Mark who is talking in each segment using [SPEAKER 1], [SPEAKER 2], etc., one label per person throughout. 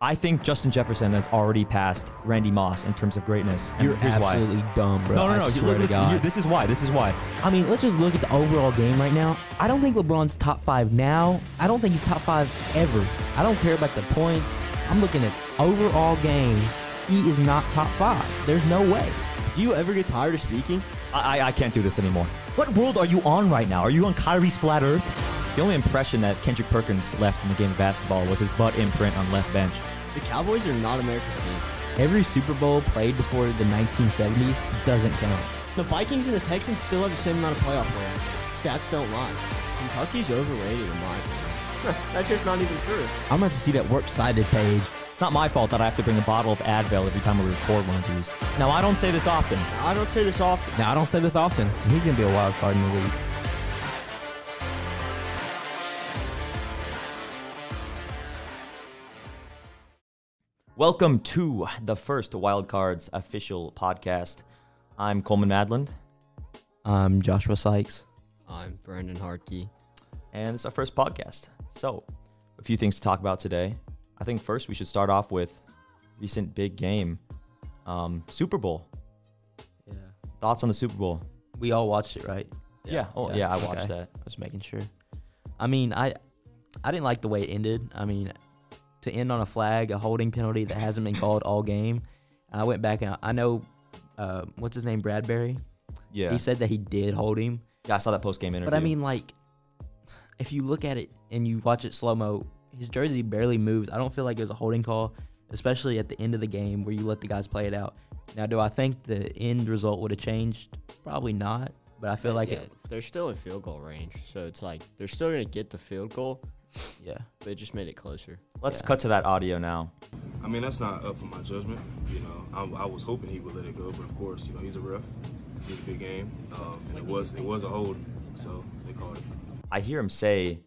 [SPEAKER 1] I think Justin Jefferson has already passed Randy Moss in terms of greatness. And
[SPEAKER 2] You're
[SPEAKER 1] here's why.
[SPEAKER 2] absolutely dumb, bro.
[SPEAKER 1] No, no, no.
[SPEAKER 2] I
[SPEAKER 1] you-
[SPEAKER 2] swear to
[SPEAKER 1] listen, you-
[SPEAKER 2] God.
[SPEAKER 1] this is why. This is why.
[SPEAKER 2] I mean, let's just look at the overall game right now. I don't think LeBron's top five now. I don't think he's top five ever. I don't care about the points. I'm looking at overall game. He is not top five. There's no way.
[SPEAKER 3] Do you ever get tired of speaking?
[SPEAKER 1] I, I, I can't do this anymore. What world are you on right now? Are you on Kyrie's flat earth? The only impression that Kendrick Perkins left in the game of basketball was his butt imprint on left bench.
[SPEAKER 3] The Cowboys are not America's team.
[SPEAKER 2] Every Super Bowl played before the 1970s doesn't count.
[SPEAKER 3] The Vikings and the Texans still have the same amount of playoff wins. Stats don't lie. Kentucky's overrated in my opinion. That's just not even true.
[SPEAKER 2] I'm about to see that works cited page.
[SPEAKER 1] It's not my fault that I have to bring a bottle of Advil every time we record one of these. Now, I don't say this often.
[SPEAKER 3] I don't say this often.
[SPEAKER 2] Now I don't say this often. He's gonna be a wild card in the league.
[SPEAKER 1] Welcome to the first Wild Cards official podcast. I'm Coleman Madland,
[SPEAKER 2] I'm Joshua Sykes.
[SPEAKER 3] I'm Brandon Hartke.
[SPEAKER 1] and it's our first podcast. So, a few things to talk about today. I think first we should start off with recent big game, um, Super Bowl.
[SPEAKER 2] Yeah.
[SPEAKER 1] Thoughts on the Super Bowl?
[SPEAKER 2] We all watched it, right?
[SPEAKER 1] Yeah. Oh, yeah. I watched
[SPEAKER 2] okay.
[SPEAKER 1] that.
[SPEAKER 2] I was making sure. I mean, I I didn't like the way it ended. I mean, to end on a flag, a holding penalty that hasn't been called all game. I went back and I know uh, what's his name, Bradbury.
[SPEAKER 1] Yeah.
[SPEAKER 2] He said that he did hold him,
[SPEAKER 1] yeah. I saw that post game interview.
[SPEAKER 2] but I mean, like, if you look at it and you watch it slow mo, his jersey barely moves. I don't feel like it was a holding call, especially at the end of the game where you let the guys play it out. Now, do I think the end result would have changed? Probably not. But I feel like
[SPEAKER 3] yeah,
[SPEAKER 2] it.
[SPEAKER 3] they're still in field goal range, so it's like they're still gonna get the field goal.
[SPEAKER 2] Yeah.
[SPEAKER 3] They just made it closer.
[SPEAKER 1] let's
[SPEAKER 2] yeah.
[SPEAKER 1] cut to that audio now.
[SPEAKER 4] I mean, that's not up for my judgment. You know, I, I was hoping he would let it go, but of course, you know, he's a ref. He's a big game, um, and it was it was a hold, so they called it.
[SPEAKER 1] I hear him say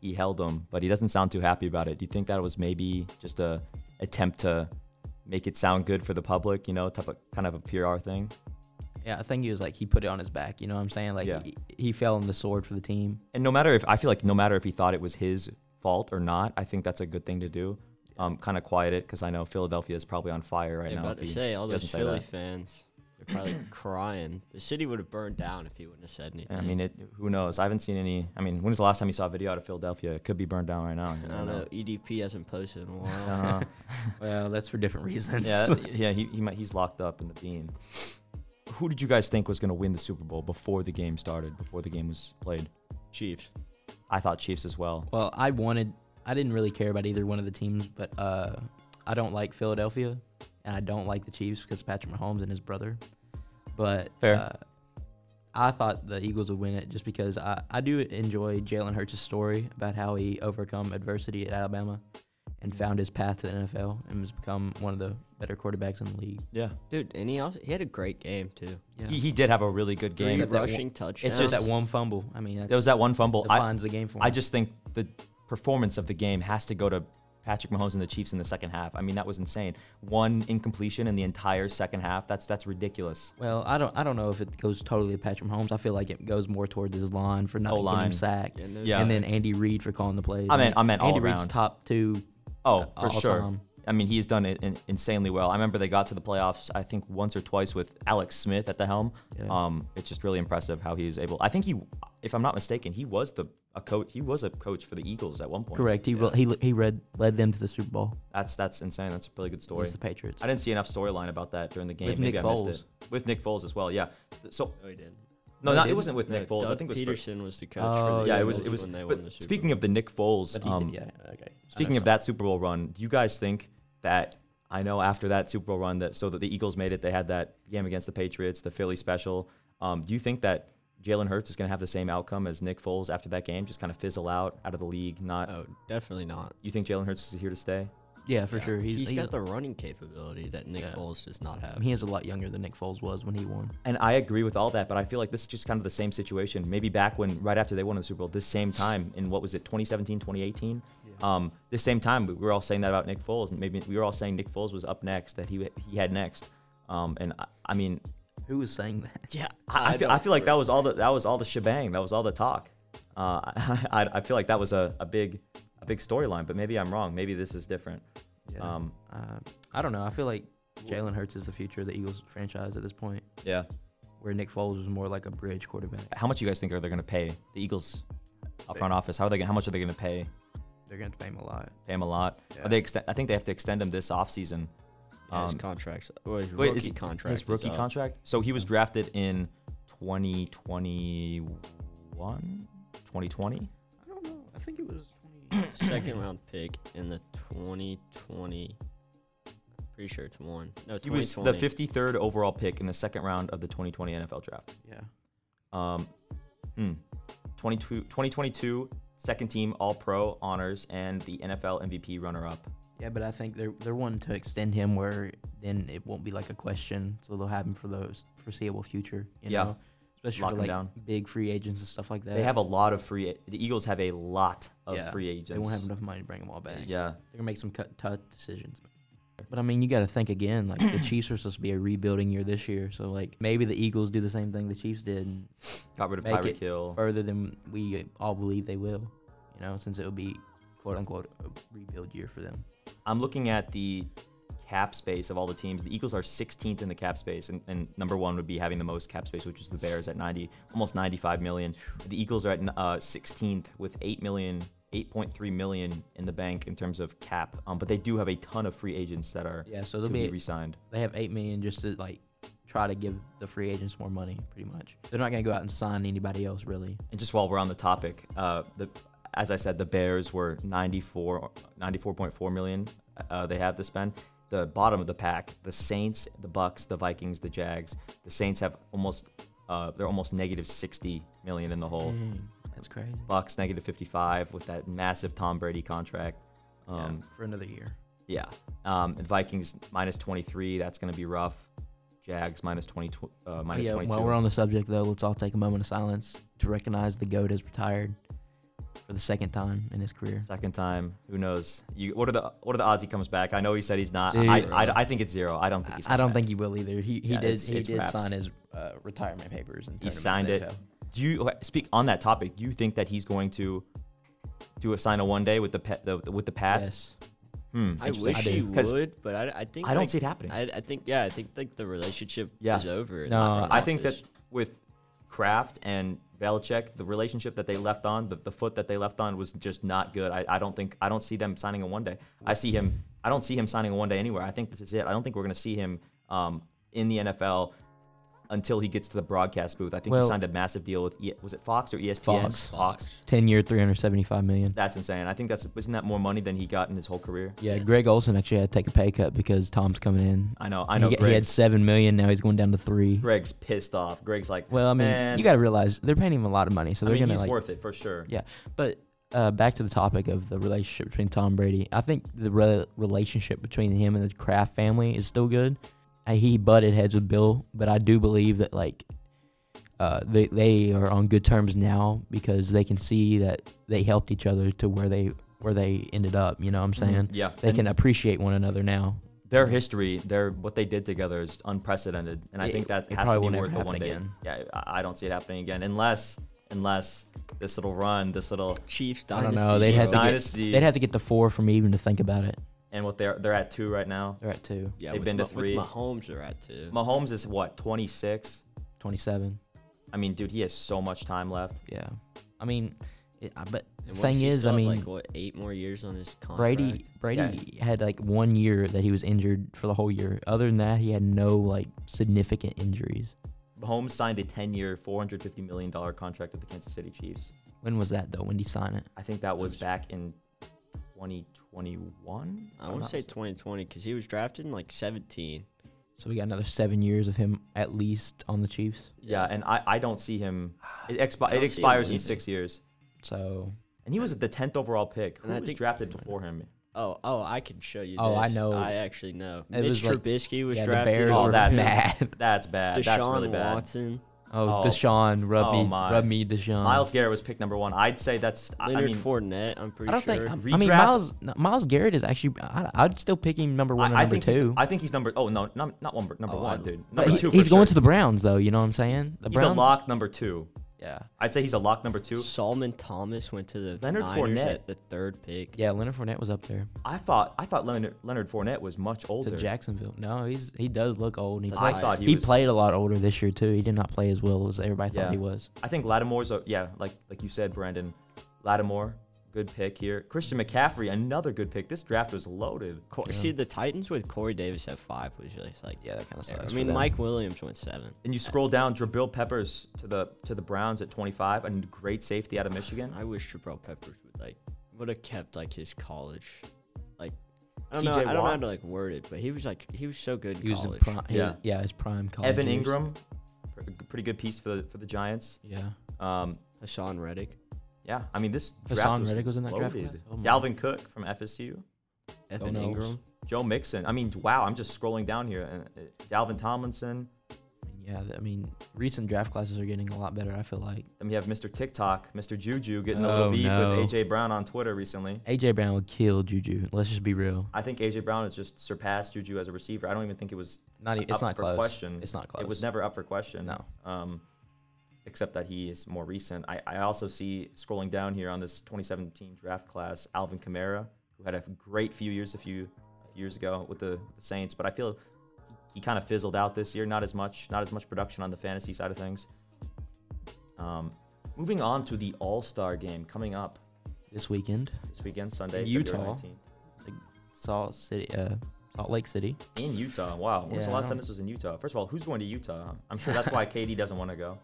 [SPEAKER 1] he held him, but he doesn't sound too happy about it. Do you think that was maybe just a attempt to make it sound good for the public? You know, type of kind of a PR thing.
[SPEAKER 2] Yeah, I think he was like he put it on his back. You know what I'm saying? Like
[SPEAKER 1] Yeah.
[SPEAKER 2] he, he fell on the sword for the team.
[SPEAKER 1] And no matter if I feel like no matter if he thought it was his fault or not, I think that's a good thing to do. Um, kind of quiet it because I know Philadelphia is probably on fire right
[SPEAKER 3] Yeah,
[SPEAKER 1] now.
[SPEAKER 3] about
[SPEAKER 1] if
[SPEAKER 3] to
[SPEAKER 1] he
[SPEAKER 3] say all those
[SPEAKER 1] doesn't say
[SPEAKER 3] Philly
[SPEAKER 1] that.
[SPEAKER 3] fans, they're probably crying. The city would have burned down if he wouldn't have said anything.
[SPEAKER 1] I mean, it, who knows? I haven't seen any. I mean, when was the last time you saw a video out of Philadelphia? It could be burned down right now. you
[SPEAKER 3] I don't know. EDP hasn't posted in a while.
[SPEAKER 1] Uh-huh.
[SPEAKER 2] Well, that's for different reasons.
[SPEAKER 1] yeah, that- yeah. He, he might, he's locked up in the beam. Who did you guys think was going to win the Super Bowl before the game started? Before the game was played,
[SPEAKER 3] Chiefs.
[SPEAKER 1] I thought Chiefs as well.
[SPEAKER 2] Well, I wanted I didn't really care about either one of the teams, but uh I don't like Philadelphia and I don't like the Chiefs because Patrick Mahomes and his brother. But
[SPEAKER 1] Fair.
[SPEAKER 2] Uh, I thought the Eagles would win it just because I, I do enjoy Jalen Hurts' story about how he overcome adversity at Alabama
[SPEAKER 1] Mm.
[SPEAKER 2] and found his path to the NFL and has become one of the better quarterbacks in the league.
[SPEAKER 1] Yeah,
[SPEAKER 3] Dude, and he also he had a great game too.
[SPEAKER 2] Yeah.
[SPEAKER 1] he, he did have a really good
[SPEAKER 3] Three
[SPEAKER 1] game.
[SPEAKER 2] Except that one-
[SPEAKER 3] rushing touchdowns.
[SPEAKER 2] It's just that one fumble. I mean, that's,
[SPEAKER 1] There was that one fumble. I,
[SPEAKER 2] defines the game for
[SPEAKER 1] I
[SPEAKER 2] him.
[SPEAKER 1] just think the performance of the game has to go to Patrick Mahomes and the Chiefs in the second half. I mean, that was insane. One incompletion in the entire second half. That's that's ridiculous.
[SPEAKER 2] well, I don't, I don't know if it goes totally to Patrick Mahomes. I feel like it goes more towards his line for not
[SPEAKER 1] Whole
[SPEAKER 2] getting
[SPEAKER 1] line.
[SPEAKER 2] him sacked,
[SPEAKER 3] And
[SPEAKER 2] and,
[SPEAKER 3] those
[SPEAKER 1] Yeah.
[SPEAKER 2] then Andy Reid for calling the plays.
[SPEAKER 1] I mean- I meant all
[SPEAKER 2] Andy Reid's
[SPEAKER 1] around.
[SPEAKER 2] top two.
[SPEAKER 1] Oh,
[SPEAKER 2] Uh,
[SPEAKER 1] for
[SPEAKER 2] all
[SPEAKER 1] sure.
[SPEAKER 2] time.
[SPEAKER 1] I mean, he's done it in, insanely well. I remember they got to the playoffs, I think once or twice with Alex Smith at the helm.
[SPEAKER 2] Yeah.
[SPEAKER 1] Um, it's just really impressive how he was able. I think he, if I'm not mistaken, he was the a coach. He was a coach for the Eagles at one point.
[SPEAKER 2] Correct. He re- he he read led them to the Super Bowl.
[SPEAKER 1] That's that's insane. That's a really good story.
[SPEAKER 2] It's the Patriots.
[SPEAKER 1] I didn't see enough storyline about that during the game.
[SPEAKER 2] With
[SPEAKER 1] Maybe
[SPEAKER 2] Nick
[SPEAKER 1] I
[SPEAKER 2] Foles.
[SPEAKER 1] missed it. With Nick Foles as well. Yeah. So
[SPEAKER 3] no, he Uh, didn't.
[SPEAKER 1] no,
[SPEAKER 2] No,
[SPEAKER 1] not,
[SPEAKER 2] they
[SPEAKER 1] it wasn't with
[SPEAKER 3] No,
[SPEAKER 1] Nick Foles. I
[SPEAKER 3] Doug
[SPEAKER 1] think it was. first-
[SPEAKER 3] Peterson was the coach for
[SPEAKER 2] Oh,
[SPEAKER 3] the
[SPEAKER 1] yeah, it
[SPEAKER 3] Eagles
[SPEAKER 1] was. It was.
[SPEAKER 3] when they
[SPEAKER 1] but
[SPEAKER 3] won the Super
[SPEAKER 1] speaking of the Nick Foles,
[SPEAKER 2] But he
[SPEAKER 1] um,
[SPEAKER 2] did, yeah. Okay.
[SPEAKER 1] Speaking of that Super Bowl run, do you guys think that I know after that Super Bowl run that so that the Eagles made it, they had that game against the Patriots, the Philly special. Um, do you think that Jalen Hurts is going to have the same outcome as Nick Foles after that game, just kind of fizzle out, out of the league? Not
[SPEAKER 3] Bowl. Oh, definitely not.
[SPEAKER 1] you think Jalen Hurts is here to stay?
[SPEAKER 2] yeah, for sure. He's,
[SPEAKER 3] he's
[SPEAKER 2] he's-
[SPEAKER 3] got the running capability that Nick
[SPEAKER 2] Yeah.
[SPEAKER 3] Foles does not have.
[SPEAKER 2] He is a lot younger than Nick Foles was when he won.
[SPEAKER 1] And I agree with all that, but I feel like this is just kind of the same situation. Maybe back when, right after they won the Super Bowl, this same time in what was it, 2017, 2018? Um, this same time, we were all saying that about Nick Foles, and maybe we were all saying Nick Foles was up next, that he he had next. Um, and I, I mean,
[SPEAKER 2] Who was saying that?
[SPEAKER 3] Yeah,
[SPEAKER 1] I, I feel, I feel like that was all the that was all the shebang. That was all the talk. Uh, I, I, I feel like that was a, a big a big storyline, but maybe I'm wrong. Maybe this is different.
[SPEAKER 2] Yeah.
[SPEAKER 1] Um,
[SPEAKER 2] uh, I don't know. I feel like Jalen Hurts is the future of the Eagles franchise at this point,
[SPEAKER 1] yeah.
[SPEAKER 2] where Nick Foles was more like a bridge quarterback.
[SPEAKER 1] How much you guys think are they going to pay the Eagles uh, front office? How are they? Gonna, how much are they going to pay?
[SPEAKER 2] They're going to pay him a lot.
[SPEAKER 1] Pay him a lot.
[SPEAKER 2] Yeah.
[SPEAKER 1] Are they? Extend, I think they have to extend him this offseason.
[SPEAKER 3] Yeah, his
[SPEAKER 1] Um,
[SPEAKER 3] contracts. Well, his
[SPEAKER 1] Wait,
[SPEAKER 3] rookie
[SPEAKER 1] is-
[SPEAKER 3] contract.
[SPEAKER 1] His rookie
[SPEAKER 3] is up.
[SPEAKER 1] contract. So he was drafted in 2021, 2020.
[SPEAKER 2] I don't know. I think it was 20.
[SPEAKER 3] Second round pick in the 2020. Pretty sure it's one. No,
[SPEAKER 1] He was the 53rd overall pick in the second round of the 2020 NFL draft.
[SPEAKER 2] yeah.
[SPEAKER 1] Um, hmm. 22 2022 second team All Pro honors and the NFL MVP runner up.
[SPEAKER 2] Yeah, but I think they're they're wanting to extend him where then it won't be like a question, so they'll have him for the foreseeable future. You
[SPEAKER 1] Yeah.
[SPEAKER 2] know? especially
[SPEAKER 1] Lock
[SPEAKER 2] for
[SPEAKER 1] him
[SPEAKER 2] like
[SPEAKER 1] down.
[SPEAKER 2] big free agents and stuff like that.
[SPEAKER 1] They have a lot of free. The Eagles have a lot of
[SPEAKER 2] Yeah,
[SPEAKER 1] free agents.
[SPEAKER 2] They won't have enough money to bring them all back. so
[SPEAKER 1] Yeah,
[SPEAKER 2] they're gonna make some cut tough decisions. But I mean, you got to think again. Like the Chiefs are supposed to be a rebuilding year this year, so like maybe the Eagles do the same thing the Chiefs did, and
[SPEAKER 1] got rid of
[SPEAKER 2] Make
[SPEAKER 1] Tyreek
[SPEAKER 2] it
[SPEAKER 1] Hill.
[SPEAKER 2] further than we all believe they will. You know, since it will be quote unquote a rebuild year for them.
[SPEAKER 1] I'm looking at the cap space of all the teams. The Eagles are 16th in the cap space, and, and number one would be having the most cap space, which is the Bears at 90, almost 95 million. The Eagles are at uh, 16th with 8 million, 8.3 million in the bank in terms of cap. Um, but they do have a ton of free agents that are
[SPEAKER 2] Yeah, so
[SPEAKER 1] to
[SPEAKER 2] they'll
[SPEAKER 1] be
[SPEAKER 2] be
[SPEAKER 1] re-signed.
[SPEAKER 2] They have eight million just to like try to give the free agents more money, pretty much. They're not gonna go out and sign anybody else really.
[SPEAKER 1] And just while we're on the topic, uh, the as I said, the Bears were 94, 94.4 million uh, they have to spend. The bottom of the pack, the Saints, the Bucks, the Vikings, the Jags. The Saints have almost, uh, they're almost negative 60 million in the hole.
[SPEAKER 2] Mm. That's crazy.
[SPEAKER 1] Bucks negative 55 with that massive Tom Brady contract. Um,
[SPEAKER 2] yeah, for another year.
[SPEAKER 1] yeah. Um, and Vikings minus 23. That's going to be rough. Jags minus 20, uh, minus
[SPEAKER 2] yeah,
[SPEAKER 1] 22.
[SPEAKER 2] while we're on the subject though, let's all take a moment of silence to recognize the GOAT is retired for the second time in his career.
[SPEAKER 1] Second time, who knows? You what are the what are the odds he comes back? I know he said he's not.
[SPEAKER 2] Dude.
[SPEAKER 1] I, I, I think it's zero. I don't think he's.
[SPEAKER 2] I, I don't
[SPEAKER 1] coming
[SPEAKER 2] think he will either. He he
[SPEAKER 1] Yeah,
[SPEAKER 2] did
[SPEAKER 1] it's-
[SPEAKER 2] he
[SPEAKER 1] it's
[SPEAKER 2] did
[SPEAKER 1] wraps.
[SPEAKER 2] sign his uh, retirement papers and
[SPEAKER 1] He
[SPEAKER 2] turned
[SPEAKER 1] signed
[SPEAKER 2] them into the
[SPEAKER 1] it.
[SPEAKER 2] NFL.
[SPEAKER 1] back. Do you okay, speak on that topic? Do you think that he's going to do a sign a one day with the, pe- the with the Pats?
[SPEAKER 2] Yes.
[SPEAKER 1] Hmm,
[SPEAKER 3] I
[SPEAKER 1] interesting.
[SPEAKER 3] wish he
[SPEAKER 1] 'Cause
[SPEAKER 3] would, but I, I think
[SPEAKER 1] I don't
[SPEAKER 3] like,
[SPEAKER 1] see it happening.
[SPEAKER 3] I, I think yeah, I think like the relationship
[SPEAKER 1] Yeah.
[SPEAKER 3] is over. in
[SPEAKER 2] No,
[SPEAKER 3] the front
[SPEAKER 1] I think that
[SPEAKER 3] office.
[SPEAKER 1] with Kraft and Belichick, the relationship that they left on, the, the foot that they left on was just not good. I, I don't think I don't see them signing a one day. I see him I don't see him signing a one day anywhere. I think this is it. I don't think we're gonna see him um, in the NFL until he gets to the broadcast booth. I think he
[SPEAKER 2] Well-
[SPEAKER 1] signed a massive deal with e- was it Fox or ESPN?
[SPEAKER 2] Fox.
[SPEAKER 1] Fox.
[SPEAKER 2] Ten year three hundred seventy five million.
[SPEAKER 1] That's insane. I think that's isn't that more money than he got in his whole career?
[SPEAKER 2] Yeah, Greg Olson actually had to take a pay cut because Tom's coming in.
[SPEAKER 1] I know, I know
[SPEAKER 2] He, he had
[SPEAKER 1] Greg's,
[SPEAKER 2] seven million. Now he's going down to three.
[SPEAKER 1] Greg's pissed off. Greg's like
[SPEAKER 2] Well, I mean,
[SPEAKER 1] "Man."
[SPEAKER 2] you got to realize they're paying him a lot of money, so
[SPEAKER 1] I
[SPEAKER 2] they're
[SPEAKER 1] mean
[SPEAKER 2] gonna
[SPEAKER 1] he's
[SPEAKER 2] like.
[SPEAKER 1] worth it for sure.
[SPEAKER 2] Yeah, but uh, back to the topic of the relationship between Tom Brady. I think the re- relationship between him and the Kraft family is still good. Uh, He butted heads with Bill, but I do believe that like uh, they they are on good terms now because they can see that they helped each other to where they where they ended up. You know what I'm saying?
[SPEAKER 1] Mm-hmm. Yeah.
[SPEAKER 2] They
[SPEAKER 1] And-
[SPEAKER 2] can appreciate one another now.
[SPEAKER 1] their history, their what they did together is unprecedented, and I
[SPEAKER 2] Mm-hmm. It-
[SPEAKER 1] think that
[SPEAKER 2] it
[SPEAKER 1] has to
[SPEAKER 2] probably
[SPEAKER 1] be
[SPEAKER 2] won't
[SPEAKER 1] worth
[SPEAKER 2] ever
[SPEAKER 1] a one
[SPEAKER 2] happen
[SPEAKER 1] day.
[SPEAKER 2] again.
[SPEAKER 1] Yeah, I I don't see it happening again unless unless this little run, this little
[SPEAKER 3] Chiefs
[SPEAKER 2] I
[SPEAKER 3] dynasty.
[SPEAKER 2] don't know. They'd have to
[SPEAKER 1] dynasty,
[SPEAKER 2] get they'd have to get to four for me even to think about it.
[SPEAKER 1] and what they're they're at two right now.
[SPEAKER 2] They're at two.
[SPEAKER 3] yeah,
[SPEAKER 1] they've
[SPEAKER 3] with
[SPEAKER 1] been to
[SPEAKER 3] Ma- with
[SPEAKER 1] three.
[SPEAKER 3] Mahomes are at two.
[SPEAKER 1] Mahomes is what twenty six.
[SPEAKER 2] 27.
[SPEAKER 1] I mean, dude, he has so much time left.
[SPEAKER 2] Yeah. I mean, it, I- but
[SPEAKER 3] And what does
[SPEAKER 2] thing
[SPEAKER 3] he
[SPEAKER 2] is,
[SPEAKER 3] still
[SPEAKER 2] I
[SPEAKER 3] have,
[SPEAKER 2] mean,
[SPEAKER 3] like what eight more years on his contract?
[SPEAKER 2] Brady Brady had like one year that he was injured for the whole year. Other than that, he had no like significant injuries.
[SPEAKER 1] Mahomes signed a ten year, four hundred fifty million dollar contract with the Kansas City Chiefs.
[SPEAKER 2] When was that though? When did he sign it?
[SPEAKER 1] I think that was back in twenty twenty one.
[SPEAKER 3] I want to say 2020 because he was drafted in like 17.
[SPEAKER 2] So we got another seven years of him at least on the Chiefs.
[SPEAKER 1] Yeah, and I, I don't see him. It, expi-
[SPEAKER 3] don't
[SPEAKER 1] it
[SPEAKER 3] see him
[SPEAKER 1] expires in
[SPEAKER 3] leaving.
[SPEAKER 1] six years,
[SPEAKER 2] So
[SPEAKER 1] and he was the tenth overall pick. Who
[SPEAKER 3] And I
[SPEAKER 1] was
[SPEAKER 3] think-
[SPEAKER 1] drafted before him?
[SPEAKER 3] Oh, oh, I can show you.
[SPEAKER 2] Oh, I
[SPEAKER 3] this.
[SPEAKER 2] know.
[SPEAKER 3] I actually know.
[SPEAKER 2] It
[SPEAKER 3] Mitch
[SPEAKER 2] was like-
[SPEAKER 3] Trubisky was
[SPEAKER 2] yeah, the
[SPEAKER 3] drafted.
[SPEAKER 2] Bears
[SPEAKER 1] Oh,
[SPEAKER 2] were
[SPEAKER 1] that's-
[SPEAKER 2] bad.
[SPEAKER 1] That's bad.
[SPEAKER 3] Deshaun
[SPEAKER 1] That's really bad.
[SPEAKER 3] Watson.
[SPEAKER 2] Oh,
[SPEAKER 1] Oh.
[SPEAKER 2] Deshaun, rub
[SPEAKER 1] Oh,
[SPEAKER 2] me,
[SPEAKER 1] my.
[SPEAKER 2] rub me, Deshaun.
[SPEAKER 1] Miles Garrett was pick number one. I'd say that's. I-
[SPEAKER 3] Leonard
[SPEAKER 1] I mean,
[SPEAKER 3] Fournette. I'm pretty
[SPEAKER 2] I don't
[SPEAKER 3] sure.
[SPEAKER 2] think. I- I
[SPEAKER 1] Redraft-
[SPEAKER 2] mean, Miles no, Miles Garrett is actually. I, I'd still pick him number one or
[SPEAKER 1] I, I
[SPEAKER 2] number
[SPEAKER 1] think
[SPEAKER 2] two.
[SPEAKER 1] He's, I think he's number. Oh no, not, not one, but number
[SPEAKER 3] Oh,
[SPEAKER 1] one,
[SPEAKER 3] I-
[SPEAKER 1] dude.
[SPEAKER 3] But
[SPEAKER 1] Number
[SPEAKER 2] He-
[SPEAKER 1] two.
[SPEAKER 2] he's
[SPEAKER 1] for
[SPEAKER 2] going
[SPEAKER 1] sure.
[SPEAKER 2] to the Browns though. You know what I'm saying? The
[SPEAKER 1] He's
[SPEAKER 2] Browns.
[SPEAKER 1] a lock number two.
[SPEAKER 2] Yeah.
[SPEAKER 1] I'd say he's a lock number two.
[SPEAKER 3] Solomon Thomas went to the
[SPEAKER 1] Leonard
[SPEAKER 3] Niners
[SPEAKER 1] Fournette.
[SPEAKER 3] at the third pick.
[SPEAKER 2] Yeah, Leonard Fournette was up there
[SPEAKER 1] I thought I thought Leonard, Leonard Fournette was much older.
[SPEAKER 2] to Jacksonville. No, he's he does look old. And he
[SPEAKER 3] I
[SPEAKER 1] I
[SPEAKER 2] played,
[SPEAKER 1] thought he,
[SPEAKER 2] he,
[SPEAKER 1] was,
[SPEAKER 2] played a lot older this year too. He did not play as well as everybody thought
[SPEAKER 1] Yeah.
[SPEAKER 2] he was.
[SPEAKER 1] I think Lattimore's a yeah, like like you said, Brandon. Lattimore, good pick here. Christian McCaffrey, another good pick. This draft was loaded.
[SPEAKER 3] Co- See, the Titans with Corey Davis at five was just like,
[SPEAKER 2] Yeah, that kind of
[SPEAKER 3] I
[SPEAKER 2] sucks. for
[SPEAKER 3] mean,
[SPEAKER 2] them.
[SPEAKER 3] Mike Williams went seven.
[SPEAKER 1] And you scroll down, Drabil Peppers to the to the Browns at 25, a great safety out of Michigan.
[SPEAKER 3] I wish Jabril Peppers would like would have kept like his college, like I don't know,
[SPEAKER 1] TJ
[SPEAKER 3] I don't know how
[SPEAKER 1] Watt.
[SPEAKER 3] to like word it, but he was like he was so good in
[SPEAKER 2] he was in
[SPEAKER 3] college.
[SPEAKER 2] prime. Yeah,
[SPEAKER 1] Yeah.
[SPEAKER 2] yeah, his prime college.
[SPEAKER 1] Evan
[SPEAKER 2] years.
[SPEAKER 1] Ingram, pr- pretty good piece for the for the Giants.
[SPEAKER 2] Yeah.
[SPEAKER 1] Um,
[SPEAKER 3] Hassan Reddick,
[SPEAKER 1] yeah, I mean this draft
[SPEAKER 2] Hassan
[SPEAKER 1] was
[SPEAKER 2] Reddick was in that draft
[SPEAKER 1] loaded.
[SPEAKER 2] class? Oh my.
[SPEAKER 1] Dalvin Cook from FSU,
[SPEAKER 3] Evan
[SPEAKER 2] knows?
[SPEAKER 3] Ingram,
[SPEAKER 1] Joe Mixon. I mean, wow, I'm just scrolling down here, and uh, Dalvin Tomlinson.
[SPEAKER 2] I mean, Yeah, th- I mean, recent draft classes are getting a lot better. I feel like
[SPEAKER 1] Then we have Mr. TikTok, Mr. Juju getting a
[SPEAKER 2] Oh,
[SPEAKER 1] little beef
[SPEAKER 2] no.
[SPEAKER 1] with AJ Brown on Twitter recently.
[SPEAKER 2] AJ Brown would kill Juju. Let's just be real.
[SPEAKER 1] I think AJ Brown has just surpassed Juju as a receiver. I don't even think it was
[SPEAKER 2] Not e- it's
[SPEAKER 1] up
[SPEAKER 2] not
[SPEAKER 1] for
[SPEAKER 2] close.
[SPEAKER 1] question.
[SPEAKER 2] It's not close.
[SPEAKER 1] It was never up for question.
[SPEAKER 2] No.
[SPEAKER 1] Um, except that he is more recent. I, I also see scrolling down here on this 2017 draft class, Alvin Kamara, who had a great few years a few, a few years ago with the, the Saints, but I feel he kind of fizzled out this year. Not as much, not as much production on the fantasy side of things. Um, moving on to the All Star game coming up
[SPEAKER 2] this weekend.
[SPEAKER 1] this weekend, Sunday,
[SPEAKER 2] In
[SPEAKER 1] February
[SPEAKER 2] Utah.
[SPEAKER 1] 19th.
[SPEAKER 2] Salt City, uh, Salt Lake City.
[SPEAKER 1] In Utah, wow. When was the
[SPEAKER 2] Yeah, I
[SPEAKER 1] last time
[SPEAKER 2] don't-
[SPEAKER 1] this was in Utah? First of all, who's going to Utah? I'm sure that's why KD doesn't want to go.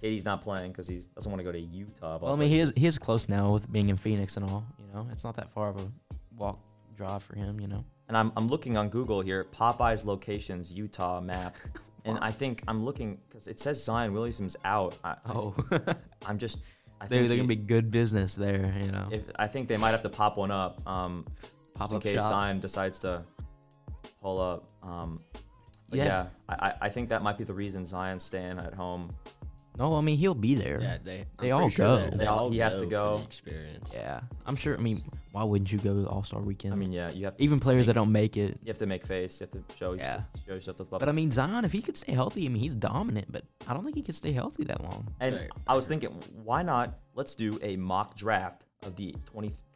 [SPEAKER 1] KD's not playing because he doesn't want to go to Utah. of all
[SPEAKER 2] Well, I mean, he
[SPEAKER 1] places.
[SPEAKER 2] is he is close now with being in Phoenix and all. You know, it's not that far of a walk drive for him. You know,
[SPEAKER 1] and I'm, I'm looking on Google here, Popeye's locations, Utah map, and I think I'm looking because it says Zion Williamson's out. I,
[SPEAKER 2] oh,
[SPEAKER 1] I'm just, I
[SPEAKER 2] they,
[SPEAKER 1] think
[SPEAKER 2] they're gonna
[SPEAKER 1] it-
[SPEAKER 2] be good business there. You know,
[SPEAKER 1] If, I think they might have to pop one up, um, just in
[SPEAKER 2] Pop-up
[SPEAKER 1] case
[SPEAKER 2] shop.
[SPEAKER 1] Zion decides to pull up. Um, but
[SPEAKER 2] Yeah.
[SPEAKER 1] yeah, I, I- I think that might be the reason Zion's staying at home.
[SPEAKER 2] no, I mean he'll be there.
[SPEAKER 3] yeah, they
[SPEAKER 2] They
[SPEAKER 3] I'm
[SPEAKER 2] all
[SPEAKER 3] pretty sure
[SPEAKER 2] go.
[SPEAKER 1] They all- he has to
[SPEAKER 3] for
[SPEAKER 1] go.
[SPEAKER 3] the experience.
[SPEAKER 2] Yeah. I'm sure. I mean, why wouldn't you go to All Star Weekend?
[SPEAKER 1] I mean, yeah, you have to,
[SPEAKER 2] even players that don't make it.
[SPEAKER 1] you have to make face, you have to show,
[SPEAKER 2] Yeah.
[SPEAKER 1] show yourself to the public.
[SPEAKER 2] But I mean, Zion, if he could stay healthy, I mean, he's dominant. But I don't think he could stay healthy that long.
[SPEAKER 1] And
[SPEAKER 3] Right.
[SPEAKER 1] I was thinking, why not? Let's do a mock draft of the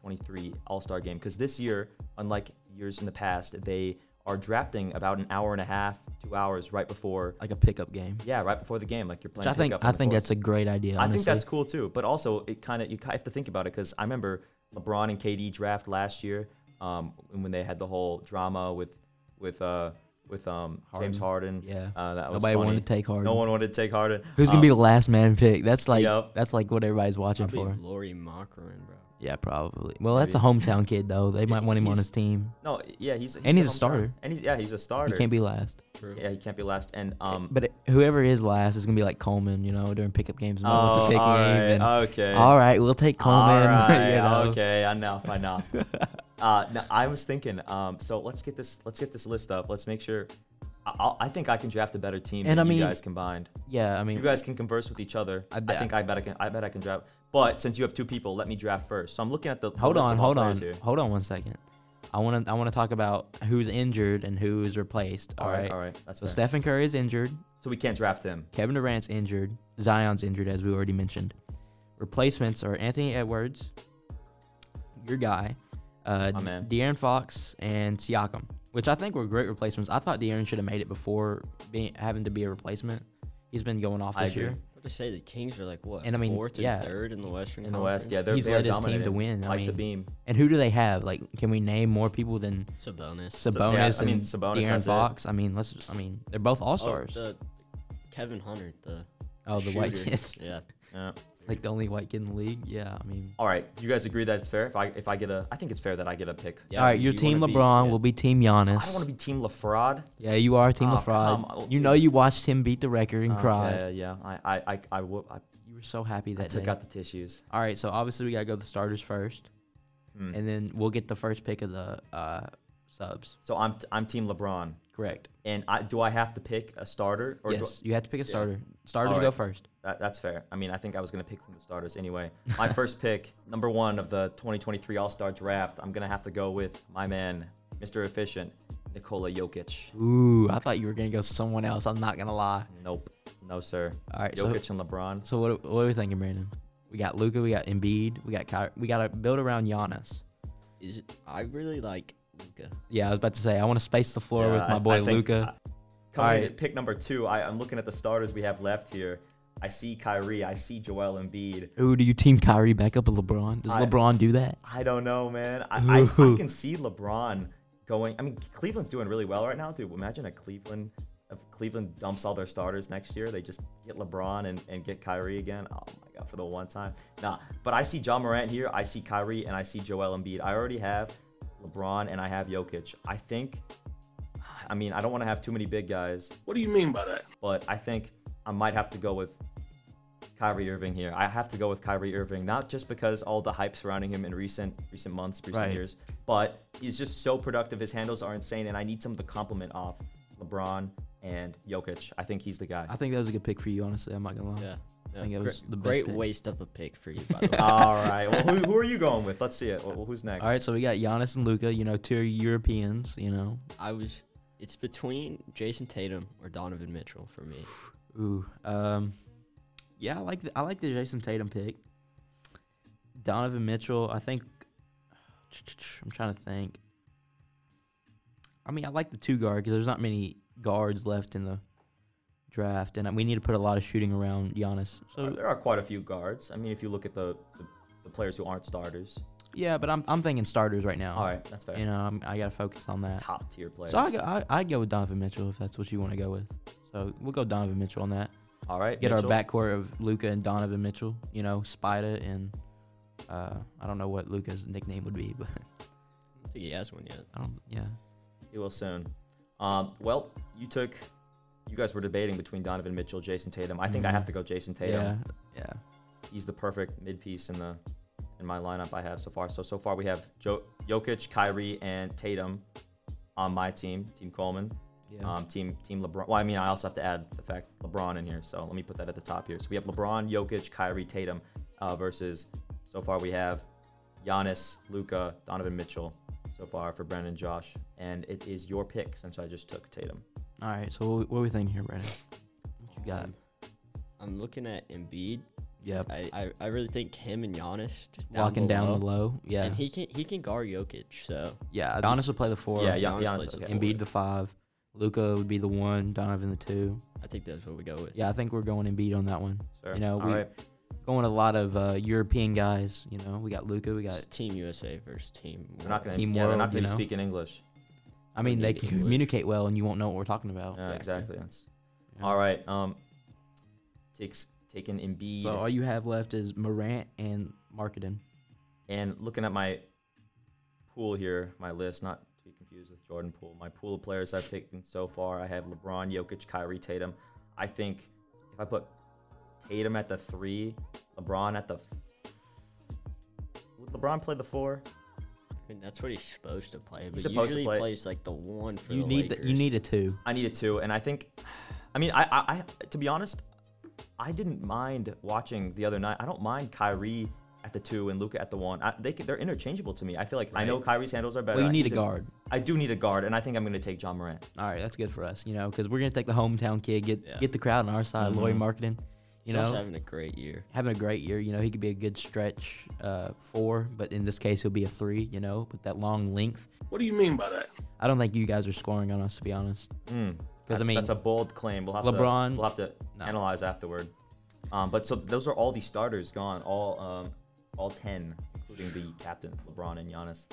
[SPEAKER 1] 2023 All Star game because this year, unlike years in the past, they are drafting about an hour and a half, two hours right before.
[SPEAKER 2] Like a pickup game.
[SPEAKER 1] Yeah, right before the game, like you're
[SPEAKER 2] Which
[SPEAKER 1] playing.
[SPEAKER 2] I think
[SPEAKER 1] pickup on
[SPEAKER 2] I
[SPEAKER 1] the
[SPEAKER 2] think
[SPEAKER 1] courts.
[SPEAKER 2] that's a great idea.
[SPEAKER 1] I think
[SPEAKER 2] honestly.
[SPEAKER 1] that's cool too. But also, it kind of you ki- have to think about it because I remember LeBron and KD draft last year, um, when they had the whole drama with with uh with um James Harden.
[SPEAKER 2] Yeah.
[SPEAKER 1] uh, that was
[SPEAKER 2] Nobody wanted
[SPEAKER 1] funny.
[SPEAKER 2] to take Harden.
[SPEAKER 1] No one wanted to take Harden.
[SPEAKER 2] Who's gonna
[SPEAKER 1] Um,
[SPEAKER 2] be the last man pick? That's like
[SPEAKER 1] Yup.
[SPEAKER 2] that's like what everybody's watching
[SPEAKER 3] Probably
[SPEAKER 2] for.
[SPEAKER 3] Lori Mockerin, bro.
[SPEAKER 2] Yeah, probably. Well, that's a hometown kid though. They might want him on
[SPEAKER 1] he's-
[SPEAKER 2] his team.
[SPEAKER 1] No, yeah, he's,
[SPEAKER 2] And he's a
[SPEAKER 1] hometown.
[SPEAKER 2] starter.
[SPEAKER 1] and he's yeah, he's a
[SPEAKER 2] He
[SPEAKER 1] starter.
[SPEAKER 2] can't be last.
[SPEAKER 3] True.
[SPEAKER 1] yeah, he can't be last. And um,
[SPEAKER 2] But it- whoever is last is gonna be like Coleman, you know, during pickup games. No one wants
[SPEAKER 1] oh,
[SPEAKER 2] to take
[SPEAKER 1] all
[SPEAKER 2] him,
[SPEAKER 1] right,
[SPEAKER 2] and,
[SPEAKER 1] okay,
[SPEAKER 2] all right, we'll take Coleman.
[SPEAKER 1] all right,
[SPEAKER 2] you know.
[SPEAKER 1] okay, enough, enough. uh, no, I was thinking, um, so let's get this, let's get this list up. Let's make sure. I- I'll, I think I can draft a better team
[SPEAKER 2] And
[SPEAKER 1] than
[SPEAKER 2] I mean-
[SPEAKER 1] you guys combined.
[SPEAKER 2] Yeah, I mean,
[SPEAKER 1] You guys can converse with each other. I,
[SPEAKER 2] bet.
[SPEAKER 1] think I bet I can. I bet I can draft. But since you have two people, let me draft first. So I'm looking at the the
[SPEAKER 2] hold
[SPEAKER 1] list
[SPEAKER 2] on,
[SPEAKER 1] of all
[SPEAKER 2] hold on,
[SPEAKER 1] players here.
[SPEAKER 2] hold on one second. I want to I want to talk about who's injured and who is replaced.
[SPEAKER 1] All right, all right, that's
[SPEAKER 2] So
[SPEAKER 1] fair.
[SPEAKER 2] Stephen Curry is injured.
[SPEAKER 1] So we can't draft him.
[SPEAKER 2] Kevin Durant's injured. Zion's injured, as we already mentioned. Replacements are Anthony Edwards, your guy, uh,
[SPEAKER 1] My man.
[SPEAKER 2] De'Aaron Fox, and Siakam, which I think were great replacements. I thought De'Aaron should have made it before being having to be a replacement. He's been going off
[SPEAKER 1] I
[SPEAKER 2] this
[SPEAKER 1] agree.
[SPEAKER 2] year.
[SPEAKER 3] What to say? The Kings are like what?
[SPEAKER 2] And I mean,
[SPEAKER 3] fourth and
[SPEAKER 2] yeah.
[SPEAKER 3] third in the Western.
[SPEAKER 1] In the West, yeah, they're,
[SPEAKER 2] He's
[SPEAKER 1] they're
[SPEAKER 2] led his team to
[SPEAKER 1] dominating,
[SPEAKER 2] win, I
[SPEAKER 1] Like the
[SPEAKER 2] mean,
[SPEAKER 1] beam.
[SPEAKER 2] And who do they have? Like, can we name more people than
[SPEAKER 3] Sabonis.
[SPEAKER 2] Sabonis
[SPEAKER 1] I mean,
[SPEAKER 2] and
[SPEAKER 1] Sabonis,
[SPEAKER 2] De'Aaron
[SPEAKER 1] that's it.
[SPEAKER 2] Fox? I mean, let's. I mean, they're both all
[SPEAKER 3] Oh,
[SPEAKER 2] stars.
[SPEAKER 3] the Kevin Hunter, the
[SPEAKER 2] Oh, the white
[SPEAKER 3] shooter.
[SPEAKER 2] kid,
[SPEAKER 3] Yeah,
[SPEAKER 1] Yeah.
[SPEAKER 2] like the only white kid in the league. Yeah, I mean.
[SPEAKER 1] All right, you guys agree that it's fair? If I if I get a, I think it's fair that I get a pick.
[SPEAKER 3] Yeah,
[SPEAKER 2] all right, your
[SPEAKER 3] you
[SPEAKER 2] team
[SPEAKER 3] wanna be-
[SPEAKER 2] LeBron
[SPEAKER 3] yeah.
[SPEAKER 2] will be team Giannis.
[SPEAKER 1] I don't want to be Team LaFraud.
[SPEAKER 2] Yeah, you are Team
[SPEAKER 1] Oh,
[SPEAKER 2] LaFraud.
[SPEAKER 1] come on,
[SPEAKER 2] you know
[SPEAKER 1] dude.
[SPEAKER 2] you watched him beat the record and cried.
[SPEAKER 1] Okay, yeah, I I I, I, wo- I
[SPEAKER 2] You were so happy that
[SPEAKER 1] took
[SPEAKER 2] day.
[SPEAKER 1] out the tissues.
[SPEAKER 2] All right, so obviously we gotta go the starters first,
[SPEAKER 1] Hmm.
[SPEAKER 2] and then we'll get the first pick of the uh, subs.
[SPEAKER 1] So I'm I'm Team LeBron,
[SPEAKER 2] Correct.
[SPEAKER 1] and I do I have to pick a starter? Or do
[SPEAKER 2] yes, you have to pick a starter. Starters
[SPEAKER 1] All
[SPEAKER 2] go
[SPEAKER 1] right.
[SPEAKER 2] first.
[SPEAKER 1] that, that's fair. I mean, I think I was gonna pick from the starters anyway. My first pick, number one of the 2023 All Star Draft, I'm gonna have to go with my man, Mr. Efficient, Nikola Jokic.
[SPEAKER 2] Ooh, I thought you were gonna go someone else. I'm not gonna lie.
[SPEAKER 1] Nope. No, sir.
[SPEAKER 2] All right, so-
[SPEAKER 1] Jokic and LeBron.
[SPEAKER 2] So what what are we thinking, Brandon? We got Luca, we got Embiid, we got Kyrie, we gotta build around Giannis.
[SPEAKER 3] Is it, I really like Luca.
[SPEAKER 2] Yeah, I was about to say I want to space the floor
[SPEAKER 1] Yeah,
[SPEAKER 2] with my
[SPEAKER 1] I-
[SPEAKER 2] boy
[SPEAKER 1] I think-
[SPEAKER 2] Luca.
[SPEAKER 1] I- coming in
[SPEAKER 2] Alright.
[SPEAKER 1] at pick number two, I, I'm looking at the starters we have left here. I see Kyrie. I see Joel Embiid.
[SPEAKER 2] Ooh, do you team Kyrie back up with LeBron? Does
[SPEAKER 1] I-
[SPEAKER 2] LeBron do that?
[SPEAKER 1] I don't know, man. I, I, I
[SPEAKER 2] Ooh.
[SPEAKER 1] can see LeBron going. I mean, Cleveland's doing really well right now, dude. Imagine a Cleveland, if Cleveland dumps all their starters next year, they just get LeBron and, and get Kyrie again. Oh my god, for the one time. Nah, but I see John Morant here. I see Kyrie and I see Joel Embiid. I already have LeBron and I have Jokic. I think. I mean, I don't want to have too many big guys,
[SPEAKER 5] What do you mean by that?
[SPEAKER 1] but I think I might have to go with Kyrie Irving here. I have to go with Kyrie Irving, not just because all the hype surrounding him in recent recent months, recent
[SPEAKER 2] Right.
[SPEAKER 1] years, but he's just so productive. His handles are insane, and I need some to compliment off LeBron and Jokic. I think he's the guy.
[SPEAKER 2] I think that was a good pick for you, honestly. I'm not gonna lie.
[SPEAKER 3] Yeah.
[SPEAKER 2] I think it
[SPEAKER 3] Gre-
[SPEAKER 2] was the best
[SPEAKER 3] great
[SPEAKER 2] pick.
[SPEAKER 3] waste of a pick for you, by the way.
[SPEAKER 1] all right, well, who, who are you going with? Let's see it. Well, who's next?
[SPEAKER 2] All right, so we got Giannis and Luca. You know, two Europeans. You know,
[SPEAKER 3] I was. It's between Jason Tatum or Donovan Mitchell for me.
[SPEAKER 2] ooh, um, yeah, I like the, I like the Jason Tatum pick. Donovan Mitchell, I think. I'm trying to think. I mean, I like the two guard because there's not many guards left in the draft, and we need to put a lot of shooting around Giannis.
[SPEAKER 1] Uh,
[SPEAKER 2] So
[SPEAKER 1] there are quite a few guards. I mean, if you look at the the, the players who aren't starters,
[SPEAKER 2] yeah, but I'm I'm thinking starters right now.
[SPEAKER 1] all right, that's fair.
[SPEAKER 2] you know, I'm, I gotta focus on that.
[SPEAKER 1] Top tier players.
[SPEAKER 2] So I go, I, I'd go with Donovan Mitchell if that's what you want to go with. So we'll go Donovan Mitchell on that.
[SPEAKER 1] all right,
[SPEAKER 2] Get
[SPEAKER 1] Mitchell.
[SPEAKER 2] our backcourt of Luca and Donovan Mitchell. You know, Spider and uh, I don't know what Luca's nickname would be, but
[SPEAKER 3] I don't think he has one yet.
[SPEAKER 2] I don't. Yeah,
[SPEAKER 1] He will soon. Um, well, you took. You guys were debating between Donovan Mitchell, Jason Tatum. I think I
[SPEAKER 2] Mhm.
[SPEAKER 1] have to go Jason Tatum.
[SPEAKER 2] yeah, yeah.
[SPEAKER 1] He's the perfect mid piece in the in my lineup I have so far. So so far we have jo- Jokic, Kyrie, and Tatum on my team, Team Coleman,
[SPEAKER 2] Yeah.
[SPEAKER 1] um, Team Team LeBron. Well, I mean I also have to add the fact LeBron in here. So let me put that at the top here. So we have LeBron, Jokic, Kyrie, Tatum uh, versus. So far we have Giannis, Luca, Donovan Mitchell. So far for Brandon, Josh, and it is your pick since I just took Tatum.
[SPEAKER 2] All right. So what, what are we thinking here, Brandon? What you got?
[SPEAKER 3] Um, I'm looking at Embiid.
[SPEAKER 2] Yep.
[SPEAKER 3] I, I, I really think him and Giannis just down
[SPEAKER 2] Locking down
[SPEAKER 3] below.
[SPEAKER 2] the low. Yeah.
[SPEAKER 3] And he can he can guard Jokic. So
[SPEAKER 2] yeah. Giannis would play the four.
[SPEAKER 1] Yeah, Gian-
[SPEAKER 3] Giannis
[SPEAKER 1] Giannis.
[SPEAKER 3] plays the
[SPEAKER 1] okay.
[SPEAKER 3] four.
[SPEAKER 2] Embiid the five. Luca would be the one. Donovan the two.
[SPEAKER 3] I think that's what we go with.
[SPEAKER 2] Yeah, I think we're going Embiid on that one.
[SPEAKER 1] Sure.
[SPEAKER 2] You know,
[SPEAKER 1] All
[SPEAKER 2] we-
[SPEAKER 1] right.
[SPEAKER 2] Going a lot of uh, European guys. You know, we got Luca. We got
[SPEAKER 3] It's Team USA versus Team.
[SPEAKER 1] They're not going to.
[SPEAKER 2] Team
[SPEAKER 1] Yeah, they're
[SPEAKER 2] world,
[SPEAKER 1] not going
[SPEAKER 2] you
[SPEAKER 1] to
[SPEAKER 2] know?
[SPEAKER 1] speak in English.
[SPEAKER 2] I mean, they
[SPEAKER 3] need
[SPEAKER 2] can
[SPEAKER 3] English.
[SPEAKER 2] communicate well, and you won't know what we're talking about.
[SPEAKER 1] Yeah, exactly. That's-
[SPEAKER 2] Yeah.
[SPEAKER 1] All right. Um, takes taken Embiid
[SPEAKER 2] So all you have left is Morant and Marketing.
[SPEAKER 1] and looking at my pool here, my list, not to be confused with Jordan Pool. My pool of players I've taken so far, I have LeBron, Jokic, Kyrie, Tatum. I think if I put Tatum at the three, LeBron at the. F- would LeBron play the four?
[SPEAKER 3] I mean, that's what he's supposed to play. But
[SPEAKER 1] supposed to
[SPEAKER 3] usually
[SPEAKER 1] play-
[SPEAKER 3] plays like the one for
[SPEAKER 2] You
[SPEAKER 3] the
[SPEAKER 2] need the,
[SPEAKER 3] Lakers.
[SPEAKER 2] you need a two.
[SPEAKER 1] I needed to, and I think, I mean, I, I, I, to be honest, I didn't mind watching the other night. I don't mind Kyrie at the two and Luca at the one. I, they can, they're interchangeable to me. I feel like I know Kyrie's handles are better.
[SPEAKER 2] Well, you need a
[SPEAKER 1] He's
[SPEAKER 2] guard.
[SPEAKER 1] I do need a guard, and I think I'm going to take John Morant.
[SPEAKER 2] All right, that's good for us, you know, because we're gonna take the hometown kid, get
[SPEAKER 3] Yeah.
[SPEAKER 2] get the crowd on our side. Lloyd Marketing, you
[SPEAKER 3] He's also
[SPEAKER 2] know,
[SPEAKER 3] having a great year.
[SPEAKER 2] having a great year. You know, he could be a good stretch uh, four, but in this case, he'll be a three. You know, with that long length.
[SPEAKER 5] What do you mean by that?
[SPEAKER 2] I don't think you guys are scoring on us, to be honest. Because I
[SPEAKER 1] That's-
[SPEAKER 2] mean,
[SPEAKER 1] that's a bold claim. We'll have
[SPEAKER 2] LeBron-
[SPEAKER 1] To, we'll have to
[SPEAKER 2] No.
[SPEAKER 1] analyze afterward. Um, but so those are all the starters gone. All um, all ten, including the captains, LeBron and Giannis.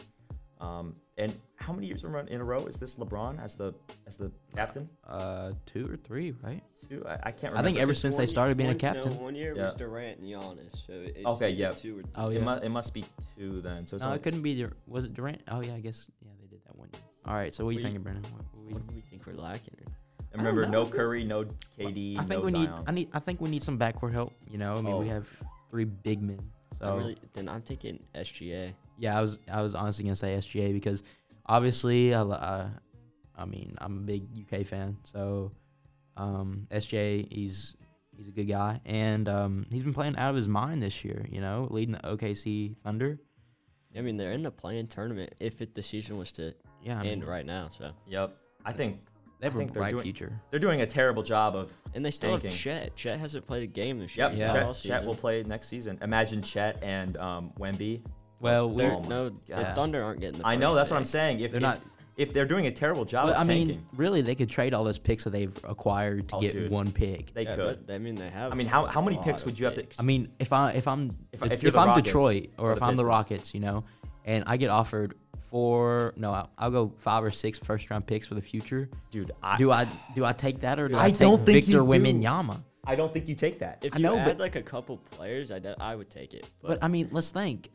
[SPEAKER 1] Um, and how many years in a- in a row is this LeBron as the as the captain?
[SPEAKER 2] uh, two or three, right?
[SPEAKER 1] Two? I, I can't.
[SPEAKER 2] I
[SPEAKER 1] remember.
[SPEAKER 2] think ever since they started being a captain.
[SPEAKER 3] one year
[SPEAKER 1] was Yeah.
[SPEAKER 3] Durant and Giannis. So it's
[SPEAKER 1] Okay, either yeah.
[SPEAKER 3] Two or three.
[SPEAKER 2] Oh
[SPEAKER 1] It,
[SPEAKER 2] yeah.
[SPEAKER 1] must, it must be two then. So it's
[SPEAKER 2] No,
[SPEAKER 1] only-
[SPEAKER 2] it couldn't be. Dur- Was it Durant? Oh yeah, I guess. Yeah, they did that one. year. All right. So what do you
[SPEAKER 3] We-
[SPEAKER 2] thinking, Brandon? What, what we-
[SPEAKER 3] What do we think we're lacking? in?
[SPEAKER 1] And remember,
[SPEAKER 2] know.
[SPEAKER 1] no Curry, no KD,
[SPEAKER 2] I think
[SPEAKER 1] no
[SPEAKER 2] we
[SPEAKER 1] Zion.
[SPEAKER 2] need. I need. I think we need some backcourt help. You know, I mean, we
[SPEAKER 1] Oh.
[SPEAKER 2] have three big men.
[SPEAKER 3] I
[SPEAKER 2] So
[SPEAKER 3] really, then I'm taking SGA.
[SPEAKER 2] yeah, I was. I was honestly gonna say SGA because obviously, I, li- I, I mean, I'm a big UK fan. So um, SGA, he's he's a good guy, and um, he's been playing out of his mind this year. You know, leading the OKC Thunder.
[SPEAKER 3] I mean, they're in the playing tournament. If it, the season was to
[SPEAKER 2] Yeah, I mean,
[SPEAKER 6] and right now, so
[SPEAKER 1] Yep. I think
[SPEAKER 2] they have
[SPEAKER 1] I
[SPEAKER 2] a
[SPEAKER 1] think they're
[SPEAKER 2] bright
[SPEAKER 1] doing-
[SPEAKER 2] future.
[SPEAKER 1] they're doing a terrible job of.
[SPEAKER 6] and they still
[SPEAKER 1] Tanking.
[SPEAKER 6] have Chet. Chet hasn't played a game this year.
[SPEAKER 1] Yep.
[SPEAKER 6] He's out all
[SPEAKER 1] Chet, Chet will
[SPEAKER 6] season.
[SPEAKER 1] play next season. Imagine Chet and um, Wemby.
[SPEAKER 2] Well, we,
[SPEAKER 6] They're-
[SPEAKER 1] Oh my
[SPEAKER 6] no, the
[SPEAKER 1] God.
[SPEAKER 6] Thunder aren't getting the.
[SPEAKER 1] I know
[SPEAKER 6] first
[SPEAKER 1] that's what I'm
[SPEAKER 6] pick.
[SPEAKER 1] saying. If
[SPEAKER 2] They're
[SPEAKER 1] if,
[SPEAKER 2] not-
[SPEAKER 1] if they're doing a terrible job
[SPEAKER 2] but,
[SPEAKER 1] of
[SPEAKER 2] I mean,
[SPEAKER 1] tanking,
[SPEAKER 2] really, they could trade all those picks that they've acquired to
[SPEAKER 1] Oh,
[SPEAKER 2] get
[SPEAKER 1] dude.
[SPEAKER 2] one pick.
[SPEAKER 1] they
[SPEAKER 6] Yeah,
[SPEAKER 1] could.
[SPEAKER 6] but, I mean, they have.
[SPEAKER 1] I mean, how, how many
[SPEAKER 6] a
[SPEAKER 1] picks
[SPEAKER 6] lot
[SPEAKER 1] would
[SPEAKER 6] of
[SPEAKER 1] you have to?
[SPEAKER 6] picks.
[SPEAKER 2] I mean, if I if I'm
[SPEAKER 1] If-
[SPEAKER 2] if,
[SPEAKER 1] if
[SPEAKER 2] if,
[SPEAKER 1] you're the
[SPEAKER 2] I'm
[SPEAKER 1] Rockets
[SPEAKER 2] Detroit or
[SPEAKER 1] or
[SPEAKER 2] if
[SPEAKER 1] the
[SPEAKER 2] I'm the
[SPEAKER 1] Pistons.
[SPEAKER 2] Rockets, you know, and I get offered four, no, I'll, I'll go five or six first round picks for the future.
[SPEAKER 1] dude, I,
[SPEAKER 2] do I do I take that or do
[SPEAKER 1] I
[SPEAKER 2] I, take
[SPEAKER 1] don't think
[SPEAKER 2] Victor
[SPEAKER 1] you do.
[SPEAKER 2] Wembanyama?
[SPEAKER 1] I don't think you take that.
[SPEAKER 6] if
[SPEAKER 2] I
[SPEAKER 6] you
[SPEAKER 2] know,
[SPEAKER 6] add
[SPEAKER 2] but-
[SPEAKER 6] like a couple players, I, de- I would take it. But,
[SPEAKER 2] But I mean, let's think.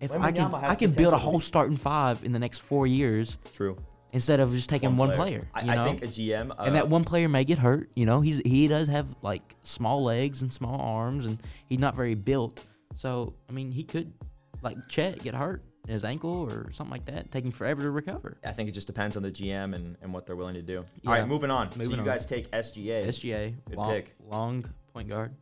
[SPEAKER 2] If I can
[SPEAKER 1] Wembanyama has
[SPEAKER 2] I can build
[SPEAKER 1] potential to
[SPEAKER 2] a whole
[SPEAKER 1] be-
[SPEAKER 2] starting five in the next four years
[SPEAKER 1] True.
[SPEAKER 2] instead of just taking one, player.
[SPEAKER 1] I,
[SPEAKER 2] you
[SPEAKER 1] I
[SPEAKER 2] know?
[SPEAKER 1] think a GM. Uh,
[SPEAKER 2] and that one player may get hurt. You know, he's he does have like small legs and small arms, and he's not very built. So I mean, he could like Chet get hurt in his ankle or something like that, taking forever to recover.
[SPEAKER 1] I think it just depends on the GM and, and what they're willing to do.
[SPEAKER 2] Yeah.
[SPEAKER 1] All right, moving on. so
[SPEAKER 2] Moving
[SPEAKER 1] you
[SPEAKER 2] on.
[SPEAKER 1] guys take SGA.
[SPEAKER 2] SGA
[SPEAKER 1] Good
[SPEAKER 2] long,
[SPEAKER 1] pick.
[SPEAKER 2] long point guard,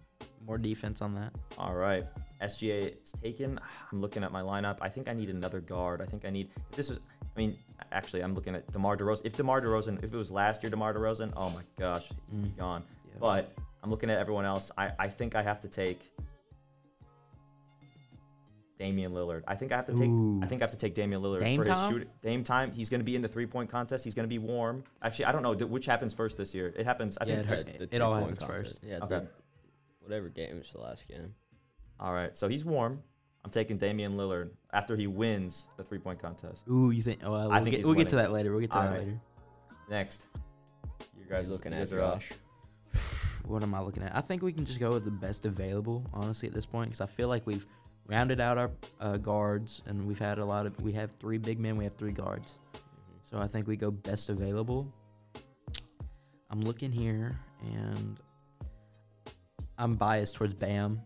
[SPEAKER 2] more defense on that.
[SPEAKER 1] All right. SGA is taken. I'm looking at my lineup. I think I need another guard. I think I need if this is I mean, actually I'm looking at DeMar DeRozan. If DeMar DeRozan, if it was last year DeMar DeRozan, oh my gosh, he'd
[SPEAKER 2] Mm.
[SPEAKER 1] be gone. But I'm looking at everyone else. I, I think I have to take Damian Lillard. I think I have to take
[SPEAKER 2] Ooh.
[SPEAKER 1] I think I have to take Damian Lillard
[SPEAKER 2] Dame
[SPEAKER 1] for his
[SPEAKER 2] time?
[SPEAKER 1] shoot Dame time. He's gonna be in the three point contest. He's gonna be warm. Actually, I don't know which happens first this year. It happens I
[SPEAKER 2] Yeah,
[SPEAKER 1] think
[SPEAKER 2] it has-
[SPEAKER 6] the
[SPEAKER 2] it- it all happens
[SPEAKER 6] three-point contest.
[SPEAKER 2] first.
[SPEAKER 6] Yeah.
[SPEAKER 1] Okay.
[SPEAKER 6] the- whatever game is the last game.
[SPEAKER 1] All right, so he's warm. I'm taking Damian Lillard after he wins the three point contest.
[SPEAKER 2] Ooh, you think? Oh, well, we'll,
[SPEAKER 1] think
[SPEAKER 2] get,
[SPEAKER 1] he's
[SPEAKER 2] we'll get to
[SPEAKER 1] winning.
[SPEAKER 2] that later. We'll get to
[SPEAKER 1] All
[SPEAKER 2] that
[SPEAKER 1] right.
[SPEAKER 2] later.
[SPEAKER 1] Next, you guys
[SPEAKER 6] He's
[SPEAKER 1] looking
[SPEAKER 6] looking
[SPEAKER 1] at
[SPEAKER 6] at
[SPEAKER 1] are up.
[SPEAKER 6] Josh.
[SPEAKER 2] What am I looking at? I think we can just go with the best available, honestly, at this point, because I feel like we've rounded out our uh, guards and we've had a lot of. We have three big men, we have three guards.
[SPEAKER 6] Mm-hmm.
[SPEAKER 2] So I think we go best available. I'm looking here and I'm biased towards Bam,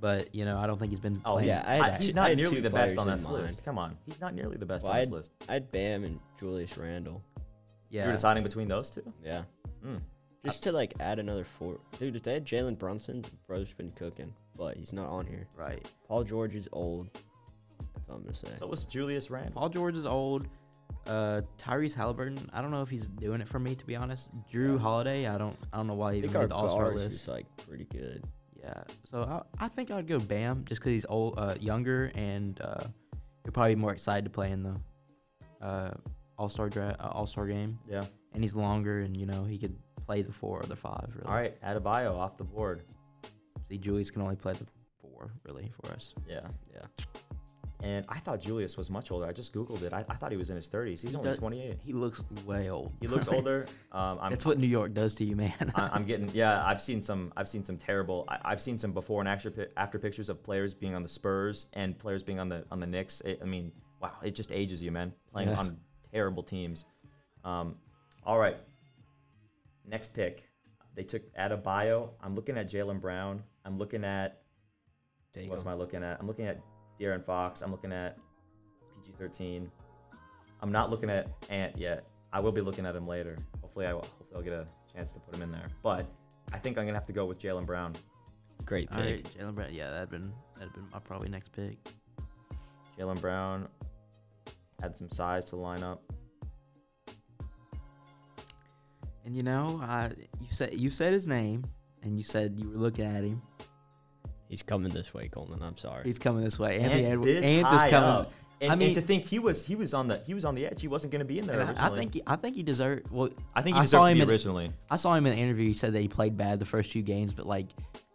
[SPEAKER 2] but, you know, I don't think he's been
[SPEAKER 1] Oh,
[SPEAKER 2] playing.
[SPEAKER 1] heis
[SPEAKER 6] yeah, I had
[SPEAKER 1] I-
[SPEAKER 6] actually-
[SPEAKER 1] he's
[SPEAKER 6] I
[SPEAKER 1] not
[SPEAKER 6] had
[SPEAKER 1] nearly
[SPEAKER 6] two
[SPEAKER 1] the best
[SPEAKER 6] players
[SPEAKER 1] on
[SPEAKER 6] in
[SPEAKER 1] this
[SPEAKER 6] mind.
[SPEAKER 1] list. Come on, he's not nearly the best
[SPEAKER 6] Well,
[SPEAKER 1] on this
[SPEAKER 6] I'd-
[SPEAKER 1] list.
[SPEAKER 6] I'd Bam and Julius Randle.
[SPEAKER 2] yeah.
[SPEAKER 1] You're deciding between those two.
[SPEAKER 6] Yeah.
[SPEAKER 1] Mm.
[SPEAKER 6] Just to like add another four, dude. If they had Jalen Brunson, bro's been cooking, but he's not on here.
[SPEAKER 2] Right.
[SPEAKER 6] Paul George is old. That's all I'm gonna say.
[SPEAKER 1] So what's Julius Randle?
[SPEAKER 2] Paul George is old. Uh, Tyrese Halliburton. I don't know if he's doing it for me, to be honest. Drew Holiday. I don't. I don't know why
[SPEAKER 6] I
[SPEAKER 2] he
[SPEAKER 6] think
[SPEAKER 2] even
[SPEAKER 6] our
[SPEAKER 2] made the All Star
[SPEAKER 6] guards is
[SPEAKER 2] list.
[SPEAKER 6] like pretty good.
[SPEAKER 2] Yeah. So I, I think I'd go Bam just because he's old, uh, younger, and uh, you're probably more excited to play in the uh, All Star dra- uh, All Star game,
[SPEAKER 1] Yeah.
[SPEAKER 2] and he's longer, and you know he could play the four or the five. Really.
[SPEAKER 1] All right, Adebayo off the board.
[SPEAKER 2] See, Julius can only play the four really for us.
[SPEAKER 1] Yeah.
[SPEAKER 6] Yeah.
[SPEAKER 1] And I thought Julius was much older. I just googled it. I, I thought he was in his 30s. He's
[SPEAKER 2] He
[SPEAKER 1] only
[SPEAKER 2] does-
[SPEAKER 1] 28.
[SPEAKER 2] He looks way old.
[SPEAKER 1] He looks older. Um, I'm,
[SPEAKER 2] That's what New York does to you, man.
[SPEAKER 1] I- I'm getting yeah. I've seen some. I've seen some terrible. I, I've seen some before and after pi- after pictures of players being on the Spurs and players being on the on the Knicks. It, I mean, wow, it just ages you, man. Playing
[SPEAKER 2] Yeah.
[SPEAKER 1] on terrible teams. Um, all right. Next pick, they took Adebayo. I'm looking at Jalen Brown. I'm looking at. What am I looking at? I'm looking at De'Aaron Fox. I'm looking at PG13. I'm not looking at Ant yet. I will be looking at him later. Hopefully, I will. Hopefully, I'll get a chance to put him in there. But I think I'm gonna have to go with Jalen Brown.
[SPEAKER 6] Great
[SPEAKER 2] All right, Jalen Brown. Yeah, that'd been that'd been my probably next pick.
[SPEAKER 1] Jalen Brown had some size to the lineup.
[SPEAKER 2] And you know, I you said you said his name, and you said you were looking at him.
[SPEAKER 6] He's coming this way, Coleman. I'm sorry.
[SPEAKER 2] He's coming this way. Anthony
[SPEAKER 1] Ant
[SPEAKER 2] Edwards.
[SPEAKER 1] this
[SPEAKER 2] Ant is
[SPEAKER 1] high
[SPEAKER 2] coming.
[SPEAKER 1] up. And,
[SPEAKER 2] I
[SPEAKER 1] and
[SPEAKER 2] mean-
[SPEAKER 1] to think he was he was on the he was on the edge. He wasn't gonna be in there
[SPEAKER 2] And I, I
[SPEAKER 1] originally.
[SPEAKER 2] think he, I think he deserved. Well,
[SPEAKER 1] I think he
[SPEAKER 2] saw
[SPEAKER 1] deserved to
[SPEAKER 2] him
[SPEAKER 1] be
[SPEAKER 2] in-
[SPEAKER 1] originally.
[SPEAKER 2] I saw him in the interview. He said that he played bad the first few games, but like,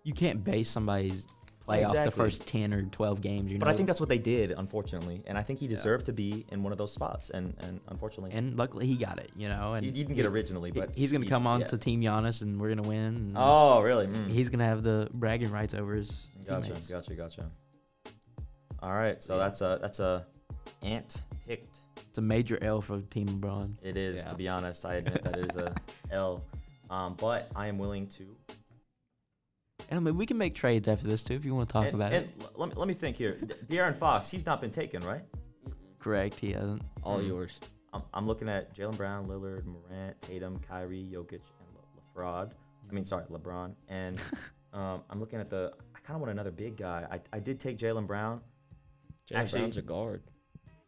[SPEAKER 2] you can't base somebody's play off
[SPEAKER 1] exactly.
[SPEAKER 2] the first ten or twelve games. You
[SPEAKER 1] But
[SPEAKER 2] know?
[SPEAKER 1] I think that's what they did, unfortunately. And I think he deserved to be in one of those spots. And and unfortunately,
[SPEAKER 2] and luckily he got it. You know, and
[SPEAKER 1] he, he didn't get originally.
[SPEAKER 2] he-
[SPEAKER 1] But
[SPEAKER 2] he's gonna
[SPEAKER 1] he-
[SPEAKER 2] come on
[SPEAKER 1] yeah.
[SPEAKER 2] to Team Giannis, and we're gonna win. and
[SPEAKER 1] Oh, really? Mm.
[SPEAKER 2] He's gonna have the bragging rights over his
[SPEAKER 1] Gotcha,
[SPEAKER 2] teammates.
[SPEAKER 1] gotcha, gotcha. All right, so that's a that's a ant picked.
[SPEAKER 2] It's a major L for Team LeBron.
[SPEAKER 1] It is
[SPEAKER 6] Yeah.
[SPEAKER 1] to be honest. I admit that it is a L, um, but I am willing to.
[SPEAKER 2] And I mean, we can make trades after this too if you want to talk
[SPEAKER 1] and
[SPEAKER 2] about
[SPEAKER 1] and
[SPEAKER 2] it.
[SPEAKER 1] l- let me let me think here. De- De'Aaron Fox, he's not been taken, right?
[SPEAKER 2] Correct, he hasn't.
[SPEAKER 6] all yours.
[SPEAKER 1] I'm, I'm looking at Jalen Brown, Lillard, Morant, Tatum, Kyrie, Jokic, and Le- LeFraud. I mean, sorry, LeBron. And um, I'm looking at the. I kind of want another big guy. I, I did take Jalen Brown.
[SPEAKER 6] Jalen
[SPEAKER 1] Actually-
[SPEAKER 6] Brown's a guard.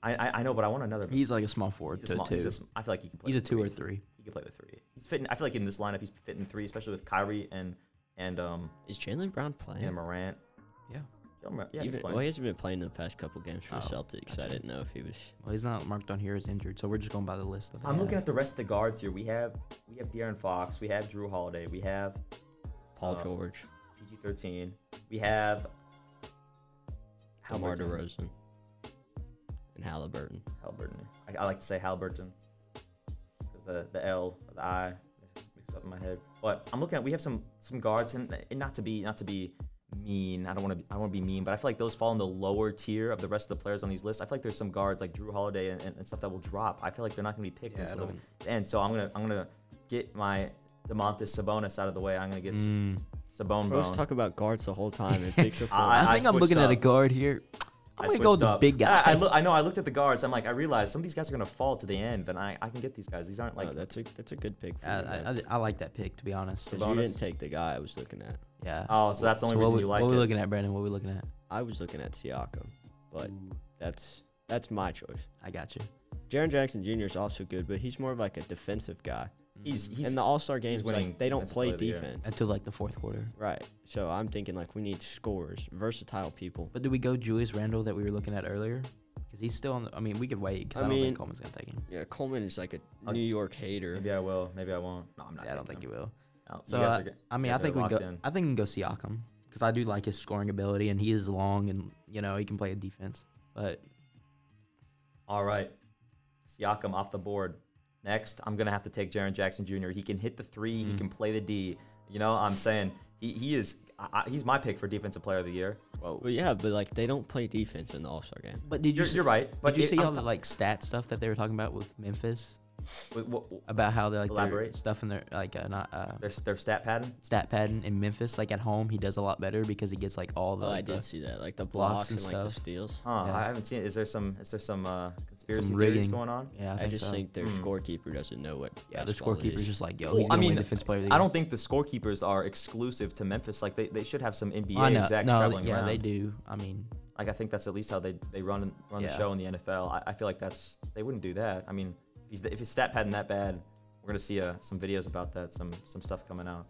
[SPEAKER 1] I, I I know, but I want another.
[SPEAKER 2] He's like a small forward
[SPEAKER 1] he's a
[SPEAKER 2] to
[SPEAKER 1] small-
[SPEAKER 2] two.
[SPEAKER 1] he's a
[SPEAKER 2] He's
[SPEAKER 1] sm- I feel like he can play.
[SPEAKER 2] a
[SPEAKER 1] the
[SPEAKER 2] two or three.
[SPEAKER 1] He can play with three. He's fitting. I feel like in this lineup, he's fitting three, especially with Kyrie and and um
[SPEAKER 6] Is Jalen Brown playing?
[SPEAKER 1] and Morant.
[SPEAKER 2] Yeah.
[SPEAKER 1] Yeah, Morant- yeah, he's
[SPEAKER 6] Even-
[SPEAKER 1] playing.
[SPEAKER 6] well, he hasn't been playing the past couple games for
[SPEAKER 2] Oh,
[SPEAKER 6] the Celtics.
[SPEAKER 2] that's
[SPEAKER 6] so I
[SPEAKER 2] right.
[SPEAKER 6] didn't know if he was.
[SPEAKER 2] Well, he's not marked on here as injured, so we're just going by the list. That I
[SPEAKER 1] I'm
[SPEAKER 2] have.
[SPEAKER 1] looking at the rest of the guards here. We have we have De'Aaron Fox. We have Drew Holiday. We have
[SPEAKER 6] Paul
[SPEAKER 1] Uh,
[SPEAKER 6] George,
[SPEAKER 1] PG13. We have
[SPEAKER 6] DeMar
[SPEAKER 1] Haliburton.
[SPEAKER 6] DeRozan, and Halliburton.
[SPEAKER 1] Halliburton. I, I like to say Halliburton because the the L, the I mixes up in my head. But I'm looking at we have some some guards and, and not to be not to be mean. I don't want to I don't want to be mean, but I feel like those fall in the lower tier of the rest of the players on these lists. I feel like there's some guards like Drew Holiday and, and, and stuff that will drop. I feel like they're not going to be picked
[SPEAKER 2] Yeah, I
[SPEAKER 1] until
[SPEAKER 2] don't-
[SPEAKER 1] the end. So I'm gonna I'm gonna get my Demontis Sabonis out of the way. I'm gonna get mm.
[SPEAKER 2] Mm.
[SPEAKER 1] Sabone
[SPEAKER 6] Bro, let's
[SPEAKER 1] bone.
[SPEAKER 6] talk about guards the whole time and picks are
[SPEAKER 1] I-
[SPEAKER 2] I, think I am
[SPEAKER 1] switched
[SPEAKER 2] looking at a
[SPEAKER 1] up.
[SPEAKER 2] guard here.
[SPEAKER 1] I
[SPEAKER 2] I'm gonna go with
[SPEAKER 1] switched
[SPEAKER 2] the
[SPEAKER 1] up.
[SPEAKER 2] big guy.
[SPEAKER 1] I, I, look, I know. I looked at the guards. I'm like, I realized some of these guys are gonna fall to the end. Then I, I can get these guys. These aren't
[SPEAKER 6] Like
[SPEAKER 1] like
[SPEAKER 2] Oh,
[SPEAKER 6] that's a that's a good pick. For
[SPEAKER 2] I,
[SPEAKER 6] you, man.
[SPEAKER 2] I, I, I like that pick to be honest.
[SPEAKER 6] 'Cause you
[SPEAKER 1] Sabonis.
[SPEAKER 6] didn't take the guy I was looking at.
[SPEAKER 2] Yeah.
[SPEAKER 1] Oh, so that's the only
[SPEAKER 2] what
[SPEAKER 1] reason
[SPEAKER 2] we,
[SPEAKER 1] you like
[SPEAKER 2] What
[SPEAKER 1] it.
[SPEAKER 2] we looking at, Brandon? What we looking at?
[SPEAKER 6] I was looking at Siakam, but
[SPEAKER 2] Mm.
[SPEAKER 6] that's that's my choice.
[SPEAKER 2] I got you.
[SPEAKER 6] Jaron Jackson Jr. is also good, but he's more of like a defensive guy.
[SPEAKER 1] He's
[SPEAKER 2] Mm.
[SPEAKER 1] he's
[SPEAKER 6] In the All Star games,
[SPEAKER 1] winning
[SPEAKER 6] like, they don't
[SPEAKER 1] defensive
[SPEAKER 6] play
[SPEAKER 1] player of the year.
[SPEAKER 6] defense.
[SPEAKER 2] Until like the fourth quarter.
[SPEAKER 6] Right. So I'm thinking like we need scorers, versatile people.
[SPEAKER 2] But do we go Julius Randle that we were looking at earlier? Because he's still on. The, I mean, we could wait because
[SPEAKER 6] I
[SPEAKER 2] I, don't
[SPEAKER 6] mean-
[SPEAKER 2] think Coleman's gonna take him.
[SPEAKER 6] Yeah, Coleman is like a
[SPEAKER 1] I'll-
[SPEAKER 6] New York hater.
[SPEAKER 1] maybe I will, maybe I won't. No, I'm not. Oh,
[SPEAKER 2] Yeah, I don't think he
[SPEAKER 1] you.
[SPEAKER 2] will.
[SPEAKER 1] Will.
[SPEAKER 2] So I, I mean, I think we go. I think we can go Siakam because I do like his scoring ability and he is long and you know he can play a defense. But
[SPEAKER 1] All right, Siakam off the board. Next, I'm gonna have to take Jaron Jackson Jr. He can hit the three.
[SPEAKER 2] Mm.
[SPEAKER 1] He can play the D. You know, I'm saying he he is I, I, he's my pick for defensive player of the year.
[SPEAKER 2] whoa.
[SPEAKER 6] Well, yeah, but like they don't play defense in the All Star game.
[SPEAKER 2] But did you
[SPEAKER 1] You're,
[SPEAKER 2] see,
[SPEAKER 1] you're right, but
[SPEAKER 2] did you
[SPEAKER 1] it-
[SPEAKER 2] see
[SPEAKER 1] I'm
[SPEAKER 2] all the
[SPEAKER 1] t-
[SPEAKER 2] like stat stuff that they were talking about with Memphis
[SPEAKER 1] with- what- what-
[SPEAKER 2] about how they like their
[SPEAKER 1] Elaborate.
[SPEAKER 2] stuff in their like uh, not uh,
[SPEAKER 1] their their stat pattern.
[SPEAKER 2] stat padding in Memphis like at home he does a lot better because he gets like all the,
[SPEAKER 6] Oh, I
[SPEAKER 2] like, the-
[SPEAKER 6] did see that. Like the
[SPEAKER 2] blocks
[SPEAKER 6] blocks,
[SPEAKER 2] and
[SPEAKER 6] and, like the
[SPEAKER 2] stuff.
[SPEAKER 6] steals.
[SPEAKER 1] Huh?
[SPEAKER 2] Yeah.
[SPEAKER 1] Oh, I haven't seen. It. Is there some is there some uh, conspiracy theories
[SPEAKER 2] rigging.
[SPEAKER 1] going on?
[SPEAKER 2] yeah I,
[SPEAKER 6] I,
[SPEAKER 2] think
[SPEAKER 6] just
[SPEAKER 2] so.
[SPEAKER 6] think their
[SPEAKER 1] Hmm.
[SPEAKER 6] scorekeeper doesn't know what.
[SPEAKER 2] yeah the
[SPEAKER 6] basketball
[SPEAKER 2] scorekeeper's
[SPEAKER 6] is.
[SPEAKER 2] just like yo
[SPEAKER 1] Well,
[SPEAKER 2] he's
[SPEAKER 1] I
[SPEAKER 2] gonna win
[SPEAKER 1] mean,
[SPEAKER 2] defense player of the
[SPEAKER 1] I
[SPEAKER 2] year.
[SPEAKER 1] don't think the scorekeepers are exclusive to Memphis. Like they, they should have some NBA
[SPEAKER 2] I know.
[SPEAKER 1] execs
[SPEAKER 2] no,
[SPEAKER 1] traveling
[SPEAKER 2] yeah,
[SPEAKER 1] around.
[SPEAKER 2] they do. I mean,
[SPEAKER 1] Like I think that's at least how they, they run run
[SPEAKER 2] Yeah.
[SPEAKER 1] the show in the NFL. I, I feel like that's they wouldn't do that. I mean, if he's if his stat pattern that bad, we're gonna see uh, some videos about that, some some stuff coming out.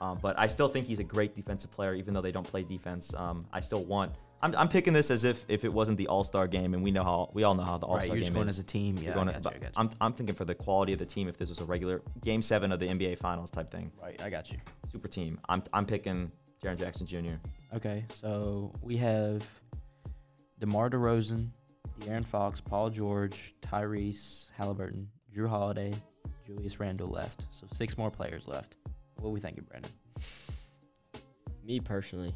[SPEAKER 1] Um, but I still think he's a great defensive player, even though they don't play defense. Um, I still want. I'm, I'm picking this as if if it wasn't the All Star game, and we know how we all know how the All
[SPEAKER 2] right,
[SPEAKER 1] Star
[SPEAKER 2] you're just
[SPEAKER 1] game
[SPEAKER 2] going
[SPEAKER 1] is.
[SPEAKER 2] as a team. Yeah,
[SPEAKER 1] You're going
[SPEAKER 2] I
[SPEAKER 1] to-
[SPEAKER 2] got you.
[SPEAKER 1] but
[SPEAKER 2] I got you.
[SPEAKER 1] I'm I'm thinking for the quality of the team. If this was a regular game seven of the NBA Finals type thing,
[SPEAKER 2] right, I got you.
[SPEAKER 1] super team. I'm I'm picking Jaron Jackson Jr.
[SPEAKER 2] Okay, so we have DeMar DeRozan, De'Aaron Fox, Paul George, Tyrese Halliburton, Drew Holiday, Julius Randle left. So six more players left. What are we thinking, Brandon?
[SPEAKER 6] Me personally,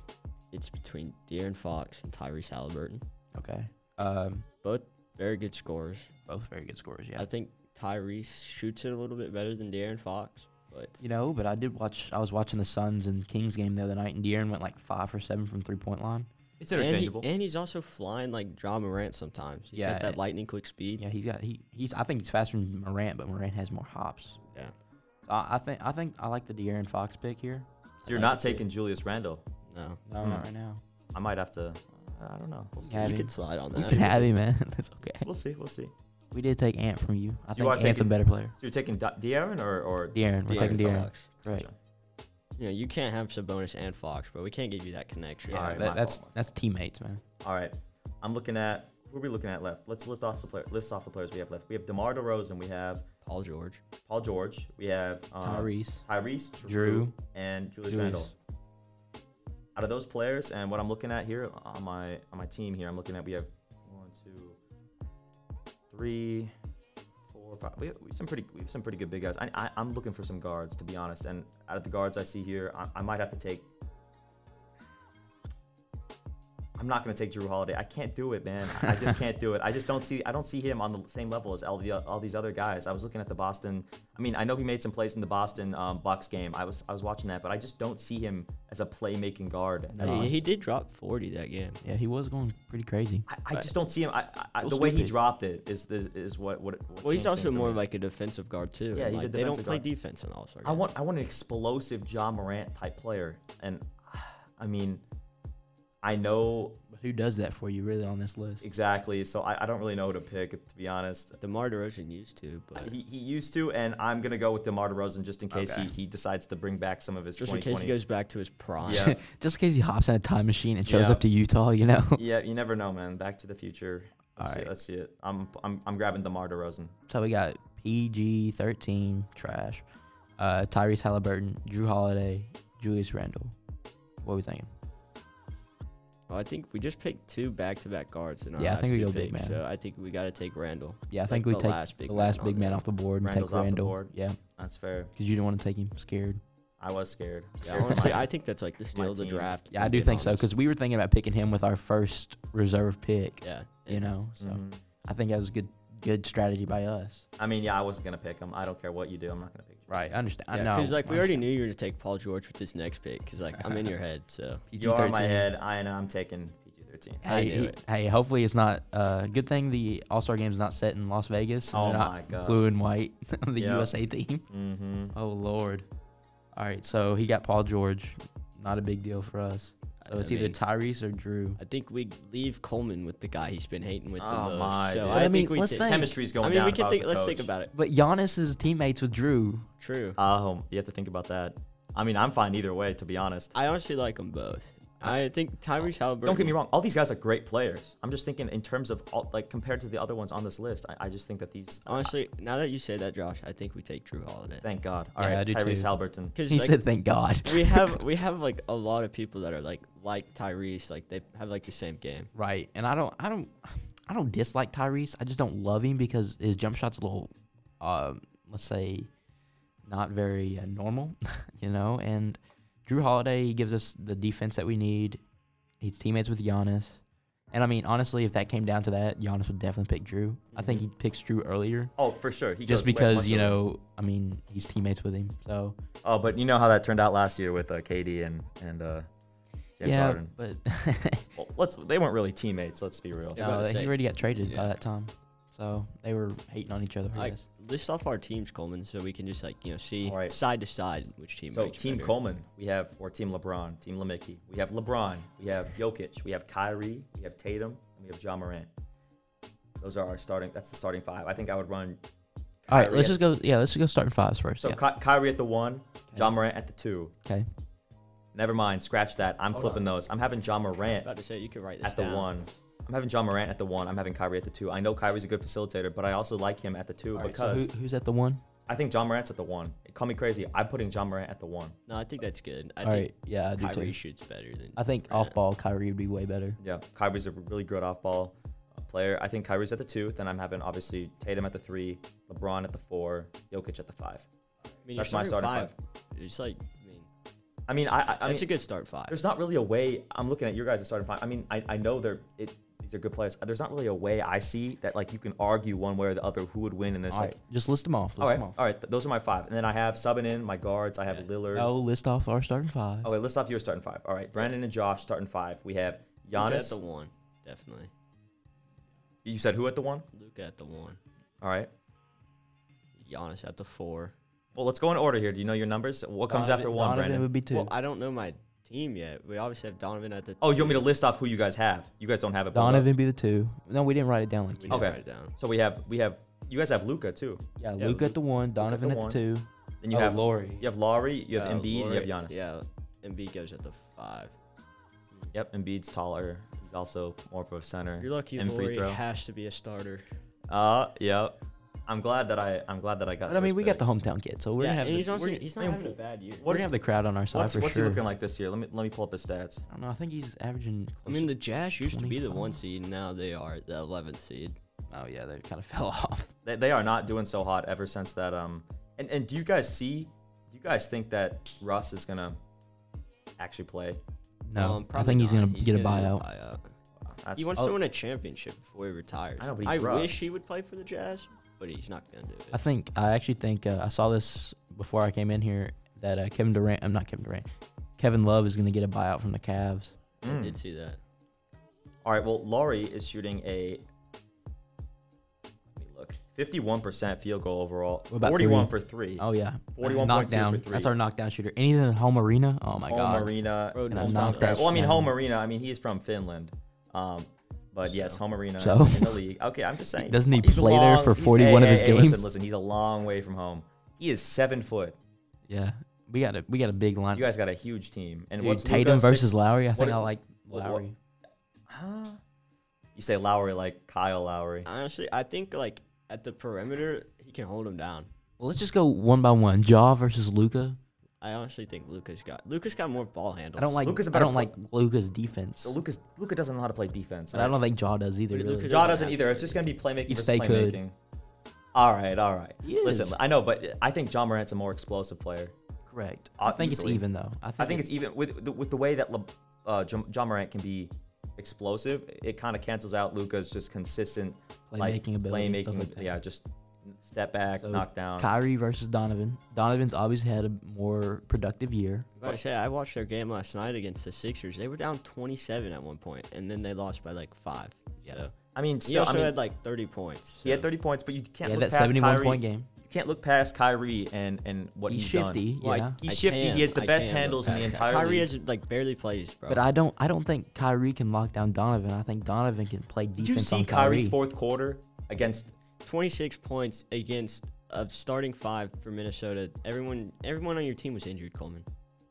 [SPEAKER 6] it's between De'Aaron Fox and Tyrese Halliburton.
[SPEAKER 2] Okay, um,
[SPEAKER 6] Both very good scorers.
[SPEAKER 2] both very good scorers. Yeah,
[SPEAKER 6] I think Tyrese shoots it a little bit better than De'Aaron Fox, but
[SPEAKER 2] you know, but I did watch. I was watching the Suns and Kings game the other night, and De'Aaron went like five for seven from three point line.
[SPEAKER 1] It's
[SPEAKER 6] and, he-
[SPEAKER 1] interchangeable.
[SPEAKER 6] and he's also flying like John Morant sometimes. He's
[SPEAKER 2] Yeah,
[SPEAKER 6] got
[SPEAKER 2] and-
[SPEAKER 6] that lightning quick speed.
[SPEAKER 2] Yeah, he's got he he's. I think he's faster than Morant, but Morant has more hops.
[SPEAKER 6] Yeah.
[SPEAKER 2] So I, I think I think I like the De'Aaron Fox pick here.
[SPEAKER 1] So you're not taking Julius Randle.
[SPEAKER 6] No,
[SPEAKER 2] No,
[SPEAKER 1] Hmm.
[SPEAKER 2] not right now.
[SPEAKER 1] I might have to. uh, I don't know. We'll
[SPEAKER 2] You
[SPEAKER 1] see.
[SPEAKER 2] can have
[SPEAKER 6] you
[SPEAKER 2] him.
[SPEAKER 6] could slide on
[SPEAKER 2] You
[SPEAKER 6] that.
[SPEAKER 2] can have him, man. That's okay.
[SPEAKER 1] We'll see. We'll see.
[SPEAKER 2] We did take Ant from you. I
[SPEAKER 1] So you
[SPEAKER 2] think
[SPEAKER 1] are
[SPEAKER 2] Ant's a
[SPEAKER 1] taking-
[SPEAKER 2] better player.
[SPEAKER 1] So you're taking Da- De'Aaron or or
[SPEAKER 2] De'Aaron, we're
[SPEAKER 1] De'Aaron
[SPEAKER 2] taking De'Aaron.
[SPEAKER 6] Fox.
[SPEAKER 2] Right.
[SPEAKER 6] You know, you can't have Sabonis and Fox, but we can't give you that connection.
[SPEAKER 2] Yeah,
[SPEAKER 1] Alright,
[SPEAKER 2] that,
[SPEAKER 1] my
[SPEAKER 2] that's
[SPEAKER 1] fault.
[SPEAKER 2] that's teammates, man.
[SPEAKER 1] All right. I'm looking at who are we looking at left? Let's list off the player. List off the players we have left. We have Demar Derozan. We have
[SPEAKER 6] Paul George.
[SPEAKER 1] Paul George. We have um,
[SPEAKER 2] Tyrese,
[SPEAKER 1] Tyrese, Drew,
[SPEAKER 2] Drew,
[SPEAKER 1] and Julius,
[SPEAKER 2] Julius.
[SPEAKER 1] Randle. Out of those players, and what I'm looking at here on my on my team here, I'm looking at we have one, two, three, four, five. We have, we have some pretty we have some pretty good big guys. I, I I'm looking for some guards to be honest, and out of the guards I see here, I, I might have to take. I'm not gonna take Drew Holiday. I can't do it, man. I just can't do it. I just don't see. I don't see him on the same level as all the all these other guys. I was looking at the Boston. I mean, I know he made some plays in the Boston um, Bucks game. I was I was watching that, but I just don't see him as a playmaking guard.
[SPEAKER 2] No,
[SPEAKER 1] As
[SPEAKER 6] He,
[SPEAKER 1] much.
[SPEAKER 6] he did drop 40 that game.
[SPEAKER 2] Yeah, he was going pretty crazy.
[SPEAKER 1] I, I just don't see him. I, I, I,
[SPEAKER 2] So
[SPEAKER 1] the way he
[SPEAKER 2] stupid.
[SPEAKER 1] dropped it is the, is what what. what
[SPEAKER 6] Well, he's
[SPEAKER 1] changed
[SPEAKER 6] also
[SPEAKER 1] things for
[SPEAKER 6] more
[SPEAKER 1] me.
[SPEAKER 6] of like a defensive guard too.
[SPEAKER 1] Yeah,
[SPEAKER 6] and,
[SPEAKER 1] he's a
[SPEAKER 6] like, They don't
[SPEAKER 1] defensive
[SPEAKER 6] play
[SPEAKER 1] guard.
[SPEAKER 6] defense in the All Star.
[SPEAKER 1] I want I want an explosive John Morant type player, and I mean, I know
[SPEAKER 2] But who does that for you, really, on this list?
[SPEAKER 1] exactly, so I, I don't really know who to pick to be honest.
[SPEAKER 6] DeMar DeRozan used to, but
[SPEAKER 1] He, he used to, and I'm gonna go with Demar Derozan just in case
[SPEAKER 2] Okay.
[SPEAKER 1] he, he decides to bring back some of his.
[SPEAKER 6] just in case he
[SPEAKER 1] 2020.
[SPEAKER 6] goes back to his prime.
[SPEAKER 1] Yeah.
[SPEAKER 2] Just in case he hops in a time machine and shows
[SPEAKER 1] Yeah.
[SPEAKER 2] up to Utah, you know?
[SPEAKER 1] Yeah, you never know, man. Back to the Future. Let's, see,
[SPEAKER 2] Alright.
[SPEAKER 1] let's see it. I'm I'm I'm grabbing Demar Derozan.
[SPEAKER 2] So we got PG thirteen trash, uh, Tyrese Halliburton, Drew Holiday, Julius Randle. What are we thinking?
[SPEAKER 6] Well, I think we just picked two back-to-back guards in our
[SPEAKER 2] Yeah, I
[SPEAKER 6] last
[SPEAKER 2] think we
[SPEAKER 6] two
[SPEAKER 2] go big man.
[SPEAKER 6] picks, So I think we got to take Randall.
[SPEAKER 2] Yeah, I
[SPEAKER 6] Like
[SPEAKER 2] think we
[SPEAKER 6] the
[SPEAKER 2] take
[SPEAKER 6] last big
[SPEAKER 2] the
[SPEAKER 6] man
[SPEAKER 2] last
[SPEAKER 6] on
[SPEAKER 2] big man
[SPEAKER 6] there.
[SPEAKER 2] off the board and
[SPEAKER 1] Randall's
[SPEAKER 2] take
[SPEAKER 1] off the
[SPEAKER 2] Randall.
[SPEAKER 1] board.
[SPEAKER 2] Yeah,
[SPEAKER 1] That's fair.
[SPEAKER 2] because you didn't want to take him scared.
[SPEAKER 1] I was scared.
[SPEAKER 6] Yeah,
[SPEAKER 1] Scared for
[SPEAKER 6] honestly,
[SPEAKER 1] my-
[SPEAKER 6] I think that's like the steal of the
[SPEAKER 1] team.
[SPEAKER 6] draft.
[SPEAKER 2] Yeah,
[SPEAKER 6] if
[SPEAKER 2] I
[SPEAKER 6] I'm
[SPEAKER 2] do
[SPEAKER 6] being
[SPEAKER 2] think so
[SPEAKER 6] honest.
[SPEAKER 2] because we were thinking about picking him with our first reserve pick.
[SPEAKER 6] yeah,
[SPEAKER 2] You know, so
[SPEAKER 1] Mhm.
[SPEAKER 2] I think that was good good strategy by us.
[SPEAKER 1] I mean, yeah, I wasn't gonna pick him. I don't care what you do. I'm not gonna pick. You.
[SPEAKER 2] Right, I understand. I
[SPEAKER 6] Yeah,
[SPEAKER 2] know.
[SPEAKER 6] because like we already knew you were gonna take Paul George with this next pick. Because like I'm in your head, so
[SPEAKER 1] You are in my
[SPEAKER 2] PG-13.
[SPEAKER 1] head. I know. I'm taking PG-13.
[SPEAKER 6] I
[SPEAKER 2] Hey,
[SPEAKER 6] knew
[SPEAKER 2] he-
[SPEAKER 6] it.
[SPEAKER 2] hey, hopefully it's not. Uh, good thing the All Star game's not set in Las Vegas. and
[SPEAKER 1] Oh
[SPEAKER 2] they're not
[SPEAKER 1] my gosh.
[SPEAKER 2] Blue and white, the
[SPEAKER 1] Yep.
[SPEAKER 2] USA team.
[SPEAKER 1] Mm-hmm.
[SPEAKER 2] Oh Lord. All right, so he got Paul George. Not a big deal for us. So
[SPEAKER 6] I
[SPEAKER 2] it's either
[SPEAKER 6] mean-
[SPEAKER 2] Tyrese or Drew.
[SPEAKER 6] I think we leave Coleman with the guy he's been hating with the
[SPEAKER 1] Oh
[SPEAKER 6] most.
[SPEAKER 1] my
[SPEAKER 6] so
[SPEAKER 1] God.
[SPEAKER 6] I,
[SPEAKER 2] I mean,
[SPEAKER 6] think we
[SPEAKER 2] let's
[SPEAKER 6] take-
[SPEAKER 2] think.
[SPEAKER 1] Chemistry's going
[SPEAKER 6] I mean,
[SPEAKER 1] down.
[SPEAKER 6] we
[SPEAKER 1] if
[SPEAKER 6] can
[SPEAKER 1] was
[SPEAKER 6] think.
[SPEAKER 1] the
[SPEAKER 6] Let's think
[SPEAKER 1] coach.
[SPEAKER 6] about it.
[SPEAKER 2] But Giannis is teammates with Drew.
[SPEAKER 6] True.
[SPEAKER 1] Um, you have to think about that. I mean, I'm fine either way, to be honest.
[SPEAKER 6] I honestly like them both. I think Tyrese Halliburton.
[SPEAKER 1] Don't get me wrong. All these guys are great players. I'm just thinking in terms of all, like compared to the other ones on this list. I, I just think that these. uh,
[SPEAKER 6] Honestly, now that you say that, Josh, I think we take Drew Holiday.
[SPEAKER 1] Thank God. All
[SPEAKER 2] Yeah,
[SPEAKER 1] right,
[SPEAKER 2] I do
[SPEAKER 1] Tyrese
[SPEAKER 2] too.
[SPEAKER 1] Halliburton.
[SPEAKER 6] Because
[SPEAKER 2] He
[SPEAKER 6] like,
[SPEAKER 2] said, "Thank God."
[SPEAKER 6] we have we have like a lot of people that are like like Tyrese, like they have like the same game.
[SPEAKER 2] right, and I don't, I don't, I don't dislike Tyrese. I just don't love him because his jump shot's a little, um, let's say, not very uh, normal, you know. And Drew Holiday he gives us the defense that we need. He's teammates with Giannis, and I mean honestly, if that came down to that, Giannis would definitely pick Drew. I think he picks Drew earlier.
[SPEAKER 1] Oh, for sure. He
[SPEAKER 2] just
[SPEAKER 1] goes way
[SPEAKER 2] because
[SPEAKER 1] much
[SPEAKER 2] you
[SPEAKER 1] earlier.
[SPEAKER 2] know, I mean, he's teammates with him, so
[SPEAKER 1] Oh, but you know how that turned out last year with uh, KD and and uh, James
[SPEAKER 2] yeah.
[SPEAKER 1] Harden.
[SPEAKER 2] But
[SPEAKER 1] Well, let's they weren't really teammates. Let's be real.
[SPEAKER 6] Yeah. about
[SPEAKER 2] no,
[SPEAKER 6] to
[SPEAKER 2] he
[SPEAKER 6] say.
[SPEAKER 2] already got traded by
[SPEAKER 6] Yeah.
[SPEAKER 2] that time, so they were hating on each other. I
[SPEAKER 6] Like
[SPEAKER 2] guess.
[SPEAKER 6] list off our teams, Coleman, so we can just like you know see
[SPEAKER 1] All right.
[SPEAKER 6] side to side which team.
[SPEAKER 1] So
[SPEAKER 6] makes
[SPEAKER 1] Team
[SPEAKER 6] better.
[SPEAKER 1] Coleman, we have or Team LeBron, Team Lemicky, we have LeBron, we have Jokic, we have Kyrie, we have Tatum, and we have John Morant. Those are our starting. That's the starting five. I think I would run.
[SPEAKER 2] All right,
[SPEAKER 1] Kyrie
[SPEAKER 2] let's
[SPEAKER 1] at-
[SPEAKER 2] just go. Yeah, let's just go starting fives first.
[SPEAKER 1] So
[SPEAKER 2] yeah.
[SPEAKER 1] Ky- Kyrie at the one, John Morant at the two.
[SPEAKER 2] Okay.
[SPEAKER 1] Never mind, scratch that. I'm flipping those. I'm having John Morant
[SPEAKER 6] About to say you could write this
[SPEAKER 1] at the
[SPEAKER 6] down.
[SPEAKER 1] one. I'm having John Morant at the one. I'm having Kyrie at the two. I know Kyrie's a good facilitator, but I also like him at the two
[SPEAKER 2] All right, so
[SPEAKER 1] because
[SPEAKER 2] who, who's at the one?
[SPEAKER 1] I think John Morant's at the one. Call me crazy. I'm putting John Morant at the one.
[SPEAKER 6] No, I think that's good. I
[SPEAKER 2] All
[SPEAKER 6] think
[SPEAKER 2] right. Yeah, I do
[SPEAKER 6] Kyrie
[SPEAKER 2] too.
[SPEAKER 6] shoots better than.
[SPEAKER 2] I think off ball Kyrie would be way better.
[SPEAKER 1] Yeah, Kyrie's a really good off ball player. I think Kyrie's at the two. Then I'm having obviously Tatum at the three, LeBron at the four, Jokic at the five.
[SPEAKER 6] I mean,
[SPEAKER 1] that's
[SPEAKER 6] you're
[SPEAKER 1] my starting
[SPEAKER 6] It's like I mean,
[SPEAKER 1] I mean, I, I, I
[SPEAKER 6] that's
[SPEAKER 1] mean,
[SPEAKER 6] a good start five.
[SPEAKER 1] there's not really a way. I'm looking at your guys' starting five. I mean, I, I know they're it, these are good players. There's not really a way I see that like you can argue one way or the other who would win in this.
[SPEAKER 2] All
[SPEAKER 1] like,
[SPEAKER 2] right, just list them off. List
[SPEAKER 1] all right,
[SPEAKER 2] them
[SPEAKER 1] all
[SPEAKER 2] off.
[SPEAKER 1] right. th- those are my five, and then I have subbing in my guards. I have Lillard.
[SPEAKER 2] No, list off our starting five.
[SPEAKER 1] Okay, list off your starting five. All right, Brandon and Josh starting five. We have
[SPEAKER 6] Luka
[SPEAKER 1] Giannis.
[SPEAKER 6] at the one, definitely.
[SPEAKER 1] you said who at the one?
[SPEAKER 6] Luca at the one.
[SPEAKER 1] All right.
[SPEAKER 6] Giannis at the four.
[SPEAKER 1] Well, let's go in order here. Do you know your numbers? What comes
[SPEAKER 2] Donovan-
[SPEAKER 1] after one,
[SPEAKER 2] Donovan
[SPEAKER 1] Brandon?
[SPEAKER 2] would be two.
[SPEAKER 6] Well, I don't know my team yet. We obviously have Donovan at the.
[SPEAKER 1] Oh, you want
[SPEAKER 6] two.
[SPEAKER 1] me to list off who you guys have? You guys don't have it. pulled up.
[SPEAKER 2] Donovan would be the two. No, we didn't write it down like
[SPEAKER 6] We
[SPEAKER 2] you.
[SPEAKER 6] can
[SPEAKER 1] Okay.
[SPEAKER 6] write it down.
[SPEAKER 1] So we have we have you guys have Luca too.
[SPEAKER 2] Yeah,
[SPEAKER 6] Yeah,
[SPEAKER 2] Luca at the one, Donovan
[SPEAKER 1] the
[SPEAKER 2] at the
[SPEAKER 1] one.
[SPEAKER 2] two.
[SPEAKER 1] Then you
[SPEAKER 2] Oh,
[SPEAKER 1] have
[SPEAKER 2] Laurie.
[SPEAKER 1] You have Laurie. You have
[SPEAKER 6] Uh,
[SPEAKER 1] Embiid. and
[SPEAKER 6] Lori-
[SPEAKER 1] you have Giannis.
[SPEAKER 6] Yeah, Embiid goes at the five.
[SPEAKER 1] Yep. Embiid's taller. He's also more of a center.
[SPEAKER 6] You're lucky
[SPEAKER 1] And free
[SPEAKER 6] Lori
[SPEAKER 1] throw.
[SPEAKER 6] has to be a starter.
[SPEAKER 1] Uh, yep. I'm glad that I I'm glad that I got.
[SPEAKER 2] But I mean,
[SPEAKER 1] first
[SPEAKER 2] we got
[SPEAKER 1] pick.
[SPEAKER 2] the hometown kid, so we're
[SPEAKER 6] yeah,
[SPEAKER 2] gonna have
[SPEAKER 6] and
[SPEAKER 2] the,
[SPEAKER 6] he's, also,
[SPEAKER 2] we're,
[SPEAKER 6] he's not
[SPEAKER 1] I mean,
[SPEAKER 6] having a bad year.
[SPEAKER 2] we're
[SPEAKER 1] What
[SPEAKER 2] gonna
[SPEAKER 1] is
[SPEAKER 2] have the crowd on our side
[SPEAKER 1] what's
[SPEAKER 2] for
[SPEAKER 1] what's
[SPEAKER 2] sure.
[SPEAKER 1] he looking like this year? Let me let me pull up his stats.
[SPEAKER 2] I don't know. I think he's averaging.
[SPEAKER 6] I mean, the
[SPEAKER 2] closer-
[SPEAKER 6] Jazz used to be the one
[SPEAKER 2] 25.
[SPEAKER 6] seed. Now they are the 11th seed.
[SPEAKER 2] oh yeah, they kind of fell off.
[SPEAKER 1] They, they are not doing so hot ever since that. Um, and and do you guys see? Do you guys think that Russ is gonna actually play?
[SPEAKER 2] No,
[SPEAKER 6] Um,
[SPEAKER 2] I
[SPEAKER 6] probably
[SPEAKER 2] think he's
[SPEAKER 6] not.
[SPEAKER 2] gonna get a
[SPEAKER 6] gonna do
[SPEAKER 2] buyout.
[SPEAKER 1] That's,
[SPEAKER 6] He wants
[SPEAKER 1] oh,
[SPEAKER 6] to win a championship before he retires.
[SPEAKER 1] I know, but he's rough.
[SPEAKER 6] wish he would play for the Jazz, but he's not going to do
[SPEAKER 2] I
[SPEAKER 6] it.
[SPEAKER 2] think I actually think uh, I saw this before I came in here that uh, Kevin Durant. I'm not Kevin Durant. Kevin Love is gonna get a buyout from the Cavs.
[SPEAKER 6] I
[SPEAKER 1] Mm.
[SPEAKER 6] did see that.
[SPEAKER 1] All right. Well, Laurie is shooting a. Let me look. Fifty-one percent field goal overall.
[SPEAKER 2] What about
[SPEAKER 1] Forty-one
[SPEAKER 2] three?
[SPEAKER 1] for three.
[SPEAKER 2] Oh yeah,
[SPEAKER 1] 41.2
[SPEAKER 2] knockdown.
[SPEAKER 1] for three.
[SPEAKER 2] That's our knockdown shooter. And he's in home arena. Oh my
[SPEAKER 1] home
[SPEAKER 2] god.
[SPEAKER 1] arena.
[SPEAKER 6] Bro,
[SPEAKER 1] and
[SPEAKER 6] no
[SPEAKER 1] home
[SPEAKER 2] knock
[SPEAKER 1] Tom-
[SPEAKER 2] that
[SPEAKER 1] well, I mean
[SPEAKER 2] shit
[SPEAKER 1] home
[SPEAKER 2] out.
[SPEAKER 1] arena. I mean he is from Finland. Um, but yes, home arena
[SPEAKER 2] So?
[SPEAKER 1] in the league. Okay, I'm just saying.
[SPEAKER 2] Doesn't he
[SPEAKER 1] he's a
[SPEAKER 2] play there
[SPEAKER 1] long-
[SPEAKER 2] for
[SPEAKER 1] he's-
[SPEAKER 2] 41 of
[SPEAKER 1] hey,
[SPEAKER 2] his
[SPEAKER 1] hey, hey, Listen,
[SPEAKER 2] games?
[SPEAKER 1] listen, he's a long way from home. He is seven foot.
[SPEAKER 2] Yeah, we got a we got a big line.
[SPEAKER 1] You guys got a huge team. And
[SPEAKER 2] Dude,
[SPEAKER 1] what's
[SPEAKER 2] Tatum
[SPEAKER 1] Luka's six-
[SPEAKER 2] versus Lowry. I
[SPEAKER 1] what
[SPEAKER 2] think
[SPEAKER 1] do-
[SPEAKER 2] I like
[SPEAKER 1] what-
[SPEAKER 2] Lowry.
[SPEAKER 1] Huh? You say Lowry like Kyle
[SPEAKER 2] Uh,
[SPEAKER 1] Lowry.
[SPEAKER 6] Honestly, I think like at the perimeter he can hold him down.
[SPEAKER 2] Well, let's just go one by one. Jaw versus Luca.
[SPEAKER 6] I honestly think Lucas got Lucas got more ball handles.
[SPEAKER 2] I don't like
[SPEAKER 1] Luka's a
[SPEAKER 2] I
[SPEAKER 1] better
[SPEAKER 2] don't
[SPEAKER 1] pro-
[SPEAKER 2] like Luca's defense,
[SPEAKER 1] So Lucas Luca doesn't know how to play defense.
[SPEAKER 2] but I don't think Jaw does either.
[SPEAKER 6] Luka
[SPEAKER 2] Really.
[SPEAKER 6] does-
[SPEAKER 1] Jaw doesn't either. It's just gonna be playmaking
[SPEAKER 2] If
[SPEAKER 1] versus
[SPEAKER 2] they could.
[SPEAKER 1] playmaking. All right, all right.
[SPEAKER 2] He
[SPEAKER 1] Listen,
[SPEAKER 2] is.
[SPEAKER 1] I know, but I think John Morant's a more explosive player.
[SPEAKER 2] Correct. I think it's
[SPEAKER 1] Obviously.
[SPEAKER 2] even though. I think,
[SPEAKER 1] I think it's even with the, with the way that Le, uh, Jam- John Morant can be explosive. It kind of cancels out Luca's just consistent like,
[SPEAKER 2] Playmaking ability and stuff
[SPEAKER 1] playmaking,
[SPEAKER 2] like that.
[SPEAKER 1] yeah, just step back,
[SPEAKER 2] So,
[SPEAKER 1] knock down.
[SPEAKER 2] Kyrie versus Donovan. Donovan's obviously had a more productive year.
[SPEAKER 6] Like I say I watched their game last night against the Sixers. They were down 27 at one point, and then they lost by like five.
[SPEAKER 2] Yeah.
[SPEAKER 6] Yeah. So.
[SPEAKER 1] I mean,
[SPEAKER 6] He
[SPEAKER 1] still,
[SPEAKER 6] also
[SPEAKER 1] I mean,
[SPEAKER 6] had like 30 points.
[SPEAKER 1] he had
[SPEAKER 6] so-
[SPEAKER 1] 30 points, but you
[SPEAKER 2] Yeah,
[SPEAKER 1] can't look
[SPEAKER 2] that
[SPEAKER 1] past
[SPEAKER 2] 71
[SPEAKER 1] Kyrie.
[SPEAKER 2] point game.
[SPEAKER 1] You can't look past Kyrie and and what
[SPEAKER 2] He's
[SPEAKER 1] he's, done.
[SPEAKER 2] shifty,
[SPEAKER 1] Like,
[SPEAKER 2] yeah.
[SPEAKER 1] he's
[SPEAKER 6] I
[SPEAKER 1] shifty.
[SPEAKER 6] can,
[SPEAKER 1] he has the
[SPEAKER 6] I
[SPEAKER 1] best
[SPEAKER 6] can
[SPEAKER 1] handles
[SPEAKER 6] look
[SPEAKER 1] in the
[SPEAKER 6] back.
[SPEAKER 1] entire
[SPEAKER 6] Kyrie
[SPEAKER 1] league.
[SPEAKER 6] is like barely plays, bro.
[SPEAKER 2] But
[SPEAKER 1] Oh.
[SPEAKER 2] I don't I don't think Kyrie can lock down Donovan. I think Donovan can play defense
[SPEAKER 1] Did you see
[SPEAKER 2] on Kyrie.
[SPEAKER 1] Kyrie's fourth quarter against
[SPEAKER 6] 26 points against a starting five for Minnesota. Everyone, everyone on your team was injured. Coleman.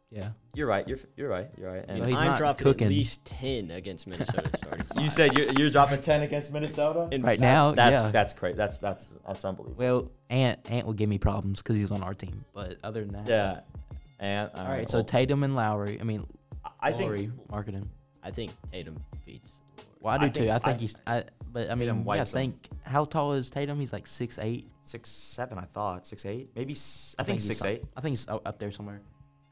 [SPEAKER 2] yeah.
[SPEAKER 1] You're right. You're you're right. You're right. And
[SPEAKER 2] So he's
[SPEAKER 6] I'm
[SPEAKER 2] not
[SPEAKER 6] dropping
[SPEAKER 2] cooking.
[SPEAKER 6] at least 10 against Minnesota starting five.
[SPEAKER 1] you said you're, you're dropping ten against Minnesota.
[SPEAKER 6] And
[SPEAKER 2] Right
[SPEAKER 6] that's-
[SPEAKER 2] now,
[SPEAKER 1] that's
[SPEAKER 2] yeah.
[SPEAKER 1] that's great. That's that's that's unbelievable.
[SPEAKER 2] well, Ant Ant will give me problems because he's on our team. But other than that,
[SPEAKER 1] Yeah. And all
[SPEAKER 2] All right, so Tatum and Lowry. I mean,
[SPEAKER 1] I
[SPEAKER 2] Lowry,
[SPEAKER 1] think
[SPEAKER 2] marketing.
[SPEAKER 6] I think Tatum beats.
[SPEAKER 2] Well, I do
[SPEAKER 1] I
[SPEAKER 2] too.
[SPEAKER 1] think-
[SPEAKER 2] I think
[SPEAKER 1] I-
[SPEAKER 2] he's. I, but I
[SPEAKER 1] Tatum
[SPEAKER 2] mean, yeah,
[SPEAKER 1] wipes him.
[SPEAKER 2] think how tall is Tatum? He's like six eight.
[SPEAKER 1] six seven. I thought six eight. Maybe s- I, think, six eight.
[SPEAKER 2] I think he's o- up there somewhere.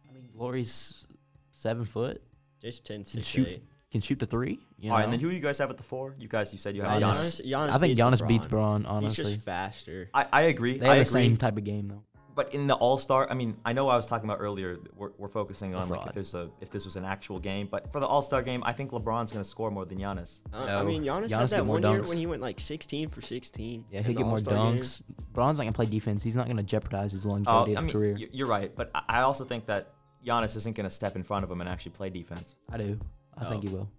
[SPEAKER 2] I mean, Lowry's seven foot.
[SPEAKER 6] Jason 10,
[SPEAKER 2] Can
[SPEAKER 6] 6,
[SPEAKER 2] shoot.
[SPEAKER 6] 8.
[SPEAKER 2] Can shoot the three. You
[SPEAKER 1] All right,
[SPEAKER 2] know?
[SPEAKER 1] and then who do you guys have at the four? You guys, you said you
[SPEAKER 6] Giannis.
[SPEAKER 1] had Uh, Giannis.
[SPEAKER 6] Giannis, Giannis
[SPEAKER 2] I think
[SPEAKER 6] beats
[SPEAKER 2] Giannis beats
[SPEAKER 6] LeBron.
[SPEAKER 2] Bron.
[SPEAKER 6] He's
[SPEAKER 2] Honestly,
[SPEAKER 6] just faster.
[SPEAKER 1] I, I agree.
[SPEAKER 2] they
[SPEAKER 1] I
[SPEAKER 2] have the
[SPEAKER 1] agree.
[SPEAKER 2] same type of game though.
[SPEAKER 1] But in the All Star, I mean, I know I was talking about earlier. that We're, we're focusing on like
[SPEAKER 2] fraud.
[SPEAKER 1] if there's a if this was an actual game, but for the All Star game, I think LeBron's gonna score more than Giannis.
[SPEAKER 6] Uh, I
[SPEAKER 2] No.
[SPEAKER 6] mean,
[SPEAKER 2] Giannis
[SPEAKER 6] Giannis, had
[SPEAKER 2] get
[SPEAKER 6] that
[SPEAKER 2] more
[SPEAKER 6] one year
[SPEAKER 2] dunks.
[SPEAKER 6] when he went like 16 for 16.
[SPEAKER 2] Yeah,
[SPEAKER 6] in
[SPEAKER 2] he'll
[SPEAKER 6] the
[SPEAKER 2] get more
[SPEAKER 6] All-Star game.
[SPEAKER 2] dunks. Bron's not gonna play defense. He's not gonna jeopardize his
[SPEAKER 1] Oh,
[SPEAKER 2] longevity
[SPEAKER 1] I
[SPEAKER 2] of
[SPEAKER 1] mean,
[SPEAKER 2] career.
[SPEAKER 1] y- you're right, but I- I also think that Giannis isn't gonna step in front of him and actually play defense.
[SPEAKER 2] I do. I think
[SPEAKER 1] Oh.
[SPEAKER 2] he will.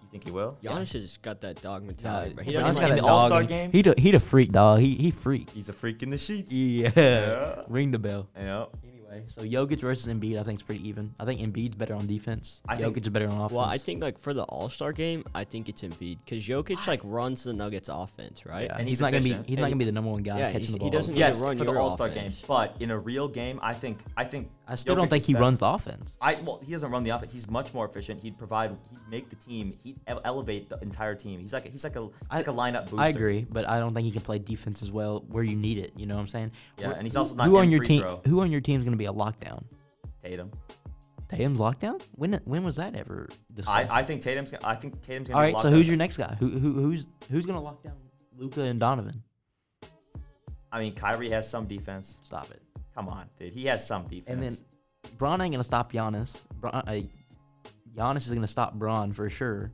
[SPEAKER 1] You think he will?
[SPEAKER 6] Giannis has got that dog mentality.
[SPEAKER 2] Yeah,
[SPEAKER 6] bro. He
[SPEAKER 1] but
[SPEAKER 2] Bron's
[SPEAKER 1] got
[SPEAKER 6] doesn't like,
[SPEAKER 1] in
[SPEAKER 2] a
[SPEAKER 1] the
[SPEAKER 2] dog
[SPEAKER 1] All-Star
[SPEAKER 2] and-
[SPEAKER 1] game?
[SPEAKER 2] He da- he a freak dog. He he freak.
[SPEAKER 1] He's a freak in the sheets.
[SPEAKER 2] Yeah.
[SPEAKER 1] Yeah.
[SPEAKER 2] Ring the bell.
[SPEAKER 1] Yeah.
[SPEAKER 2] Anyway, so Jokic versus Embiid, I think it's pretty even. I think Embiid's better on defense.
[SPEAKER 1] I
[SPEAKER 2] Jokic
[SPEAKER 1] think-
[SPEAKER 2] is better on offense.
[SPEAKER 6] Well, I think like for the All Star game, I think it's Embiid because Jokic like runs the Nuggets offense, right?
[SPEAKER 2] yeah,
[SPEAKER 1] and
[SPEAKER 2] he's,
[SPEAKER 1] he's
[SPEAKER 2] not gonna be
[SPEAKER 1] efficient.
[SPEAKER 2] he's not
[SPEAKER 6] And-
[SPEAKER 2] gonna be the number one guy
[SPEAKER 6] yeah,
[SPEAKER 2] catching
[SPEAKER 6] he's-
[SPEAKER 2] the
[SPEAKER 6] he
[SPEAKER 2] ball.
[SPEAKER 6] doesn't- Yeah.
[SPEAKER 1] Yes,
[SPEAKER 6] Run
[SPEAKER 1] for the
[SPEAKER 6] your
[SPEAKER 1] All Star game,
[SPEAKER 6] offense.
[SPEAKER 1] but in a real game, I think I think
[SPEAKER 2] I still
[SPEAKER 1] Jokic
[SPEAKER 2] don't think
[SPEAKER 1] is
[SPEAKER 2] he
[SPEAKER 1] better.
[SPEAKER 2] runs the offense.
[SPEAKER 1] I well, he doesn't run the offense. He's much more efficient. He'd provide, he'd make the team, he'd ele- elevate the entire team. He's like a, he's like a he's
[SPEAKER 2] I-
[SPEAKER 1] like a lineup booster.
[SPEAKER 2] I agree, but I don't think he can play defense as well where you need it. You know what I'm saying?
[SPEAKER 1] Yeah,
[SPEAKER 2] Wh-
[SPEAKER 1] and he's
[SPEAKER 2] who-
[SPEAKER 1] also not
[SPEAKER 2] who on
[SPEAKER 1] getting
[SPEAKER 2] your
[SPEAKER 1] free
[SPEAKER 2] team.
[SPEAKER 1] throw.
[SPEAKER 2] Who on your team is gonna be a lockdown?
[SPEAKER 1] Tatum.
[SPEAKER 2] Tatum's lockdown? When when was that ever
[SPEAKER 1] I,
[SPEAKER 2] discussed?
[SPEAKER 1] I think Tatum's gonna, I think Tatum's gonna.
[SPEAKER 2] All
[SPEAKER 1] be
[SPEAKER 2] right, so
[SPEAKER 1] locked
[SPEAKER 2] who's
[SPEAKER 1] up.
[SPEAKER 2] your next guy? Who who who's who's gonna lock down Luca and Donovan?
[SPEAKER 1] I mean, Kyrie has some defense.
[SPEAKER 2] Stop it.
[SPEAKER 1] Come on, dude. He has some defense.
[SPEAKER 2] And then Braun ain't gonna stop Giannis. Bron, uh, Giannis is gonna stop Braun for sure.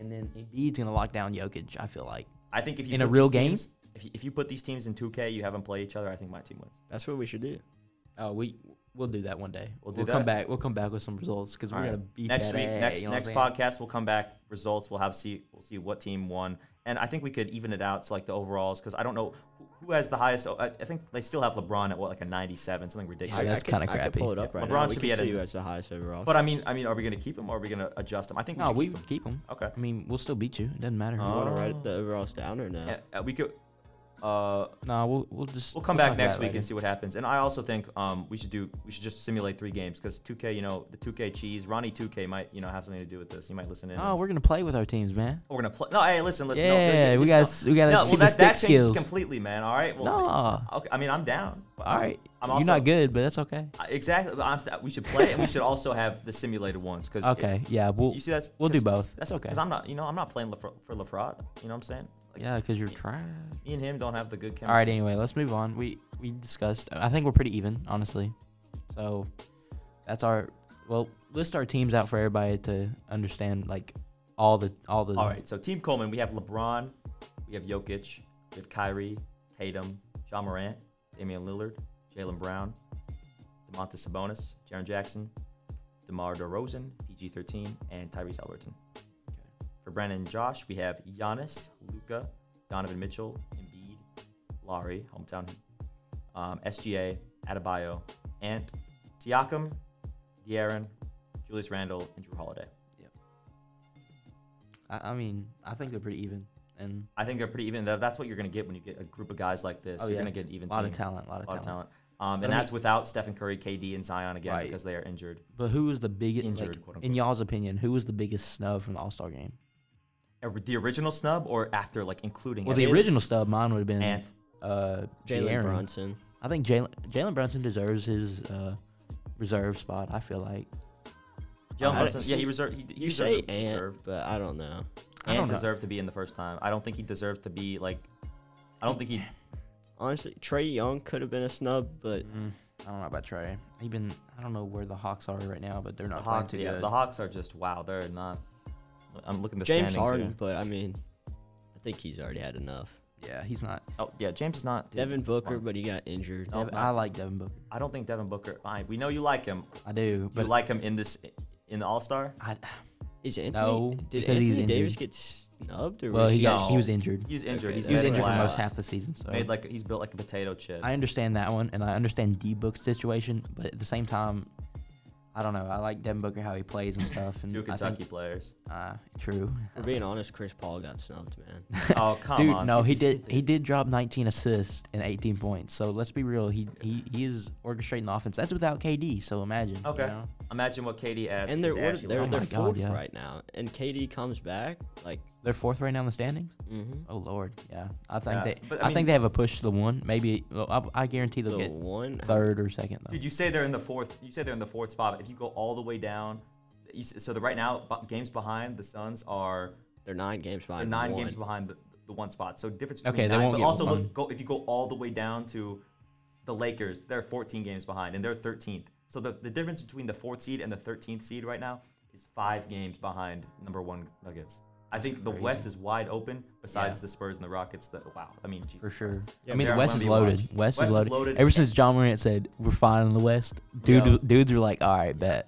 [SPEAKER 2] And then Embiid's gonna lock down Jokic. I feel like
[SPEAKER 1] I think if you
[SPEAKER 2] in a
[SPEAKER 1] put
[SPEAKER 2] real
[SPEAKER 1] these
[SPEAKER 2] game?
[SPEAKER 1] teams- if you, if you put these teams in 2K, you have them play each other. I think my team wins.
[SPEAKER 6] That's what we should do.
[SPEAKER 2] oh we we'll do that one day.
[SPEAKER 1] We'll do
[SPEAKER 2] come
[SPEAKER 1] that.
[SPEAKER 2] back. We'll come back with some results because we're
[SPEAKER 1] All right.
[SPEAKER 2] gonna beat
[SPEAKER 1] next
[SPEAKER 2] that
[SPEAKER 1] week.
[SPEAKER 2] ass,
[SPEAKER 1] next
[SPEAKER 2] you know what
[SPEAKER 1] next
[SPEAKER 2] I'm
[SPEAKER 1] podcast, we'll come back. Results, we'll have see we'll see what team won, and I think we could even it out to like the overalls because I don't know who, who has the highest. I, I think they still have LeBron at what like a 97, something ridiculous.
[SPEAKER 2] Yeah, that's kinda
[SPEAKER 6] I could
[SPEAKER 2] crappy.
[SPEAKER 6] pull it up right
[SPEAKER 1] LeBron
[SPEAKER 6] now. We
[SPEAKER 1] should be
[SPEAKER 6] can
[SPEAKER 1] at
[SPEAKER 6] see
[SPEAKER 1] a-
[SPEAKER 6] who has the highest overall.
[SPEAKER 1] But I mean, I mean, are we gonna keep him or are we gonna adjust him? I think
[SPEAKER 2] saying? No,
[SPEAKER 1] we
[SPEAKER 2] we
[SPEAKER 1] should keep him.
[SPEAKER 2] keep him.
[SPEAKER 1] Okay.
[SPEAKER 2] I mean, we'll still beat you. It doesn't matter. who-
[SPEAKER 6] you
[SPEAKER 1] Uh,
[SPEAKER 6] want to
[SPEAKER 1] Oh.
[SPEAKER 6] write the overalls down or no?
[SPEAKER 1] Yeah, uh, we could. Uh,
[SPEAKER 2] nah, we'll we'll just
[SPEAKER 1] we'll come back
[SPEAKER 2] talk about
[SPEAKER 1] next
[SPEAKER 2] it
[SPEAKER 1] week
[SPEAKER 2] later.
[SPEAKER 1] and see what happens. And I also think um, we should do we should just simulate three games because 2K, you know, the 2K cheese, Ronnie 2K might you know have something to do with this. He might listen in.
[SPEAKER 2] Oh, we're gonna play with our teams, man.
[SPEAKER 1] We're gonna play. No, hey, listen, listen. no,
[SPEAKER 2] Yeah,
[SPEAKER 1] no,
[SPEAKER 2] we
[SPEAKER 1] no.
[SPEAKER 2] gotta- we gotta
[SPEAKER 1] No,
[SPEAKER 2] see
[SPEAKER 1] well,
[SPEAKER 2] the
[SPEAKER 1] that, that
[SPEAKER 2] stick
[SPEAKER 1] changes
[SPEAKER 2] skills.
[SPEAKER 1] completely, man. All right. Well,
[SPEAKER 2] Nah.
[SPEAKER 1] Okay. I mean, I'm down. but
[SPEAKER 2] All
[SPEAKER 1] I'm-
[SPEAKER 2] right,
[SPEAKER 1] I'm
[SPEAKER 2] you're
[SPEAKER 1] also,
[SPEAKER 2] not good, but that's okay.
[SPEAKER 1] I- Exactly. but I'm, s- we should play, and we should also have the simulated ones because.
[SPEAKER 2] Okay, yeah, we'll
[SPEAKER 1] you see, that's
[SPEAKER 2] we'll do
[SPEAKER 1] 'cause
[SPEAKER 2] both. That's
[SPEAKER 1] That's
[SPEAKER 2] okay.
[SPEAKER 1] Because I'm not, you know, I'm not playing Lafra- for Lafrod. You know what I'm saying? Like,
[SPEAKER 2] Yeah, because you're trying.
[SPEAKER 1] Me and him don't have the good chemistry.
[SPEAKER 2] All right. Anyway, let's move on. We we discussed. I think we're pretty even, honestly. So that's our well. List our teams out for everybody to understand like all the all the.
[SPEAKER 1] All right. So Team Coleman, we have LeBron, we have Jokic, we have Kyrie, Tatum, John Morant, Damian Lillard, Jalen Brown, DeMontis Sabonis, Jaron Jackson, DeMar DeRozan, PG-13, and Tyrese Alberton. For Brandon and Josh, we have Giannis, Luca, Donovan Mitchell, Embiid, Laurie, hometown, um, SGA, Adebayo, Ant, Siakam, De'Aaron, Julius Randle, and Drew Holiday.
[SPEAKER 2] I, I mean, I think they're pretty even, and
[SPEAKER 1] I think they're pretty even. That- That's what you're going to get when you get a group of guys like this.
[SPEAKER 2] Oh,
[SPEAKER 1] you're
[SPEAKER 2] yeah.
[SPEAKER 1] going to get an even.
[SPEAKER 2] a lot of
[SPEAKER 1] team.
[SPEAKER 2] talent, a lot of,
[SPEAKER 1] A lot of talent.
[SPEAKER 2] talent.
[SPEAKER 1] Um, and
[SPEAKER 2] I mean-
[SPEAKER 1] that's without Stephen Curry, KD, and Zion again
[SPEAKER 2] Right.
[SPEAKER 1] because they are injured.
[SPEAKER 2] But who was the biggest,
[SPEAKER 1] Injured,
[SPEAKER 2] like,
[SPEAKER 1] quote
[SPEAKER 2] in
[SPEAKER 1] unquote.
[SPEAKER 2] y'all's opinion, who was the biggest snub from the All Star game?
[SPEAKER 1] Uh, The original snub or after like including
[SPEAKER 2] Well, the
[SPEAKER 1] everyone?
[SPEAKER 2] original snub, mine would have been
[SPEAKER 1] Ant.
[SPEAKER 2] uh,
[SPEAKER 6] Jalen
[SPEAKER 2] De'Aaron.
[SPEAKER 6] Brunson.
[SPEAKER 2] I think Jalen Jalen Brunson deserves his uh, reserve spot. I feel like
[SPEAKER 1] Jalen
[SPEAKER 6] I-
[SPEAKER 1] Brunson.
[SPEAKER 6] see,
[SPEAKER 1] Yeah, he reserved. He, he
[SPEAKER 6] You
[SPEAKER 1] deserved
[SPEAKER 6] say
[SPEAKER 1] to be
[SPEAKER 6] Ant,
[SPEAKER 1] reserved.
[SPEAKER 6] but I don't know.
[SPEAKER 2] I don't
[SPEAKER 1] Ant
[SPEAKER 2] know.
[SPEAKER 1] deserved to be in the first time. I don't think he deserved to be like. I don't think he.
[SPEAKER 6] Honestly, Trey Young could have been a snub, but
[SPEAKER 2] I don't know about Trey. He been I don't know where the Hawks are right now, but they're
[SPEAKER 1] The
[SPEAKER 2] not playing
[SPEAKER 1] Hawks.
[SPEAKER 2] too
[SPEAKER 1] Yeah,
[SPEAKER 2] good.
[SPEAKER 1] the Hawks are just wow. They're not. I'm looking at the
[SPEAKER 6] James
[SPEAKER 1] standings.
[SPEAKER 6] Harden.
[SPEAKER 1] here.
[SPEAKER 6] But I mean, I think he's already had enough.
[SPEAKER 2] yeah, he's not.
[SPEAKER 1] Oh yeah, James is not. dude,
[SPEAKER 6] Devin Booker,
[SPEAKER 1] come on.
[SPEAKER 6] but he got injured.
[SPEAKER 1] Oh,
[SPEAKER 2] Devin-
[SPEAKER 1] no.
[SPEAKER 2] I like Devin Booker.
[SPEAKER 1] I don't think Devin Booker. Fine, we know you like him.
[SPEAKER 2] I do,
[SPEAKER 1] You
[SPEAKER 2] but
[SPEAKER 1] like him in this in the All Star.
[SPEAKER 2] I,
[SPEAKER 6] Is Anthony?
[SPEAKER 2] No,
[SPEAKER 6] did
[SPEAKER 2] because he's
[SPEAKER 6] Anthony Davis
[SPEAKER 2] injured.
[SPEAKER 6] get snubbed or
[SPEAKER 2] well,
[SPEAKER 6] was
[SPEAKER 2] he
[SPEAKER 6] he?
[SPEAKER 2] got he
[SPEAKER 1] No.
[SPEAKER 2] was injured.
[SPEAKER 1] He's injured.
[SPEAKER 6] Okay,
[SPEAKER 1] he's
[SPEAKER 2] He was
[SPEAKER 6] that's
[SPEAKER 1] made
[SPEAKER 2] injured for
[SPEAKER 6] wild.
[SPEAKER 2] most
[SPEAKER 1] glass.
[SPEAKER 2] half the season. So
[SPEAKER 1] Made like he's built like a potato chip.
[SPEAKER 2] Um, I understand that one, and I understand D Book's situation, but at the same time, I don't know. I like Devin Booker how he plays and stuff, and
[SPEAKER 1] Two
[SPEAKER 2] I
[SPEAKER 1] Kentucky
[SPEAKER 2] think
[SPEAKER 1] players.
[SPEAKER 2] uh, true.
[SPEAKER 6] We're being honest. Chris Paul got snubbed, man.
[SPEAKER 1] Oh come
[SPEAKER 2] Dude,
[SPEAKER 1] on.
[SPEAKER 2] no, he
[SPEAKER 1] He's-
[SPEAKER 2] did. He did drop 19 assists and 18 points. So let's be real. He he, he is orchestrating the offense. That's without KD. So imagine. you
[SPEAKER 1] Okay.
[SPEAKER 2] know?
[SPEAKER 1] Imagine what Katie adds.
[SPEAKER 6] and they're
[SPEAKER 1] because
[SPEAKER 6] what,
[SPEAKER 1] actually
[SPEAKER 6] they're,
[SPEAKER 1] like-
[SPEAKER 6] they're
[SPEAKER 2] Oh my God,
[SPEAKER 6] fourth
[SPEAKER 2] yeah.
[SPEAKER 6] right now. And KD comes back like,
[SPEAKER 2] They're fourth right now in the standings.
[SPEAKER 6] mm-hmm.
[SPEAKER 2] Oh lord, yeah. I think
[SPEAKER 1] Yeah,
[SPEAKER 2] they.
[SPEAKER 1] but, I
[SPEAKER 2] I, think
[SPEAKER 1] mean-
[SPEAKER 2] they have a push to the one. Maybe well, I, I guarantee they'll
[SPEAKER 6] the
[SPEAKER 2] get
[SPEAKER 6] one.
[SPEAKER 2] third or second though.
[SPEAKER 1] Dude, you say they're in the fourth. You say they're in the fourth spot. But if you go all the way down, you, s- so the right now bu- games behind the Suns are
[SPEAKER 6] They're nine games
[SPEAKER 1] they're
[SPEAKER 6] behind.
[SPEAKER 1] nine
[SPEAKER 6] one.
[SPEAKER 1] games behind the, the one spot. So difference between
[SPEAKER 2] Okay, they
[SPEAKER 1] nine,
[SPEAKER 2] won't
[SPEAKER 1] but
[SPEAKER 2] get
[SPEAKER 1] also
[SPEAKER 2] one.
[SPEAKER 1] look, go if you go all the way down to the Lakers, they're 14 games behind and they're 13th. So the, the difference between the fourth seed and the 13th seed right now is five games behind number one Nuggets. I think the West is wide open. Besides
[SPEAKER 2] Yeah.
[SPEAKER 1] the Spurs and the Rockets, that wow, I mean, Jesus
[SPEAKER 2] for sure.
[SPEAKER 1] Christ.
[SPEAKER 2] I mean, the
[SPEAKER 1] Barrett
[SPEAKER 2] West is
[SPEAKER 1] Wemby
[SPEAKER 2] loaded.
[SPEAKER 1] watch.
[SPEAKER 2] West,
[SPEAKER 1] West
[SPEAKER 2] is
[SPEAKER 1] is
[SPEAKER 2] loaded.
[SPEAKER 1] loaded.
[SPEAKER 2] Ever since John Morant said we're fine in the West, dude,
[SPEAKER 1] Yeah.
[SPEAKER 2] dudes are like, all right, bet.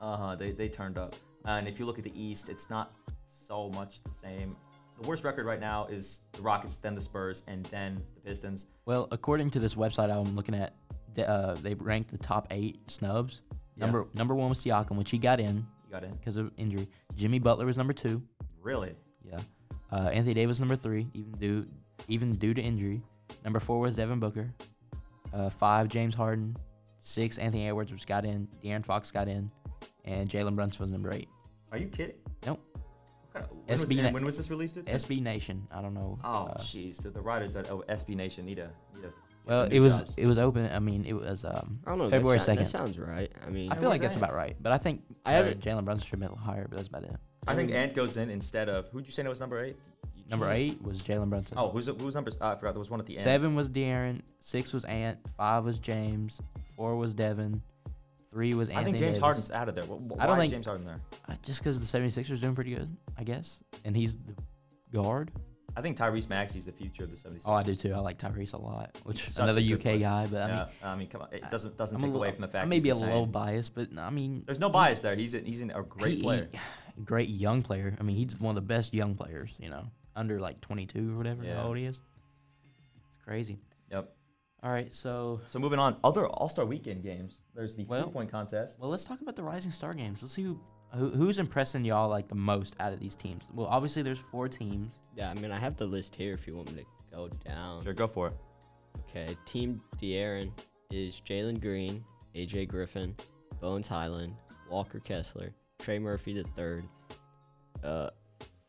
[SPEAKER 1] Uh huh. They, they turned up. And if you look at the East, it's not so much the same. The worst record right now is the Rockets, then the Spurs, and then the Pistons.
[SPEAKER 2] Well, according to this website I'm looking at, the, uh, they ranked the top eight snubs.
[SPEAKER 1] Yeah.
[SPEAKER 2] Number number one was Siakam, which he got in
[SPEAKER 1] You got in.
[SPEAKER 2] because of injury. Jimmy Butler was number two.
[SPEAKER 1] Really?
[SPEAKER 2] Yeah. Uh, Anthony Davis number three, even due even due to injury. Number four was Devin Booker. Uh, five James Harden. Six Anthony Edwards which got in. De'Aaron Fox got in, and Jalen Brunson was number eight.
[SPEAKER 1] Are you kidding?
[SPEAKER 2] Nope.
[SPEAKER 1] What kind of- when, was,
[SPEAKER 2] SB
[SPEAKER 1] and
[SPEAKER 2] na-
[SPEAKER 1] when was this released? It?
[SPEAKER 2] SB Nation. I don't know.
[SPEAKER 1] oh,
[SPEAKER 2] uh,
[SPEAKER 1] jeez. dude, The writers at oh, SB Nation need a. Need a get
[SPEAKER 2] well,
[SPEAKER 1] some new
[SPEAKER 2] it was
[SPEAKER 1] jobs.
[SPEAKER 2] it was open. I mean, it was um,
[SPEAKER 6] I don't know.
[SPEAKER 2] February
[SPEAKER 6] that sound-
[SPEAKER 2] second.
[SPEAKER 6] That sounds right. I mean,
[SPEAKER 2] I feel like
[SPEAKER 1] was
[SPEAKER 2] that's about
[SPEAKER 1] asked.
[SPEAKER 2] right, but I think
[SPEAKER 6] I
[SPEAKER 2] uh,
[SPEAKER 6] haven't-
[SPEAKER 2] Jalen Brunson should have been higher, but that's about it.
[SPEAKER 1] I think Ant goes in instead of. Who'd you say was number eight?
[SPEAKER 2] Number eight was Jalen Brunson.
[SPEAKER 1] Oh, who's who's number? Uh, I forgot. There was one at the end.
[SPEAKER 2] Seven was De'Aaron. Six was Ant. Five was James. Four was Devin. Three was Anthony.
[SPEAKER 1] I think James
[SPEAKER 2] Davis.
[SPEAKER 1] Harden's out of there. Wh- wh- Why
[SPEAKER 2] I don't
[SPEAKER 1] is
[SPEAKER 2] think-
[SPEAKER 1] James Harden there?
[SPEAKER 2] Uh, Just because the 76ers doing pretty good, I guess. And he's the guard.
[SPEAKER 1] I think Tyrese Maxey's the future of the 76ers.
[SPEAKER 2] Oh, I do too. I like Tyrese a lot, which
[SPEAKER 1] He's such
[SPEAKER 2] another
[SPEAKER 1] a good
[SPEAKER 2] UK
[SPEAKER 1] player.
[SPEAKER 2] guy, but I mean,
[SPEAKER 1] Yeah, I mean, come on. It doesn't doesn't
[SPEAKER 2] I'm a
[SPEAKER 1] take
[SPEAKER 2] little-
[SPEAKER 1] away from the fact.
[SPEAKER 2] I may
[SPEAKER 1] he's
[SPEAKER 2] be a
[SPEAKER 1] the same.
[SPEAKER 2] little biased, but I mean,
[SPEAKER 1] There's no bias there. He's an, he's an, a great
[SPEAKER 2] he-
[SPEAKER 1] player.
[SPEAKER 2] he- great young player. I mean, he's one of the best young players, you know, under like 22 or whatever
[SPEAKER 1] Yeah.
[SPEAKER 2] how old he is. It's crazy.
[SPEAKER 1] Yep.
[SPEAKER 2] All right, so
[SPEAKER 1] So moving on, other All Star Weekend games. There's the
[SPEAKER 2] Well-
[SPEAKER 1] three point contest.
[SPEAKER 2] well, let's talk about the Rising Star games. Let's see who, who who's impressing y'all like the most out of these teams. Well, obviously there's four teams.
[SPEAKER 6] yeah. I mean, I have the list here if you want me to go down.
[SPEAKER 1] Sure, go for it.
[SPEAKER 6] Okay, Team De'Aaron is Jalen Green, AJ Griffin, Bones Highland, Walker Kessler, Trey Murphy the third. Uh,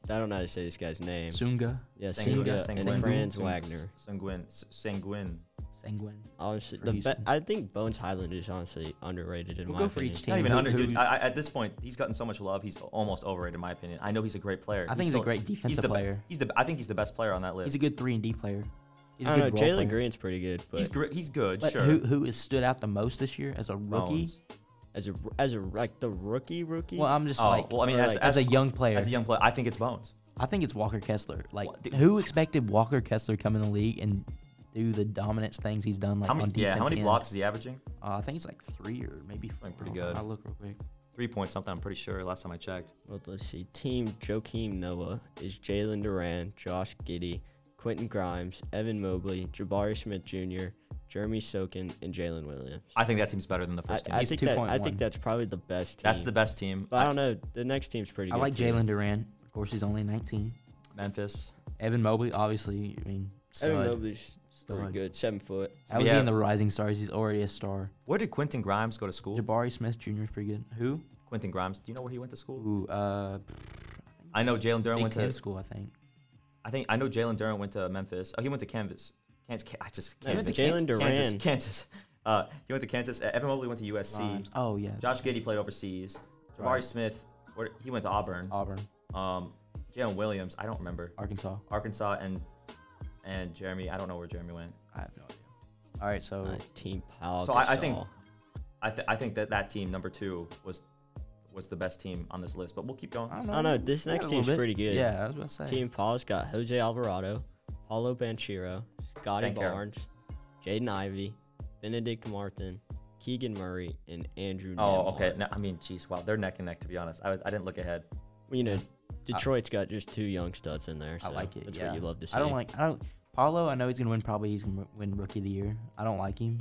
[SPEAKER 6] I don't know how to say this guy's name.
[SPEAKER 2] Sunga,
[SPEAKER 6] yeah,
[SPEAKER 1] Sanguin-
[SPEAKER 6] Singa
[SPEAKER 1] Sanguin-
[SPEAKER 6] and Franz
[SPEAKER 1] Sang-
[SPEAKER 6] Wagner.
[SPEAKER 1] Sanguin. S- Sanguin.
[SPEAKER 2] Sanguin.
[SPEAKER 6] Honestly,
[SPEAKER 2] For
[SPEAKER 6] the be-
[SPEAKER 2] Houston.
[SPEAKER 6] I think Bones Highland is honestly underrated in
[SPEAKER 2] We'll
[SPEAKER 6] my
[SPEAKER 2] go for
[SPEAKER 6] opinion.
[SPEAKER 2] each team.
[SPEAKER 1] Not even
[SPEAKER 2] Who-
[SPEAKER 1] under. Dude,
[SPEAKER 2] who-
[SPEAKER 1] I, I, at this point, he's gotten so much love. He's almost overrated, in my opinion. I know he's a great player.
[SPEAKER 2] I think he's a great defensive
[SPEAKER 1] the, be-
[SPEAKER 2] player.
[SPEAKER 1] He's the. I think he's the best player on that list.
[SPEAKER 2] He's a good three and D player. He's a
[SPEAKER 6] I don't know.
[SPEAKER 2] role player.
[SPEAKER 6] Jalen Green's pretty good, but
[SPEAKER 1] He's, gr- he's good.
[SPEAKER 2] But
[SPEAKER 1] sure.
[SPEAKER 2] who who has stood out the most this year as a rookie?
[SPEAKER 1] Bones.
[SPEAKER 6] as a as a like the rookie rookie.
[SPEAKER 2] Well, I'm just
[SPEAKER 1] Oh,
[SPEAKER 2] like
[SPEAKER 1] well, I mean,
[SPEAKER 6] or
[SPEAKER 1] as,
[SPEAKER 6] like-
[SPEAKER 2] as a young player,
[SPEAKER 1] as a young player, I think it's Bones.
[SPEAKER 2] I think it's Walker Kessler. Like,
[SPEAKER 1] What, dude,
[SPEAKER 2] who expected Walker Kessler to come in the league and do the dominance things he's done like
[SPEAKER 1] How
[SPEAKER 2] on
[SPEAKER 1] many?
[SPEAKER 2] defense.
[SPEAKER 1] Yeah, how many
[SPEAKER 2] end.
[SPEAKER 1] blocks is he averaging?
[SPEAKER 2] Uh, I think it's like three or maybe four.
[SPEAKER 1] Like, pretty
[SPEAKER 2] I don't know.
[SPEAKER 1] good.
[SPEAKER 2] I'll look real quick.
[SPEAKER 1] Three point something. I'm pretty sure. Last time I checked.
[SPEAKER 6] Well, let's see. Team Joakim Noah is Jalen Duran, Josh Giddy, Quentin Grimes, Evan Mobley, Jabari Smith Jr., Jeremy Sokin, and Jalen Williams.
[SPEAKER 1] I think that team's better than the
[SPEAKER 6] I,
[SPEAKER 1] first team.
[SPEAKER 6] I
[SPEAKER 1] He's-
[SPEAKER 6] think that, I
[SPEAKER 2] 2.1.
[SPEAKER 6] think that's probably the best team.
[SPEAKER 1] that's the best team.
[SPEAKER 6] But I don't know. The next team's pretty
[SPEAKER 2] I
[SPEAKER 6] good.
[SPEAKER 2] like
[SPEAKER 6] too.
[SPEAKER 2] Jalen Duran. Of course, he's only 19.
[SPEAKER 1] Memphis.
[SPEAKER 2] Evan Mobley, obviously. I mean, stud.
[SPEAKER 6] Evan Mobley's pretty
[SPEAKER 2] Stud.
[SPEAKER 6] good. Seven foot.
[SPEAKER 2] How is
[SPEAKER 1] Yeah.
[SPEAKER 2] he in the Rising Stars? He's already a star.
[SPEAKER 1] Where did Quentin Grimes go to school?
[SPEAKER 2] Jabari Smith Jr. is pretty good. Who?
[SPEAKER 1] Quentin Grimes. Do you know where he went to school?
[SPEAKER 2] Ooh, uh,
[SPEAKER 1] I know Jalen Durant
[SPEAKER 2] Big
[SPEAKER 1] went
[SPEAKER 2] Ten
[SPEAKER 1] to.
[SPEAKER 2] school, I think.
[SPEAKER 1] I think I know Jalen Durant went to Memphis. Oh, he went to Canvas. Kansas. I just
[SPEAKER 6] No,
[SPEAKER 1] Canvas.
[SPEAKER 6] Jalen
[SPEAKER 1] Kansas, Kansas.
[SPEAKER 6] Duran.
[SPEAKER 1] Kansas. Uh, he went to Kansas. Uh, Evan Mobley went to USC.
[SPEAKER 2] Grimes. Oh yeah,
[SPEAKER 1] Josh Giddy played overseas. Jabari
[SPEAKER 2] Right.
[SPEAKER 1] Smith. Where, he went to Auburn.
[SPEAKER 2] Auburn,
[SPEAKER 1] Um, Jalen Williams. I don't remember.
[SPEAKER 2] Arkansas.
[SPEAKER 1] Arkansas and and Jeremy. I don't know where Jeremy went.
[SPEAKER 2] I have no idea. All right, so
[SPEAKER 6] Uh, team Powell.
[SPEAKER 1] So I, I think I, th- I think that that team number two was was the best team on this list. But we'll keep going.
[SPEAKER 2] I
[SPEAKER 6] I don't know. This
[SPEAKER 2] Yeah,
[SPEAKER 6] next
[SPEAKER 2] a little
[SPEAKER 6] team's
[SPEAKER 2] bit.
[SPEAKER 6] pretty good.
[SPEAKER 2] Yeah, I was about to say.
[SPEAKER 6] Team Paul's got Jose Alvarado, Paulo Banchero, Scotty
[SPEAKER 1] Banchero.
[SPEAKER 6] Barnes, Jaden Ivey, Benedict Martin, Keegan Murray, and Andrew.
[SPEAKER 1] Oh,
[SPEAKER 6] Nemhard.
[SPEAKER 1] okay. No, I mean, geez, wow, they're neck and neck. To be honest, I, was- I didn't look ahead.
[SPEAKER 6] Well, you know, Detroit's got just two young studs in there. So
[SPEAKER 2] I like it.
[SPEAKER 6] That's
[SPEAKER 2] yeah.
[SPEAKER 6] what you love to see.
[SPEAKER 2] I don't like. I don't. Paulo, I know he's gonna win. Probably he's gonna win Rookie of the Year. I don't like him.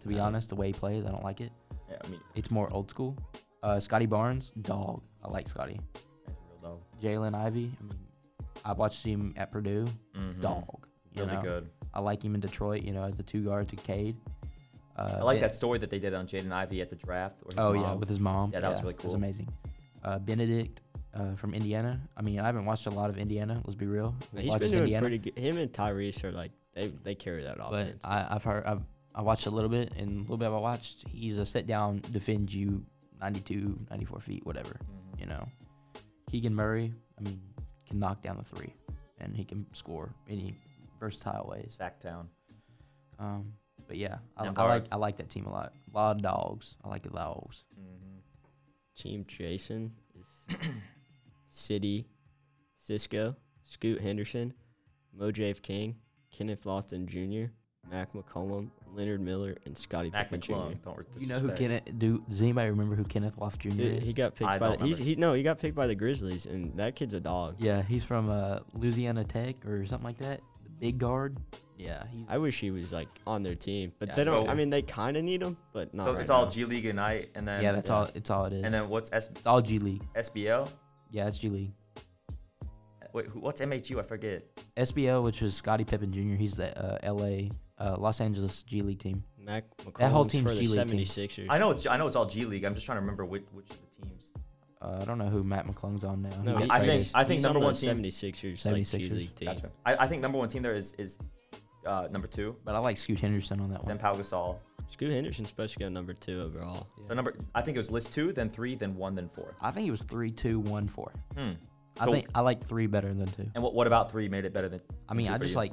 [SPEAKER 2] To be
[SPEAKER 1] Uh-huh.
[SPEAKER 6] Um,
[SPEAKER 2] honest, the way he plays, I don't like it.
[SPEAKER 1] Yeah, I mean,
[SPEAKER 2] It's more old school. Uh, Scotty Barnes, dog. I like Scotty.
[SPEAKER 1] real dog.
[SPEAKER 2] Jalen Ivy. I mean, I watched him at Purdue.
[SPEAKER 1] Mhm.
[SPEAKER 2] Dog. You
[SPEAKER 1] Really
[SPEAKER 2] know?
[SPEAKER 1] good.
[SPEAKER 2] I like him in Detroit. You know, as the two guard to Cade. Uh,
[SPEAKER 1] I like
[SPEAKER 2] Ben-
[SPEAKER 1] that story that they did on Jaden Ivey at the draft. Or his
[SPEAKER 2] Oh
[SPEAKER 1] mom.
[SPEAKER 2] yeah, with his mom.
[SPEAKER 1] Yeah, that was really
[SPEAKER 2] It was
[SPEAKER 1] cool.
[SPEAKER 2] amazing. Uh, Benedict uh, from Indiana. I mean, I haven't watched a lot of Indiana. Let's be real.
[SPEAKER 6] But He's been
[SPEAKER 2] Watches
[SPEAKER 6] doing
[SPEAKER 2] Indiana,
[SPEAKER 6] pretty good. Him and Tyrese are like they they carry that
[SPEAKER 2] but
[SPEAKER 6] offense.
[SPEAKER 2] I, I've heard I've I watched a little bit and a little bit of I watched. He's a set down defend you 92, 94 feet, whatever.
[SPEAKER 1] Mm-hmm.
[SPEAKER 2] You know, Keegan Murray. I mean, can knock down the three, and he can score any versatile ways.
[SPEAKER 1] Sac Town.
[SPEAKER 2] Um, but yeah, I,
[SPEAKER 1] And
[SPEAKER 2] I
[SPEAKER 1] Bard.
[SPEAKER 2] like I like that team a lot. A lot of dogs. I like the dogs.
[SPEAKER 1] Mm-hmm.
[SPEAKER 6] Team Jason is City, Cisco, Scoot Henderson, Mojave King, Kenneth Lofton Jr., Mac McCollum, Leonard Miller, and Scotty
[SPEAKER 1] Mac
[SPEAKER 6] Pippen Jr.
[SPEAKER 1] McClung. Don't
[SPEAKER 2] You know who
[SPEAKER 1] disrespect.
[SPEAKER 2] Kenneth? Do does anybody remember who Kenneth Loft Jr.
[SPEAKER 6] Dude,
[SPEAKER 2] is?
[SPEAKER 6] he got picked
[SPEAKER 1] I
[SPEAKER 6] by
[SPEAKER 1] don't
[SPEAKER 6] the, he's,
[SPEAKER 1] remember.
[SPEAKER 6] he no he got picked by the Grizzlies and that kid's a dog.
[SPEAKER 2] Yeah, he's from uh, Louisiana Tech or something like that. The big guard. Yeah, he's.
[SPEAKER 6] I wish he was like on their team, but
[SPEAKER 2] Yeah,
[SPEAKER 6] they don't.
[SPEAKER 1] so-
[SPEAKER 6] I mean, they kind of need him, but not.
[SPEAKER 1] So
[SPEAKER 6] right
[SPEAKER 1] it's all
[SPEAKER 6] now.
[SPEAKER 1] G League Ignite, and then
[SPEAKER 2] yeah, that's
[SPEAKER 6] yeah.
[SPEAKER 2] all. It's all it is.
[SPEAKER 1] and then what's S-
[SPEAKER 2] it's all G League.
[SPEAKER 1] SBL?
[SPEAKER 2] Yeah, it's G League.
[SPEAKER 1] Wait, who, what's MHU? I forget.
[SPEAKER 2] SBL, which was Scottie Pippen Jr. He's the uh, L.A. Uh, Los Angeles G League team.
[SPEAKER 6] Mac McCollum
[SPEAKER 2] that whole
[SPEAKER 6] for
[SPEAKER 2] team's
[SPEAKER 6] the
[SPEAKER 2] G League team.
[SPEAKER 6] 76ers.
[SPEAKER 1] I know it's I know it's all G League. I'm just trying to remember which which of the teams.
[SPEAKER 2] Uh, I don't know who Matt McClung's on now.
[SPEAKER 6] No,
[SPEAKER 2] He-
[SPEAKER 1] I think-
[SPEAKER 6] he's-
[SPEAKER 1] I think
[SPEAKER 6] he's on
[SPEAKER 1] number
[SPEAKER 6] the
[SPEAKER 1] one team-
[SPEAKER 6] 76ers, like G
[SPEAKER 2] 76ers.
[SPEAKER 6] League team.
[SPEAKER 1] Gotcha. I, I think number one team there is is uh, number two.
[SPEAKER 2] but I like Scoot Henderson on that
[SPEAKER 1] Then
[SPEAKER 2] one.
[SPEAKER 1] Pau Gasol.
[SPEAKER 6] Scoot Henderson's supposed to go number two overall.
[SPEAKER 1] So number I think it was list two, then three, then one, then four.
[SPEAKER 2] I think it was three, two, one, four.
[SPEAKER 1] Hmm.
[SPEAKER 2] I
[SPEAKER 1] So-
[SPEAKER 2] think I like three better than two.
[SPEAKER 1] And what what about three made it better than?
[SPEAKER 2] I
[SPEAKER 1] than
[SPEAKER 2] mean,
[SPEAKER 1] two
[SPEAKER 2] I
[SPEAKER 1] for
[SPEAKER 2] just
[SPEAKER 1] you?
[SPEAKER 2] like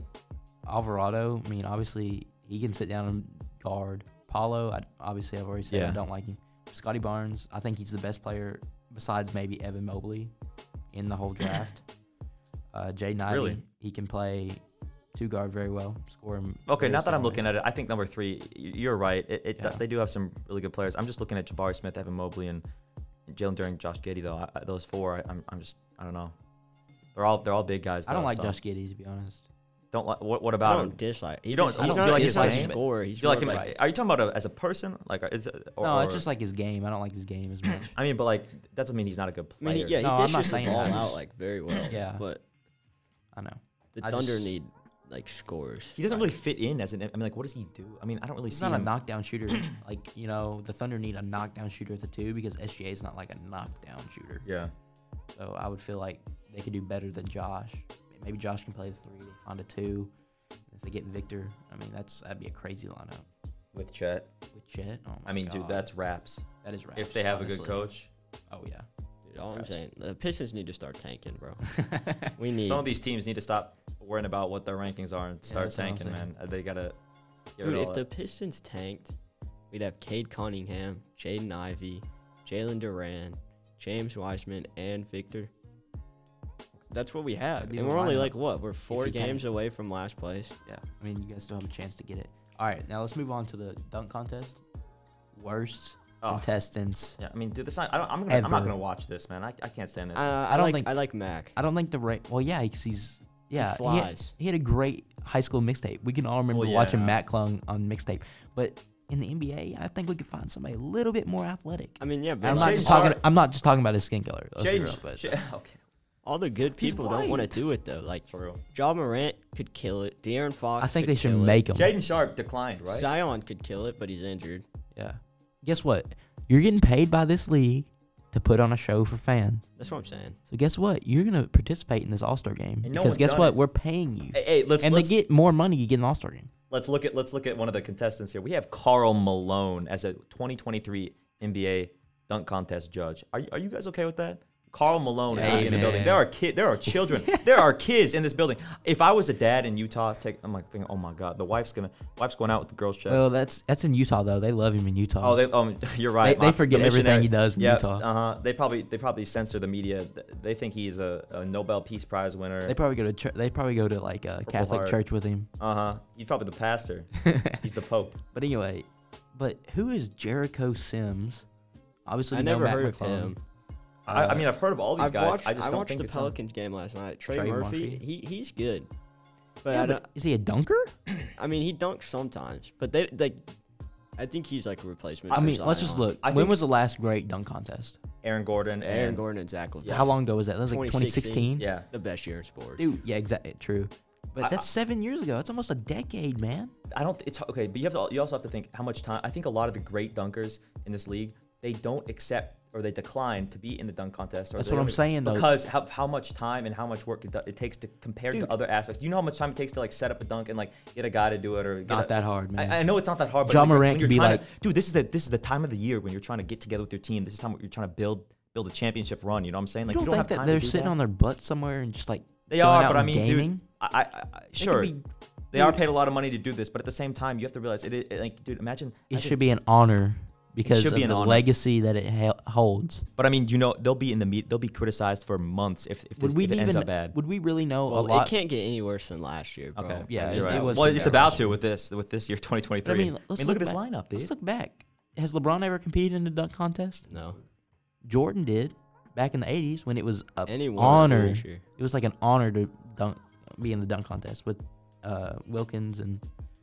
[SPEAKER 2] Alvarado. I mean, obviously he can sit down and guard. Paulo, I, obviously I've already said I
[SPEAKER 1] Yeah.
[SPEAKER 2] don't like him. Scotty Barnes, I think he's the best player besides maybe Evan Mobley in the whole draft. uh, Jay Knight,
[SPEAKER 1] Really?
[SPEAKER 2] he can play two guard very well. Score him.
[SPEAKER 1] Okay, now that I'm looking at it, I think number three. y- You're right. It, it
[SPEAKER 2] Yeah.
[SPEAKER 1] they do have some really good players. I'm just looking at Jabari Smith, Evan Mobley, and Jalen Duran, Josh Giddy. Though I, I- those four, I, I'm, I'm just I don't know. They're all they're all big guys.
[SPEAKER 2] I don't
[SPEAKER 1] though,
[SPEAKER 2] like
[SPEAKER 1] so-
[SPEAKER 2] Josh Giddy to be honest.
[SPEAKER 1] Don't like. What what
[SPEAKER 6] I
[SPEAKER 1] about him?
[SPEAKER 6] don't dislike. He
[SPEAKER 1] You don't-
[SPEAKER 6] just-
[SPEAKER 1] you
[SPEAKER 6] he's
[SPEAKER 1] don't
[SPEAKER 6] not
[SPEAKER 1] like
[SPEAKER 6] a
[SPEAKER 1] his
[SPEAKER 6] dislike
[SPEAKER 1] game?
[SPEAKER 6] scorer. He's
[SPEAKER 1] Do you like him?
[SPEAKER 6] more
[SPEAKER 1] Are you talking about a, as a person? Like is it, or,
[SPEAKER 2] no,
[SPEAKER 1] or,
[SPEAKER 2] it's just like his game. I don't like his game as much.
[SPEAKER 1] I mean, but like that doesn't mean he's not a good
[SPEAKER 6] I
[SPEAKER 1] player.
[SPEAKER 6] mean, he- yeah, he
[SPEAKER 2] No, I'm not
[SPEAKER 6] dishes the
[SPEAKER 2] saying
[SPEAKER 6] ball
[SPEAKER 2] that.
[SPEAKER 6] out like very well.
[SPEAKER 2] Yeah.
[SPEAKER 6] but
[SPEAKER 2] I know.
[SPEAKER 6] the
[SPEAKER 2] I
[SPEAKER 6] Thunder
[SPEAKER 2] just-
[SPEAKER 6] need like scores.
[SPEAKER 1] He doesn't really fit in as an. I mean, like, what does he do? I mean, I don't really
[SPEAKER 2] He's
[SPEAKER 1] see
[SPEAKER 2] not a
[SPEAKER 1] him.
[SPEAKER 2] knockdown shooter. like you know, the Thunder need a knockdown shooter at the two because SGA is not like a knockdown shooter.
[SPEAKER 1] yeah.
[SPEAKER 2] So I would feel like they could do better than Josh. Maybe Josh can play the three. They find a two. If they get Victor, I mean that's that'd be a crazy lineup
[SPEAKER 1] With Chet,
[SPEAKER 2] with Chet. Oh my
[SPEAKER 1] I mean, dude,
[SPEAKER 2] God.
[SPEAKER 1] that's raps.
[SPEAKER 2] that is right.
[SPEAKER 1] If they have a good coach,
[SPEAKER 2] Oh yeah.
[SPEAKER 6] Dude, all I'm
[SPEAKER 1] Christ.
[SPEAKER 6] saying, the Pistons need to start tanking, bro. we need.
[SPEAKER 1] some of these teams need to stop worrying about what their rankings are and start
[SPEAKER 2] that's what I'm
[SPEAKER 1] tanking, man. They gotta. Get
[SPEAKER 6] Dude,
[SPEAKER 1] rid of
[SPEAKER 6] if
[SPEAKER 1] all
[SPEAKER 6] the
[SPEAKER 1] that.
[SPEAKER 6] Pistons tanked, we'd have Cade Cunningham, Jaden Ivey, Jalen Duran, James Wiseman, and Victor. that's what we have,
[SPEAKER 2] That'd be
[SPEAKER 6] and
[SPEAKER 2] the
[SPEAKER 6] we're only
[SPEAKER 2] lineup
[SPEAKER 6] like what we're four
[SPEAKER 2] you can.
[SPEAKER 6] games away from last place.
[SPEAKER 2] Yeah, I mean, you guys still have a chance to get it. All right, now let's move on to the dunk contest. Worst
[SPEAKER 1] Oh.
[SPEAKER 2] contestants.
[SPEAKER 1] Yeah, I mean, dude, this not, I don't, I'm gonna, I'm not
[SPEAKER 2] Ever.
[SPEAKER 1] gonna watch this, man. I, I can't stand this.
[SPEAKER 6] Uh, I,
[SPEAKER 2] don't
[SPEAKER 6] like
[SPEAKER 2] think-
[SPEAKER 6] I like Mac.
[SPEAKER 2] I don't think the right. Well, yeah, because he's yeah. had-
[SPEAKER 6] flies.
[SPEAKER 2] He had, a great high school mixtape. We can all remember
[SPEAKER 1] Well,
[SPEAKER 2] watching
[SPEAKER 1] yeah.
[SPEAKER 2] Matt Clung on mixtape, but. In the NBA, I think we could find somebody a little bit more athletic.
[SPEAKER 6] I mean, yeah, but
[SPEAKER 2] I'm not
[SPEAKER 6] like,
[SPEAKER 2] just
[SPEAKER 1] Shaden's
[SPEAKER 2] talking.
[SPEAKER 1] hard.
[SPEAKER 2] I'm not just talking about his skin color. let's be
[SPEAKER 1] Shane,
[SPEAKER 2] real, but-
[SPEAKER 1] Sh- okay.
[SPEAKER 6] all the good
[SPEAKER 1] He's
[SPEAKER 6] people don't want to
[SPEAKER 1] white.
[SPEAKER 6] do it though. Like
[SPEAKER 1] For real.
[SPEAKER 6] John Morant could kill it. De'Aaron Fox.
[SPEAKER 2] I think
[SPEAKER 6] could
[SPEAKER 2] they should
[SPEAKER 6] kill it.
[SPEAKER 2] make him.
[SPEAKER 1] Jaden Sharp declined, right?
[SPEAKER 6] Zion could kill it, but he's injured.
[SPEAKER 2] Yeah. Guess what? You're getting paid by this league to put on a show for fans.
[SPEAKER 6] That's what I'm saying.
[SPEAKER 2] So guess what? You're gonna participate in this All Star game
[SPEAKER 1] And no
[SPEAKER 2] because
[SPEAKER 1] one's
[SPEAKER 2] guess
[SPEAKER 1] done
[SPEAKER 2] what?
[SPEAKER 1] it.
[SPEAKER 2] We're paying you,
[SPEAKER 1] Hey, hey, let's
[SPEAKER 2] and they
[SPEAKER 1] let's,
[SPEAKER 2] get more money. You get an All Star game.
[SPEAKER 1] let's look at let's look at one of the contestants here. We have Carl Malone as a 2023 NBA dunk contest judge. Are you, are you guys okay with that? Carl Malone is
[SPEAKER 2] Yeah,
[SPEAKER 1] gonna be in the
[SPEAKER 2] man.
[SPEAKER 1] building. There are kid, there are children, there are kids in this building. If I was a dad in Utah, take, I'm like thinking, oh my god, the wife's gonna wife's going out with the girls' check.
[SPEAKER 2] Well, that's that's in Utah though. They love him in Utah.
[SPEAKER 1] Oh, they, um, you're right.
[SPEAKER 2] They- they forget everything he does in Utah.
[SPEAKER 1] Uh huh. They probably they probably censor the media. Th- They think he's a, a Nobel Peace Prize winner.
[SPEAKER 2] They probably go to chur- they probably go to like a Catholic
[SPEAKER 1] Heart.
[SPEAKER 2] church with him.
[SPEAKER 1] Uh huh. He's probably the pastor. he's the Pope.
[SPEAKER 2] But anyway, but who is Jericho Sims? Obviously,
[SPEAKER 6] I
[SPEAKER 2] we know
[SPEAKER 6] never
[SPEAKER 2] Matt
[SPEAKER 6] heard of
[SPEAKER 2] McClung.
[SPEAKER 6] him.
[SPEAKER 1] I, I
[SPEAKER 2] Uh,
[SPEAKER 1] mean, I've heard of all these
[SPEAKER 6] I've
[SPEAKER 1] guys.
[SPEAKER 6] watched.
[SPEAKER 1] I just don't
[SPEAKER 6] watched
[SPEAKER 1] think
[SPEAKER 6] the
[SPEAKER 1] it's on-
[SPEAKER 6] Pelicans game last night. Trey,
[SPEAKER 2] Trey
[SPEAKER 6] Murphy,
[SPEAKER 2] Murphy.
[SPEAKER 6] he he's good, but
[SPEAKER 2] yeah,
[SPEAKER 6] I don't.
[SPEAKER 2] but is he a dunker?
[SPEAKER 6] I mean, he dunks sometimes, but they like. I think he's like a replacement.
[SPEAKER 2] I
[SPEAKER 6] for
[SPEAKER 2] mean, let's just
[SPEAKER 6] Zion.
[SPEAKER 2] look.
[SPEAKER 1] I
[SPEAKER 2] when
[SPEAKER 1] think-
[SPEAKER 2] was the last great dunk contest?
[SPEAKER 1] Aaron Gordon.
[SPEAKER 6] Aaron
[SPEAKER 1] and-
[SPEAKER 6] Gordon and Zach Levine.
[SPEAKER 2] How long ago was that? That was like 2016.
[SPEAKER 1] Yeah.
[SPEAKER 6] The best year in sports.
[SPEAKER 2] Dude, yeah, exactly. True. But
[SPEAKER 1] I-
[SPEAKER 2] that's seven years ago. That's almost a decade, man.
[SPEAKER 1] I don't. It's okay, but you have to. You also have to think how much time. I think a lot of the great dunkers in this league, they don't accept or they decline to be in the dunk contest. Or
[SPEAKER 2] That's
[SPEAKER 1] they
[SPEAKER 2] what I'm
[SPEAKER 1] don't-
[SPEAKER 2] saying, though.
[SPEAKER 1] Because how, how much time and how much work it, do- it takes to compared
[SPEAKER 2] Dude.
[SPEAKER 1] to other aspects. You know how much time it takes to like set up a dunk and like get a guy to do it or get
[SPEAKER 2] Not
[SPEAKER 1] a-
[SPEAKER 2] that hard, man.
[SPEAKER 1] I, I know it's not that hard. But
[SPEAKER 2] Ja
[SPEAKER 1] when you're-
[SPEAKER 2] Morant
[SPEAKER 1] when
[SPEAKER 2] could
[SPEAKER 1] you're
[SPEAKER 2] be
[SPEAKER 1] trying to-
[SPEAKER 2] like-
[SPEAKER 1] dude, this is the this is the time of the year when you're trying to get together with your team. This is time where you're trying to build build a championship run. You know what I'm saying? Like
[SPEAKER 2] you don't,
[SPEAKER 1] have
[SPEAKER 2] think that
[SPEAKER 1] time
[SPEAKER 2] they're
[SPEAKER 1] to do
[SPEAKER 2] sitting
[SPEAKER 1] that.
[SPEAKER 2] on their butt somewhere and just like
[SPEAKER 1] They
[SPEAKER 2] chilling
[SPEAKER 1] are,
[SPEAKER 2] out
[SPEAKER 1] but I
[SPEAKER 2] and
[SPEAKER 1] mean,
[SPEAKER 2] gaming?
[SPEAKER 1] dude, I, I, I sure
[SPEAKER 2] be-
[SPEAKER 1] they are paid a lot of money to do this, but at the same time, you have to realize it. it like, dude, imagine
[SPEAKER 2] it
[SPEAKER 1] imagine-
[SPEAKER 2] should be an honor because
[SPEAKER 1] should
[SPEAKER 2] of
[SPEAKER 1] be an
[SPEAKER 2] the
[SPEAKER 1] honor.
[SPEAKER 2] legacy that it hel- holds.
[SPEAKER 1] But I mean, you know, they'll be in the meet. Theyll be criticized for months if if,
[SPEAKER 2] Would
[SPEAKER 1] this,
[SPEAKER 2] we
[SPEAKER 1] if it
[SPEAKER 2] even?
[SPEAKER 1] ends up bad.
[SPEAKER 2] Would we really know a
[SPEAKER 6] Well,
[SPEAKER 2] lot?
[SPEAKER 6] it can't get any worse than last year, bro.
[SPEAKER 1] okay,
[SPEAKER 2] Yeah,
[SPEAKER 1] you're
[SPEAKER 2] it- it
[SPEAKER 1] right.
[SPEAKER 2] was
[SPEAKER 1] well,
[SPEAKER 2] pretty
[SPEAKER 1] it's
[SPEAKER 2] bad
[SPEAKER 1] about
[SPEAKER 6] last
[SPEAKER 1] to with this with this year 2023.
[SPEAKER 2] but I mean, let's
[SPEAKER 1] look at this
[SPEAKER 2] back-
[SPEAKER 1] lineup,
[SPEAKER 2] Let's
[SPEAKER 1] dude.
[SPEAKER 2] look back. Has LeBron ever competed in a dunk contest?
[SPEAKER 6] No,
[SPEAKER 2] Jordan did back in the '80s when it was an
[SPEAKER 6] Anyone was
[SPEAKER 2] honor.
[SPEAKER 6] doing shit.
[SPEAKER 2] It was like an honor to dunk, be in the dunk contest with uh, Wilkins and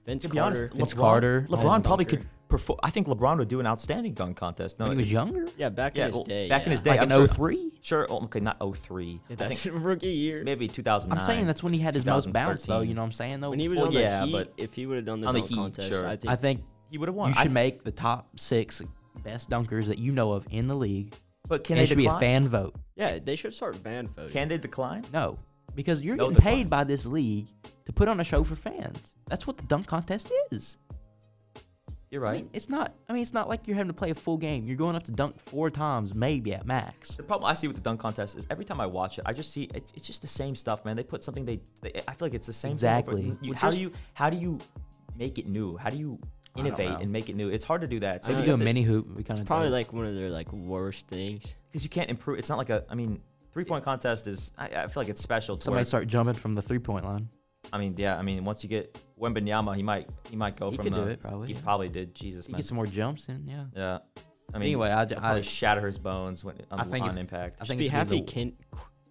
[SPEAKER 6] Vince
[SPEAKER 1] To be
[SPEAKER 6] Carter.
[SPEAKER 1] honest,
[SPEAKER 2] Vince
[SPEAKER 1] LeBron,
[SPEAKER 2] Carter as a
[SPEAKER 1] LeBron probably
[SPEAKER 6] dunker.
[SPEAKER 1] could perform. I think LeBron would do an outstanding dunk contest. No,
[SPEAKER 2] when he was younger,
[SPEAKER 6] yeah, back
[SPEAKER 1] yeah,
[SPEAKER 6] in his
[SPEAKER 1] well,
[SPEAKER 6] day.
[SPEAKER 1] back in
[SPEAKER 6] yeah.
[SPEAKER 1] his day,
[SPEAKER 2] like
[SPEAKER 1] I'm
[SPEAKER 2] an
[SPEAKER 1] sure-
[SPEAKER 2] 03?
[SPEAKER 1] Sure. Oh, okay, not 03.
[SPEAKER 6] Yeah,
[SPEAKER 1] I
[SPEAKER 6] that's
[SPEAKER 1] think
[SPEAKER 6] rookie year.
[SPEAKER 1] maybe 2009.
[SPEAKER 2] I'm saying that's when he had his most bounce, though.
[SPEAKER 1] 2013.
[SPEAKER 2] You know what I'm saying? Though
[SPEAKER 6] When he was
[SPEAKER 1] Well,
[SPEAKER 6] on
[SPEAKER 1] yeah,
[SPEAKER 6] the Heat,
[SPEAKER 1] but-
[SPEAKER 6] if he would have done the
[SPEAKER 1] On the
[SPEAKER 6] dunk
[SPEAKER 1] Heat,
[SPEAKER 6] contest,
[SPEAKER 1] sure.
[SPEAKER 6] I think
[SPEAKER 2] I think
[SPEAKER 1] he would have won.
[SPEAKER 2] you
[SPEAKER 1] I-
[SPEAKER 2] should make the top six best dunkers that you know of in the league.
[SPEAKER 1] but can
[SPEAKER 2] And
[SPEAKER 1] they
[SPEAKER 2] it should be a
[SPEAKER 1] decline?
[SPEAKER 2] fan vote.
[SPEAKER 6] yeah, they should start van voting.
[SPEAKER 1] Can they decline?
[SPEAKER 2] No, because you're
[SPEAKER 1] No
[SPEAKER 2] getting
[SPEAKER 1] decline.
[SPEAKER 2] paid by this league to put on a show for fans. That's what the dunk contest is.
[SPEAKER 1] You're
[SPEAKER 2] I
[SPEAKER 1] right.
[SPEAKER 2] mean, it's not. I mean, it's not like you're having to play a full game. You're going up to dunk four times, maybe at max.
[SPEAKER 1] The problem I see with the dunk contest is every time I watch it, I just see it, it's just the same stuff, man. They put something they, they I feel like it's the same thing over-
[SPEAKER 2] Exactly.
[SPEAKER 1] you-
[SPEAKER 2] Which
[SPEAKER 1] how
[SPEAKER 2] is-
[SPEAKER 1] do you how do you make it new? How do you
[SPEAKER 2] don't
[SPEAKER 1] innovate
[SPEAKER 2] know.
[SPEAKER 1] and make it new? It's hard to do that.
[SPEAKER 2] So we do a mini hoop. We kind of
[SPEAKER 6] Probably like one of their like worst things.
[SPEAKER 1] because you can't improve. It's not like a I mean three point contest is I, I feel like it's special. To where
[SPEAKER 2] somebody
[SPEAKER 1] it's-
[SPEAKER 2] start jumping from the three point line.
[SPEAKER 1] I mean yeah I mean once you get Wembenyama, he might he might go
[SPEAKER 2] He
[SPEAKER 1] from
[SPEAKER 2] could
[SPEAKER 1] the
[SPEAKER 2] do it, probably,
[SPEAKER 1] he
[SPEAKER 2] yeah.
[SPEAKER 1] probably did Jesus
[SPEAKER 2] You
[SPEAKER 1] man
[SPEAKER 2] get some more jumps in. Yeah.
[SPEAKER 1] yeah. I mean,
[SPEAKER 2] Anyway, I-
[SPEAKER 1] he'll
[SPEAKER 2] I-
[SPEAKER 1] probably shatter his bones when on,
[SPEAKER 2] I think
[SPEAKER 1] on
[SPEAKER 2] it's-
[SPEAKER 1] impact.
[SPEAKER 2] I
[SPEAKER 6] Just
[SPEAKER 2] think
[SPEAKER 6] be
[SPEAKER 2] it's gonna be
[SPEAKER 6] happy
[SPEAKER 2] the-
[SPEAKER 6] Ken-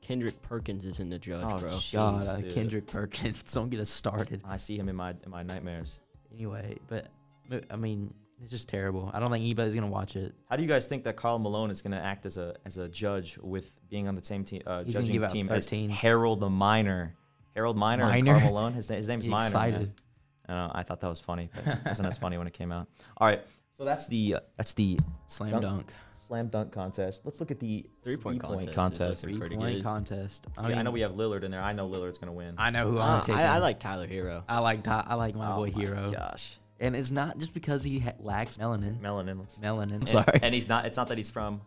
[SPEAKER 6] Kendrick Perkins isn't the judge,
[SPEAKER 1] Oh,
[SPEAKER 6] bro.
[SPEAKER 1] jeez,
[SPEAKER 2] God, uh,
[SPEAKER 1] dude.
[SPEAKER 2] Kendrick Perkins. Don't get us started.
[SPEAKER 1] I see him in my in my nightmares.
[SPEAKER 2] Anyway, but mo- I mean, it's just terrible. I don't think anybody's gonna watch it.
[SPEAKER 1] How do you guys think that Carl Malone is going to act as a as a judge with being on the same team, uh,
[SPEAKER 2] He's gonna
[SPEAKER 1] judging
[SPEAKER 2] give out
[SPEAKER 1] team
[SPEAKER 2] 13.
[SPEAKER 1] as Harold the Minor? Harold Minor,
[SPEAKER 2] Minor?
[SPEAKER 1] and Carl Malone. His, na- his name's
[SPEAKER 2] He
[SPEAKER 1] Minor.
[SPEAKER 2] excited.
[SPEAKER 1] Man. I don't know. I thought that was funny, but it wasn't as funny when it came out. All right, so that's the uh, that's the
[SPEAKER 2] Slam
[SPEAKER 1] Dunk-
[SPEAKER 2] dunk.
[SPEAKER 1] slam dunk contest. Let's look at the
[SPEAKER 6] Three point
[SPEAKER 1] three-point
[SPEAKER 6] contest.
[SPEAKER 1] contest.
[SPEAKER 6] Is a-
[SPEAKER 2] Three
[SPEAKER 6] pretty
[SPEAKER 2] point
[SPEAKER 6] good.
[SPEAKER 2] contest. I,
[SPEAKER 1] Yeah,
[SPEAKER 2] mean,
[SPEAKER 1] I know we have Lillard in there. I know Lillard's going to win.
[SPEAKER 2] I know who I'm
[SPEAKER 6] Uh,
[SPEAKER 2] taking.
[SPEAKER 6] I, I like Tyler Hero.
[SPEAKER 2] I like Ty- I like my
[SPEAKER 1] Oh
[SPEAKER 2] boy
[SPEAKER 1] my
[SPEAKER 2] Hero,
[SPEAKER 1] Gosh,
[SPEAKER 2] and it's not just because he ha- lacks melanin.
[SPEAKER 1] melanin. Let's,
[SPEAKER 2] melanin. I'm
[SPEAKER 1] and-
[SPEAKER 2] sorry,
[SPEAKER 1] And he's not. It's not that he's from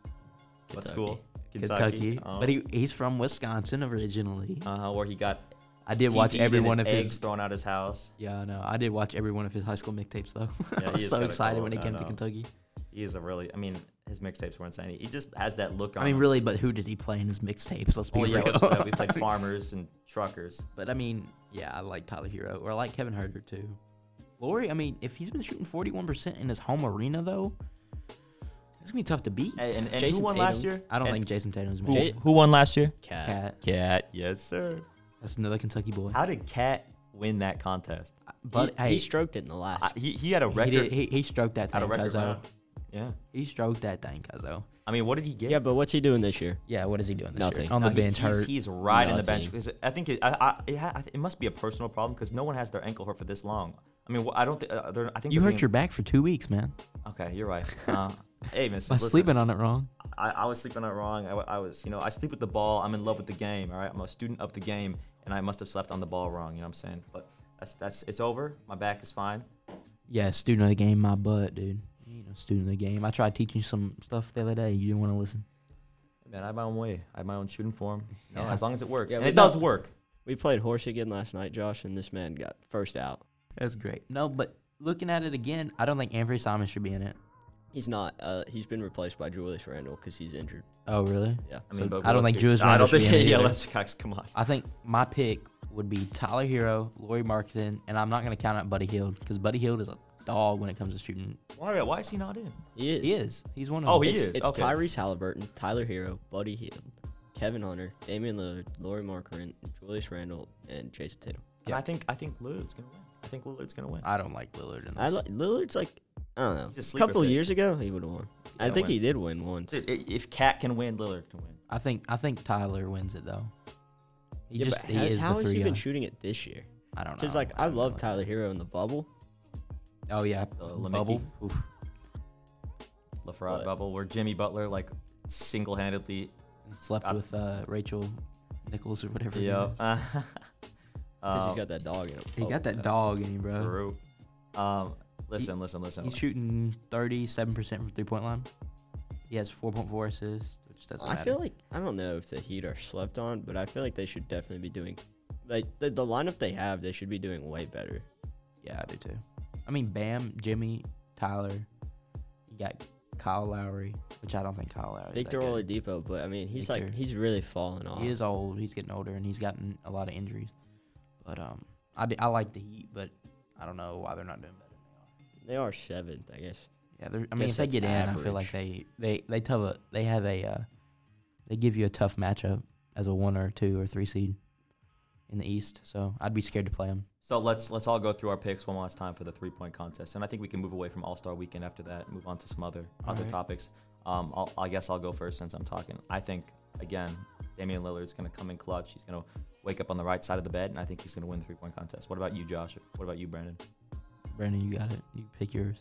[SPEAKER 1] what
[SPEAKER 6] Kentucky.
[SPEAKER 1] school?
[SPEAKER 2] Kentucky,
[SPEAKER 1] Oh.
[SPEAKER 2] but he he's from Wisconsin originally.
[SPEAKER 1] uh, where he got
[SPEAKER 2] I did watch
[SPEAKER 1] TP'd and
[SPEAKER 2] every
[SPEAKER 1] his
[SPEAKER 2] one of
[SPEAKER 1] eggs
[SPEAKER 2] his.
[SPEAKER 1] thrown out his house.
[SPEAKER 2] Yeah, I know. I did watch every one of his high school mixtapes though.
[SPEAKER 1] Yeah,
[SPEAKER 2] I
[SPEAKER 1] he
[SPEAKER 2] was
[SPEAKER 1] is
[SPEAKER 2] so
[SPEAKER 1] kinda
[SPEAKER 2] excited
[SPEAKER 1] cool.
[SPEAKER 2] when he
[SPEAKER 1] I
[SPEAKER 2] came to
[SPEAKER 1] know.
[SPEAKER 2] Kentucky.
[SPEAKER 1] He is a really. I mean, his mixtapes were insane. He just has that look on.
[SPEAKER 2] I mean,
[SPEAKER 1] him.
[SPEAKER 2] really, but who did he play in his mixtapes? Let's be
[SPEAKER 1] Well, yeah,
[SPEAKER 2] real.
[SPEAKER 1] let's do that. we played farmers and truckers.
[SPEAKER 2] But I mean, yeah, I like Tyler Hero, or I like Kevin Herter too. Lori, I mean, if he's been shooting forty-one percent in his home arena though, it's gonna be tough to beat.
[SPEAKER 1] And, and, and who
[SPEAKER 6] Jason
[SPEAKER 1] won last
[SPEAKER 6] Tatum.
[SPEAKER 1] year?
[SPEAKER 2] I don't
[SPEAKER 1] And
[SPEAKER 2] think Jason Tatum's
[SPEAKER 1] who,
[SPEAKER 2] made
[SPEAKER 6] Jay-
[SPEAKER 1] who won last year?
[SPEAKER 6] Cat.
[SPEAKER 2] Cat.
[SPEAKER 1] Cat. Yes, sir.
[SPEAKER 2] That's another Kentucky boy.
[SPEAKER 1] How did Cat win that contest?
[SPEAKER 6] But
[SPEAKER 2] But
[SPEAKER 6] he,
[SPEAKER 2] hey,
[SPEAKER 6] he stroked it in the last.
[SPEAKER 1] I, he, he had a
[SPEAKER 2] he,
[SPEAKER 1] record.
[SPEAKER 2] did, he, he stroked that
[SPEAKER 1] had a
[SPEAKER 2] thing,
[SPEAKER 1] record
[SPEAKER 2] Cuzzo.
[SPEAKER 1] round. Yeah.
[SPEAKER 2] He stroked that thing, Cuzzo.
[SPEAKER 1] I mean, what did he get?
[SPEAKER 6] yeah, but what's he doing this year?
[SPEAKER 2] Yeah, what is he doing this
[SPEAKER 6] Nothing.
[SPEAKER 2] year? On
[SPEAKER 1] No,
[SPEAKER 2] the
[SPEAKER 1] he-
[SPEAKER 2] bench,
[SPEAKER 1] he's,
[SPEAKER 2] hurt.
[SPEAKER 1] he's riding the bench
[SPEAKER 6] Nothing.
[SPEAKER 1] because I think it, I, I, it, ha- I th- it must be a personal problem because no one has their ankle hurt for this long. I mean, wh- I don't. Th- uh, they're- I think
[SPEAKER 2] you
[SPEAKER 1] they're
[SPEAKER 2] hurt your
[SPEAKER 1] being-
[SPEAKER 2] back for two weeks, man.
[SPEAKER 1] Okay, you're right. Uh, hey, miss.
[SPEAKER 2] By
[SPEAKER 1] listen,
[SPEAKER 2] sleeping on it wrong.
[SPEAKER 1] I, I was sleeping on it wrong. I, wa- I was, you know, I sleep with the ball. I'm in love with the game. All right, I'm a student of the game, and I must have slept on the ball wrong. You know what I'm saying? But that's that's it's over. My back is fine.
[SPEAKER 2] Yeah, student of the game, my butt, dude. You know, student of the game. I tried teaching you some stuff the other day. You didn't want to listen.
[SPEAKER 1] Man, I have my own way. I have my own shooting form. You know,
[SPEAKER 2] Yeah.
[SPEAKER 1] As long as it works,
[SPEAKER 6] Yeah,
[SPEAKER 1] and
[SPEAKER 6] we
[SPEAKER 1] it
[SPEAKER 6] know-
[SPEAKER 1] does work.
[SPEAKER 6] We played horse again last night, Josh, and this man got first out.
[SPEAKER 2] That's great. No, but looking at it again, I don't think Anthony Simon should be in it.
[SPEAKER 6] He's not. Uh, he's been replaced by Julius Randle because he's injured.
[SPEAKER 2] Oh, really?
[SPEAKER 6] Yeah.
[SPEAKER 1] I mean,
[SPEAKER 2] So
[SPEAKER 1] but
[SPEAKER 2] I don't
[SPEAKER 1] let's
[SPEAKER 2] think
[SPEAKER 1] be-
[SPEAKER 2] Julius
[SPEAKER 1] I don't
[SPEAKER 2] Randle should
[SPEAKER 1] think.
[SPEAKER 2] be in it
[SPEAKER 1] Yeah,
[SPEAKER 2] either.
[SPEAKER 1] let's Cox, come on.
[SPEAKER 2] I think my pick would be Tyler Hero, Lori Marketing, and I'm not going to count out Buddy Hield because Buddy Hield is a dog when it comes to shooting.
[SPEAKER 1] Why, why is he not in?
[SPEAKER 6] He is.
[SPEAKER 2] He is. He's one of
[SPEAKER 1] Oh,
[SPEAKER 2] them.
[SPEAKER 1] he
[SPEAKER 6] It's,
[SPEAKER 1] is.
[SPEAKER 6] it's
[SPEAKER 1] okay.
[SPEAKER 6] Tyrese Halliburton, Tyler Hero, Buddy Hield, Kevin Hunter, Damian Lillard, Lori Markerin, Julius Randle, and Jason Tatum.
[SPEAKER 1] And
[SPEAKER 2] Yeah.
[SPEAKER 1] I think I think Lillard's gonna win. I think Lillard's gonna win.
[SPEAKER 2] I don't like Lillard in this.
[SPEAKER 6] I li- Lillard's like I don't know.
[SPEAKER 1] He's a
[SPEAKER 6] a
[SPEAKER 1] sleeper
[SPEAKER 6] couple
[SPEAKER 1] pick.
[SPEAKER 6] years ago, he would have won. I
[SPEAKER 1] Yeah,
[SPEAKER 6] think
[SPEAKER 1] win.
[SPEAKER 6] he did win once.
[SPEAKER 1] I- i- If Cat can win, Lillard can win.
[SPEAKER 2] I think I think Tyler wins it though. He
[SPEAKER 6] Yeah,
[SPEAKER 2] just
[SPEAKER 6] but
[SPEAKER 2] he
[SPEAKER 6] how,
[SPEAKER 2] is
[SPEAKER 6] how
[SPEAKER 2] the
[SPEAKER 6] has
[SPEAKER 2] three.
[SPEAKER 6] he been
[SPEAKER 2] guy.
[SPEAKER 6] shooting it this year?
[SPEAKER 2] I don't know.
[SPEAKER 6] Because like I love Tyler Hero in the bubble.
[SPEAKER 2] Oh yeah,
[SPEAKER 6] uh,
[SPEAKER 1] Lemicki.
[SPEAKER 2] bubble. Oof.
[SPEAKER 1] LaFrog
[SPEAKER 6] But-
[SPEAKER 1] bubble where Jimmy Butler like single-handedly.
[SPEAKER 2] Slept
[SPEAKER 1] I-
[SPEAKER 2] with uh, Rachel Nichols or whatever. her
[SPEAKER 1] Yeah.
[SPEAKER 2] name is.
[SPEAKER 6] Because
[SPEAKER 1] um,
[SPEAKER 6] he's got that dog in him.
[SPEAKER 2] he got that
[SPEAKER 1] yeah.
[SPEAKER 2] dog in him, bro.
[SPEAKER 1] Peru. Um, listen, listen, listen.
[SPEAKER 2] He's shooting thirty-seven percent from three-point line. He has four point four assists, which doesn't
[SPEAKER 6] I
[SPEAKER 2] matter.
[SPEAKER 6] feel like I don't know if the Heat are slept on, but I feel like they should definitely be doing like the, the lineup they have. They should be doing way better.
[SPEAKER 2] yeah, I do too. I mean, Bam, Jimmy, Tyler. You got Kyle Lowry, which I don't think Kyle Lowry.
[SPEAKER 6] Victor Oladipo, but I mean, he's like
[SPEAKER 2] Victor.
[SPEAKER 6] he's really fallen off.
[SPEAKER 2] He is old. He's getting older, and he's gotten a lot of injuries. But um, I, d- I like the Heat, but I don't know why they're not doing better.
[SPEAKER 6] They are seventh, I guess.
[SPEAKER 2] Yeah, they're, I mean,
[SPEAKER 6] Guess
[SPEAKER 2] if they
[SPEAKER 6] that's
[SPEAKER 2] get in, I feel like they they they tough a, they have a uh, they give you a tough matchup as a one or two or three seed in the East. So I'd be scared to play them.
[SPEAKER 1] So let's let's all go through our picks one last time for the three-point contest, and I think we can move away from All-Star Weekend after that, and move on to some other other
[SPEAKER 2] Alright.
[SPEAKER 1] topics. Um, I'll, I guess I'll go first since I'm talking. I think again, Damian Lillard's gonna come in clutch. He's gonna wake up on the right side of the bed, and I think he's gonna win the three-point contest. What about you, Josh? What about you, Brandon?
[SPEAKER 2] Brandon, you got it. You pick yours.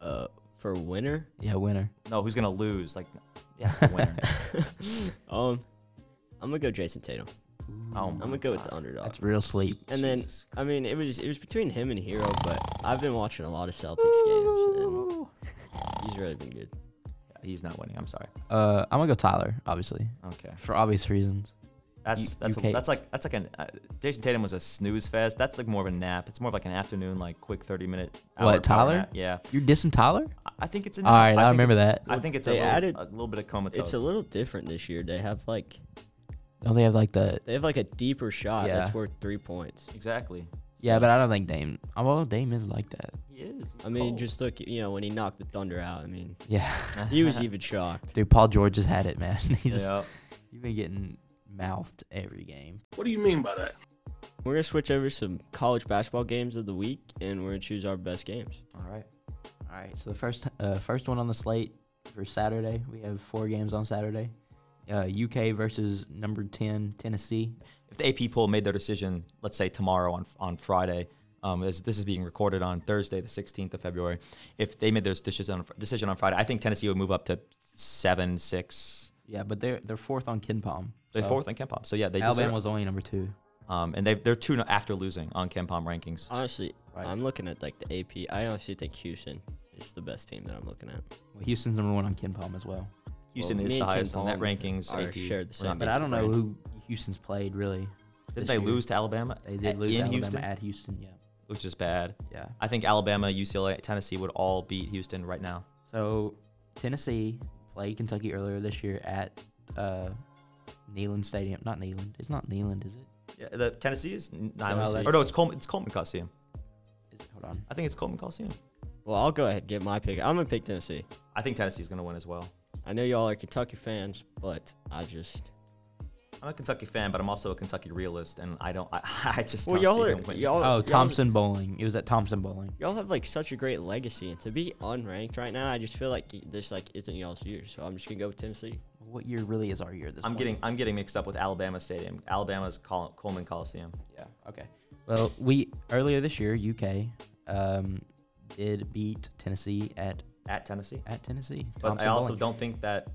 [SPEAKER 6] Uh, for winner,
[SPEAKER 2] Yeah, winner.
[SPEAKER 1] No, who's gonna lose? Like, yes, the winner.
[SPEAKER 6] um, I'm gonna go Jason Tatum.
[SPEAKER 1] Oh
[SPEAKER 6] I'm
[SPEAKER 1] my
[SPEAKER 6] gonna go with
[SPEAKER 1] God.
[SPEAKER 6] the underdog.
[SPEAKER 2] That's real sleep.
[SPEAKER 6] and then
[SPEAKER 1] Jesus.
[SPEAKER 6] I mean, it was it was between him and Hero, but I've been watching a lot of Celtics games, and he's really been good.
[SPEAKER 1] Yeah, he's not winning. I'm sorry.
[SPEAKER 2] Uh, I'm gonna go Tyler, obviously,
[SPEAKER 1] Okay,
[SPEAKER 2] for obvious reasons.
[SPEAKER 1] that's
[SPEAKER 2] You-
[SPEAKER 1] that's
[SPEAKER 2] you can't-
[SPEAKER 1] a, that's like that's like an uh, Jason Tatum was a snooze fest. That's like more of a nap. It's more of like an afternoon, like quick 30 minute.
[SPEAKER 2] What,
[SPEAKER 1] hour power
[SPEAKER 2] Tyler?
[SPEAKER 1] nap. Yeah.
[SPEAKER 2] You're dissing Tyler?
[SPEAKER 1] I- I think it's in.
[SPEAKER 2] All right, I, remember
[SPEAKER 1] that.
[SPEAKER 2] that.
[SPEAKER 1] I think it's a
[SPEAKER 6] They
[SPEAKER 1] little,
[SPEAKER 6] added-
[SPEAKER 1] a little bit of comatose.
[SPEAKER 6] It's a little different this year. They have like
[SPEAKER 2] Don't they have like the?
[SPEAKER 6] they have like a deeper shot
[SPEAKER 2] Yeah.
[SPEAKER 6] that's worth three points.
[SPEAKER 1] exactly.
[SPEAKER 2] Yeah, but I don't think Dame. Although Dame is like that.
[SPEAKER 1] He is.
[SPEAKER 6] I mean, just look, you know, when he knocked the Thunder out. I mean,
[SPEAKER 2] Yeah,
[SPEAKER 6] he was even shocked.
[SPEAKER 2] dude. Paul George has had it, man. He's
[SPEAKER 1] yeah.
[SPEAKER 2] You've been getting mouthed every game.
[SPEAKER 5] What do you mean by that?
[SPEAKER 6] We're gonna switch over to some college basketball games of the week, and we're gonna choose our best games.
[SPEAKER 1] All right.
[SPEAKER 2] All right, so the first uh, first one on the slate for Saturday, we have four games on Saturday. Uh, UK versus number ten Tennessee.
[SPEAKER 1] If the AP poll made their decision, let's say tomorrow on on Friday, um, as this is being recorded on Thursday, the 16th of February, if they made their decision on, decision on Friday, I think Tennessee would move up to seven, six.
[SPEAKER 2] Yeah, but they're they're fourth on Ken Palm.
[SPEAKER 1] They're
[SPEAKER 2] so
[SPEAKER 1] fourth on Kempom. So yeah, they
[SPEAKER 2] Alabama
[SPEAKER 1] deserve,
[SPEAKER 2] was only number two.
[SPEAKER 1] um, and they they're two no- after losing on Kempom rankings.
[SPEAKER 6] Honestly,
[SPEAKER 2] Right.
[SPEAKER 6] I'm looking at like the AP. I honestly think Houston is the best team that I'm looking at.
[SPEAKER 2] Well, Houston's number one on Ken Palm as well.
[SPEAKER 1] Houston
[SPEAKER 6] well,
[SPEAKER 1] is
[SPEAKER 6] me
[SPEAKER 1] the
[SPEAKER 6] and Ken
[SPEAKER 1] highest on that
[SPEAKER 6] Palm
[SPEAKER 1] rankings.
[SPEAKER 6] are
[SPEAKER 1] AP.
[SPEAKER 6] shared the
[SPEAKER 1] We're not
[SPEAKER 2] But
[SPEAKER 6] same.
[SPEAKER 1] making
[SPEAKER 2] I don't
[SPEAKER 1] the
[SPEAKER 2] know
[SPEAKER 1] break.
[SPEAKER 2] who Houston's played really.
[SPEAKER 1] Didn't
[SPEAKER 2] this
[SPEAKER 1] they
[SPEAKER 2] year.
[SPEAKER 1] lose to Alabama?
[SPEAKER 2] They did lose
[SPEAKER 1] in
[SPEAKER 2] to Alabama
[SPEAKER 1] Houston,
[SPEAKER 2] at Houston. Yeah,
[SPEAKER 1] which is bad.
[SPEAKER 2] yeah.
[SPEAKER 1] I think Alabama, UCLA, Tennessee would all beat Houston right now.
[SPEAKER 2] So Tennessee played Kentucky earlier this year at uh, Neyland Stadium. Not Neyland. It's not Neyland, is it?
[SPEAKER 1] Yeah, the Tennessee is
[SPEAKER 6] Tennessee.
[SPEAKER 1] Nylon. Or no, it's Coleman. It's Coleman Coliseum.
[SPEAKER 2] Is it? Hold on.
[SPEAKER 1] I think it's Coleman Coliseum.
[SPEAKER 6] Well, I'll go ahead and get my pick. I'm gonna pick Tennessee.
[SPEAKER 1] I think Tennessee's gonna win as well.
[SPEAKER 6] I know y'all are Kentucky fans, but I just
[SPEAKER 1] I'm a Kentucky fan, but I'm also a Kentucky realist, and I don't. I, I just
[SPEAKER 6] well,
[SPEAKER 1] don't
[SPEAKER 6] y'all
[SPEAKER 1] see
[SPEAKER 6] are
[SPEAKER 1] them winning.
[SPEAKER 6] y'all
[SPEAKER 2] Oh,
[SPEAKER 6] y'all-
[SPEAKER 2] Thompson Bowling. It was at Thompson Bowling.
[SPEAKER 6] Y'all have like such a great legacy, and to be unranked right now, I just feel like this like isn't y'all's year. So I'm just gonna go with Tennessee.
[SPEAKER 2] What year really is our year? at This
[SPEAKER 1] I'm
[SPEAKER 2] point?
[SPEAKER 1] getting I'm getting mixed up with Alabama Stadium. Alabama's Col- Coleman Coliseum.
[SPEAKER 2] Yeah. Okay. Well, we earlier this year, UK um, did beat Tennessee at
[SPEAKER 1] at Tennessee.
[SPEAKER 2] at Tennessee.
[SPEAKER 1] But
[SPEAKER 2] Thompson
[SPEAKER 1] I also
[SPEAKER 2] Bowling.
[SPEAKER 1] don't think that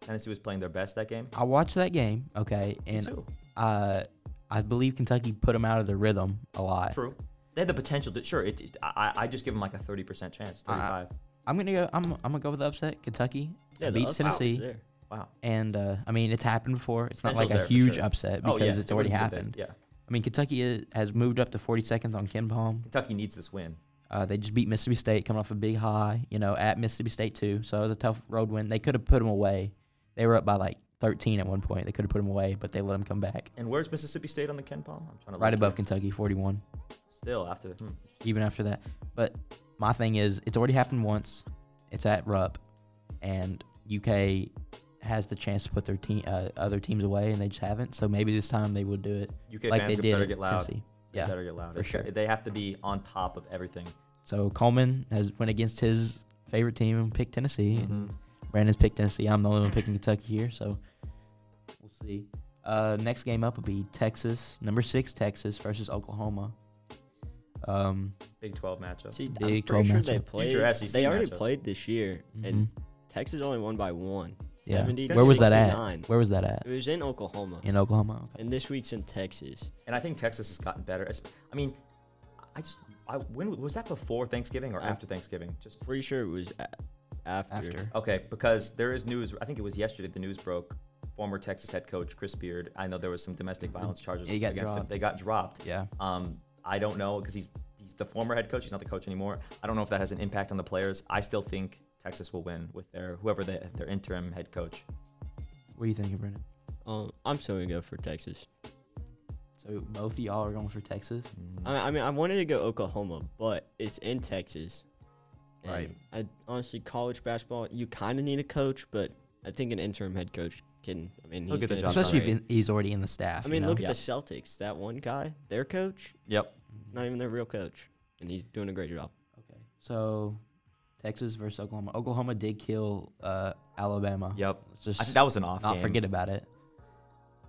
[SPEAKER 1] Tennessee was playing their best that game.
[SPEAKER 2] I watched that game. Okay,
[SPEAKER 1] Me
[SPEAKER 2] and
[SPEAKER 1] too.
[SPEAKER 2] uh, I believe Kentucky put them out of their rhythm a lot.
[SPEAKER 1] True. They had the potential to sure. It, it- I I just give them like a thirty percent chance,
[SPEAKER 2] Uh, I- I-
[SPEAKER 1] thirty five.
[SPEAKER 2] I'm gonna go. I'm, I'm gonna go with the upset. Kentucky
[SPEAKER 6] Yeah, the
[SPEAKER 2] beats
[SPEAKER 6] upset was
[SPEAKER 2] Tennessee,
[SPEAKER 6] there.
[SPEAKER 1] Wow.
[SPEAKER 2] and uh, I mean it's happened before. It's not like
[SPEAKER 1] Potential's
[SPEAKER 2] a
[SPEAKER 1] there for
[SPEAKER 2] huge
[SPEAKER 1] sure.
[SPEAKER 2] upset
[SPEAKER 1] Oh,
[SPEAKER 2] because
[SPEAKER 1] yeah,
[SPEAKER 2] it's
[SPEAKER 1] it
[SPEAKER 2] already
[SPEAKER 1] would've been
[SPEAKER 2] happened.
[SPEAKER 1] big, Yeah.
[SPEAKER 2] I mean Kentucky is, has moved up to 42nd on Ken Palm.
[SPEAKER 1] Kentucky needs this win.
[SPEAKER 2] Uh, they just beat Mississippi State, coming off a big high, you know, at Mississippi State too. So it was a tough road win. They could have put them away. They were up by like 13 at one point. They could have put them away, but they let them come back.
[SPEAKER 1] And where's Mississippi State on the Ken Palm? I'm trying to
[SPEAKER 2] Right
[SPEAKER 1] look
[SPEAKER 2] above
[SPEAKER 1] here.
[SPEAKER 2] Kentucky, 41,
[SPEAKER 1] Still after. Hmm.
[SPEAKER 2] even after that. But my thing is, it's already happened once. It's at Rupp, and UK has the chance to put their team, uh, other teams away, and they just haven't. So maybe this time they will do it
[SPEAKER 1] UK
[SPEAKER 2] like
[SPEAKER 1] fans
[SPEAKER 2] they
[SPEAKER 1] could
[SPEAKER 2] did
[SPEAKER 1] better
[SPEAKER 2] at
[SPEAKER 1] get loud.
[SPEAKER 2] Tennessee.
[SPEAKER 1] They
[SPEAKER 2] Yeah.
[SPEAKER 1] better get loud.
[SPEAKER 2] for
[SPEAKER 1] It's-
[SPEAKER 2] sure.
[SPEAKER 1] They have to be on top of everything.
[SPEAKER 2] So Coleman has went against his favorite team and picked Tennessee.
[SPEAKER 1] Mhm.
[SPEAKER 2] Brandon's picked Tennessee. I'm the only one picking Kentucky here, so we'll see. Uh, next game up will be Texas, number six Texas versus Oklahoma. Um,
[SPEAKER 1] Big 12 matchup.
[SPEAKER 6] See, I'm
[SPEAKER 2] Big
[SPEAKER 6] pretty
[SPEAKER 2] 12
[SPEAKER 6] sure they
[SPEAKER 2] matchup.
[SPEAKER 6] played.
[SPEAKER 1] Future SEC
[SPEAKER 6] They already
[SPEAKER 1] matchup.
[SPEAKER 6] played this year, and Texas only won by one.
[SPEAKER 2] mm-hmm. yeah,
[SPEAKER 6] 70 to
[SPEAKER 2] where was that
[SPEAKER 6] 69.
[SPEAKER 2] at? Where was that at?
[SPEAKER 6] It was in Oklahoma,
[SPEAKER 2] In Oklahoma. Okay.
[SPEAKER 6] and this week's in Texas.
[SPEAKER 1] and I think Texas has gotten better. It's- I mean, I just I when was that before Thanksgiving or after Thanksgiving? Just
[SPEAKER 6] Pretty sure it was a- after.
[SPEAKER 2] After
[SPEAKER 1] Okay, because there is news. I think it was yesterday. The news broke. Former Texas head coach Chris Beard. I know there was some domestic violence charges
[SPEAKER 2] He got
[SPEAKER 1] against him.
[SPEAKER 2] dropped.
[SPEAKER 1] They got dropped.
[SPEAKER 2] Yeah.
[SPEAKER 1] Um, I don't know because he's he's the former head coach. He's not the coach anymore. I don't know if that has an impact on the players. I still think Texas will win with their whoever they, their interim head coach.
[SPEAKER 2] What are you thinking, Brandon?
[SPEAKER 6] Um, I'm still gonna go for Texas.
[SPEAKER 2] So both of y'all are going for Texas.
[SPEAKER 6] I, I mean, I wanted to go Oklahoma, but it's in Texas. And
[SPEAKER 2] Right.
[SPEAKER 6] I honestly, college basketball, you kind of need a coach, but I think an interim head coach can. I mean,
[SPEAKER 1] He'll
[SPEAKER 6] he's
[SPEAKER 1] get the
[SPEAKER 6] gonna
[SPEAKER 1] job
[SPEAKER 6] do
[SPEAKER 1] done.
[SPEAKER 2] Especially
[SPEAKER 6] great.
[SPEAKER 2] if he's already in the staff.
[SPEAKER 6] I mean,
[SPEAKER 2] you know?
[SPEAKER 6] look at
[SPEAKER 1] Yeah.
[SPEAKER 6] the Celtics. That one guy, their coach,
[SPEAKER 1] Yep.
[SPEAKER 2] Uh-huh.
[SPEAKER 6] it's not even their real coach, and he's doing a great job.
[SPEAKER 2] Okay. So Texas versus Oklahoma. Oklahoma did kill uh, Alabama.
[SPEAKER 1] Yep.
[SPEAKER 2] Let's just
[SPEAKER 1] I think that was an off
[SPEAKER 2] not
[SPEAKER 1] game.
[SPEAKER 2] forget about it.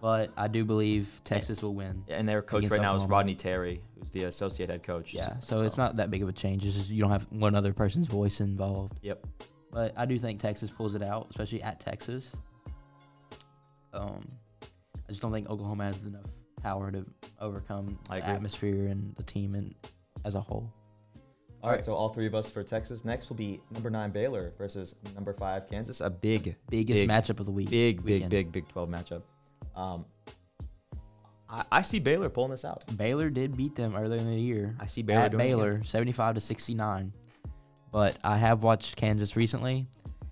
[SPEAKER 2] But I do believe Texas will win.
[SPEAKER 1] And their coach
[SPEAKER 2] against
[SPEAKER 1] right now is
[SPEAKER 2] Oklahoma.
[SPEAKER 1] Rodney Terry, who's the associate head coach.
[SPEAKER 2] Yeah. So it's not that big of a change. It's just you don't have one other person's voice involved.
[SPEAKER 1] Yep.
[SPEAKER 2] But I do think Texas pulls it out, especially at Texas. Um, I just don't think Oklahoma has enough power to overcome the
[SPEAKER 1] I agree.
[SPEAKER 2] atmosphere and the team and as a whole.
[SPEAKER 1] All right, so all three of us for Texas. Next will be number nine Baylor versus number five Kansas. A big,
[SPEAKER 2] Biggest
[SPEAKER 1] big,
[SPEAKER 2] matchup of the week.
[SPEAKER 1] big, big,
[SPEAKER 2] weekend.
[SPEAKER 1] big, big twelve matchup. Um, I, I see Baylor pulling this out.
[SPEAKER 2] Baylor did beat them earlier in the year.
[SPEAKER 1] I see Baylor
[SPEAKER 2] at
[SPEAKER 1] doing it again.
[SPEAKER 2] Baylor, seventy-five to sixty-nine. But I have watched Kansas recently.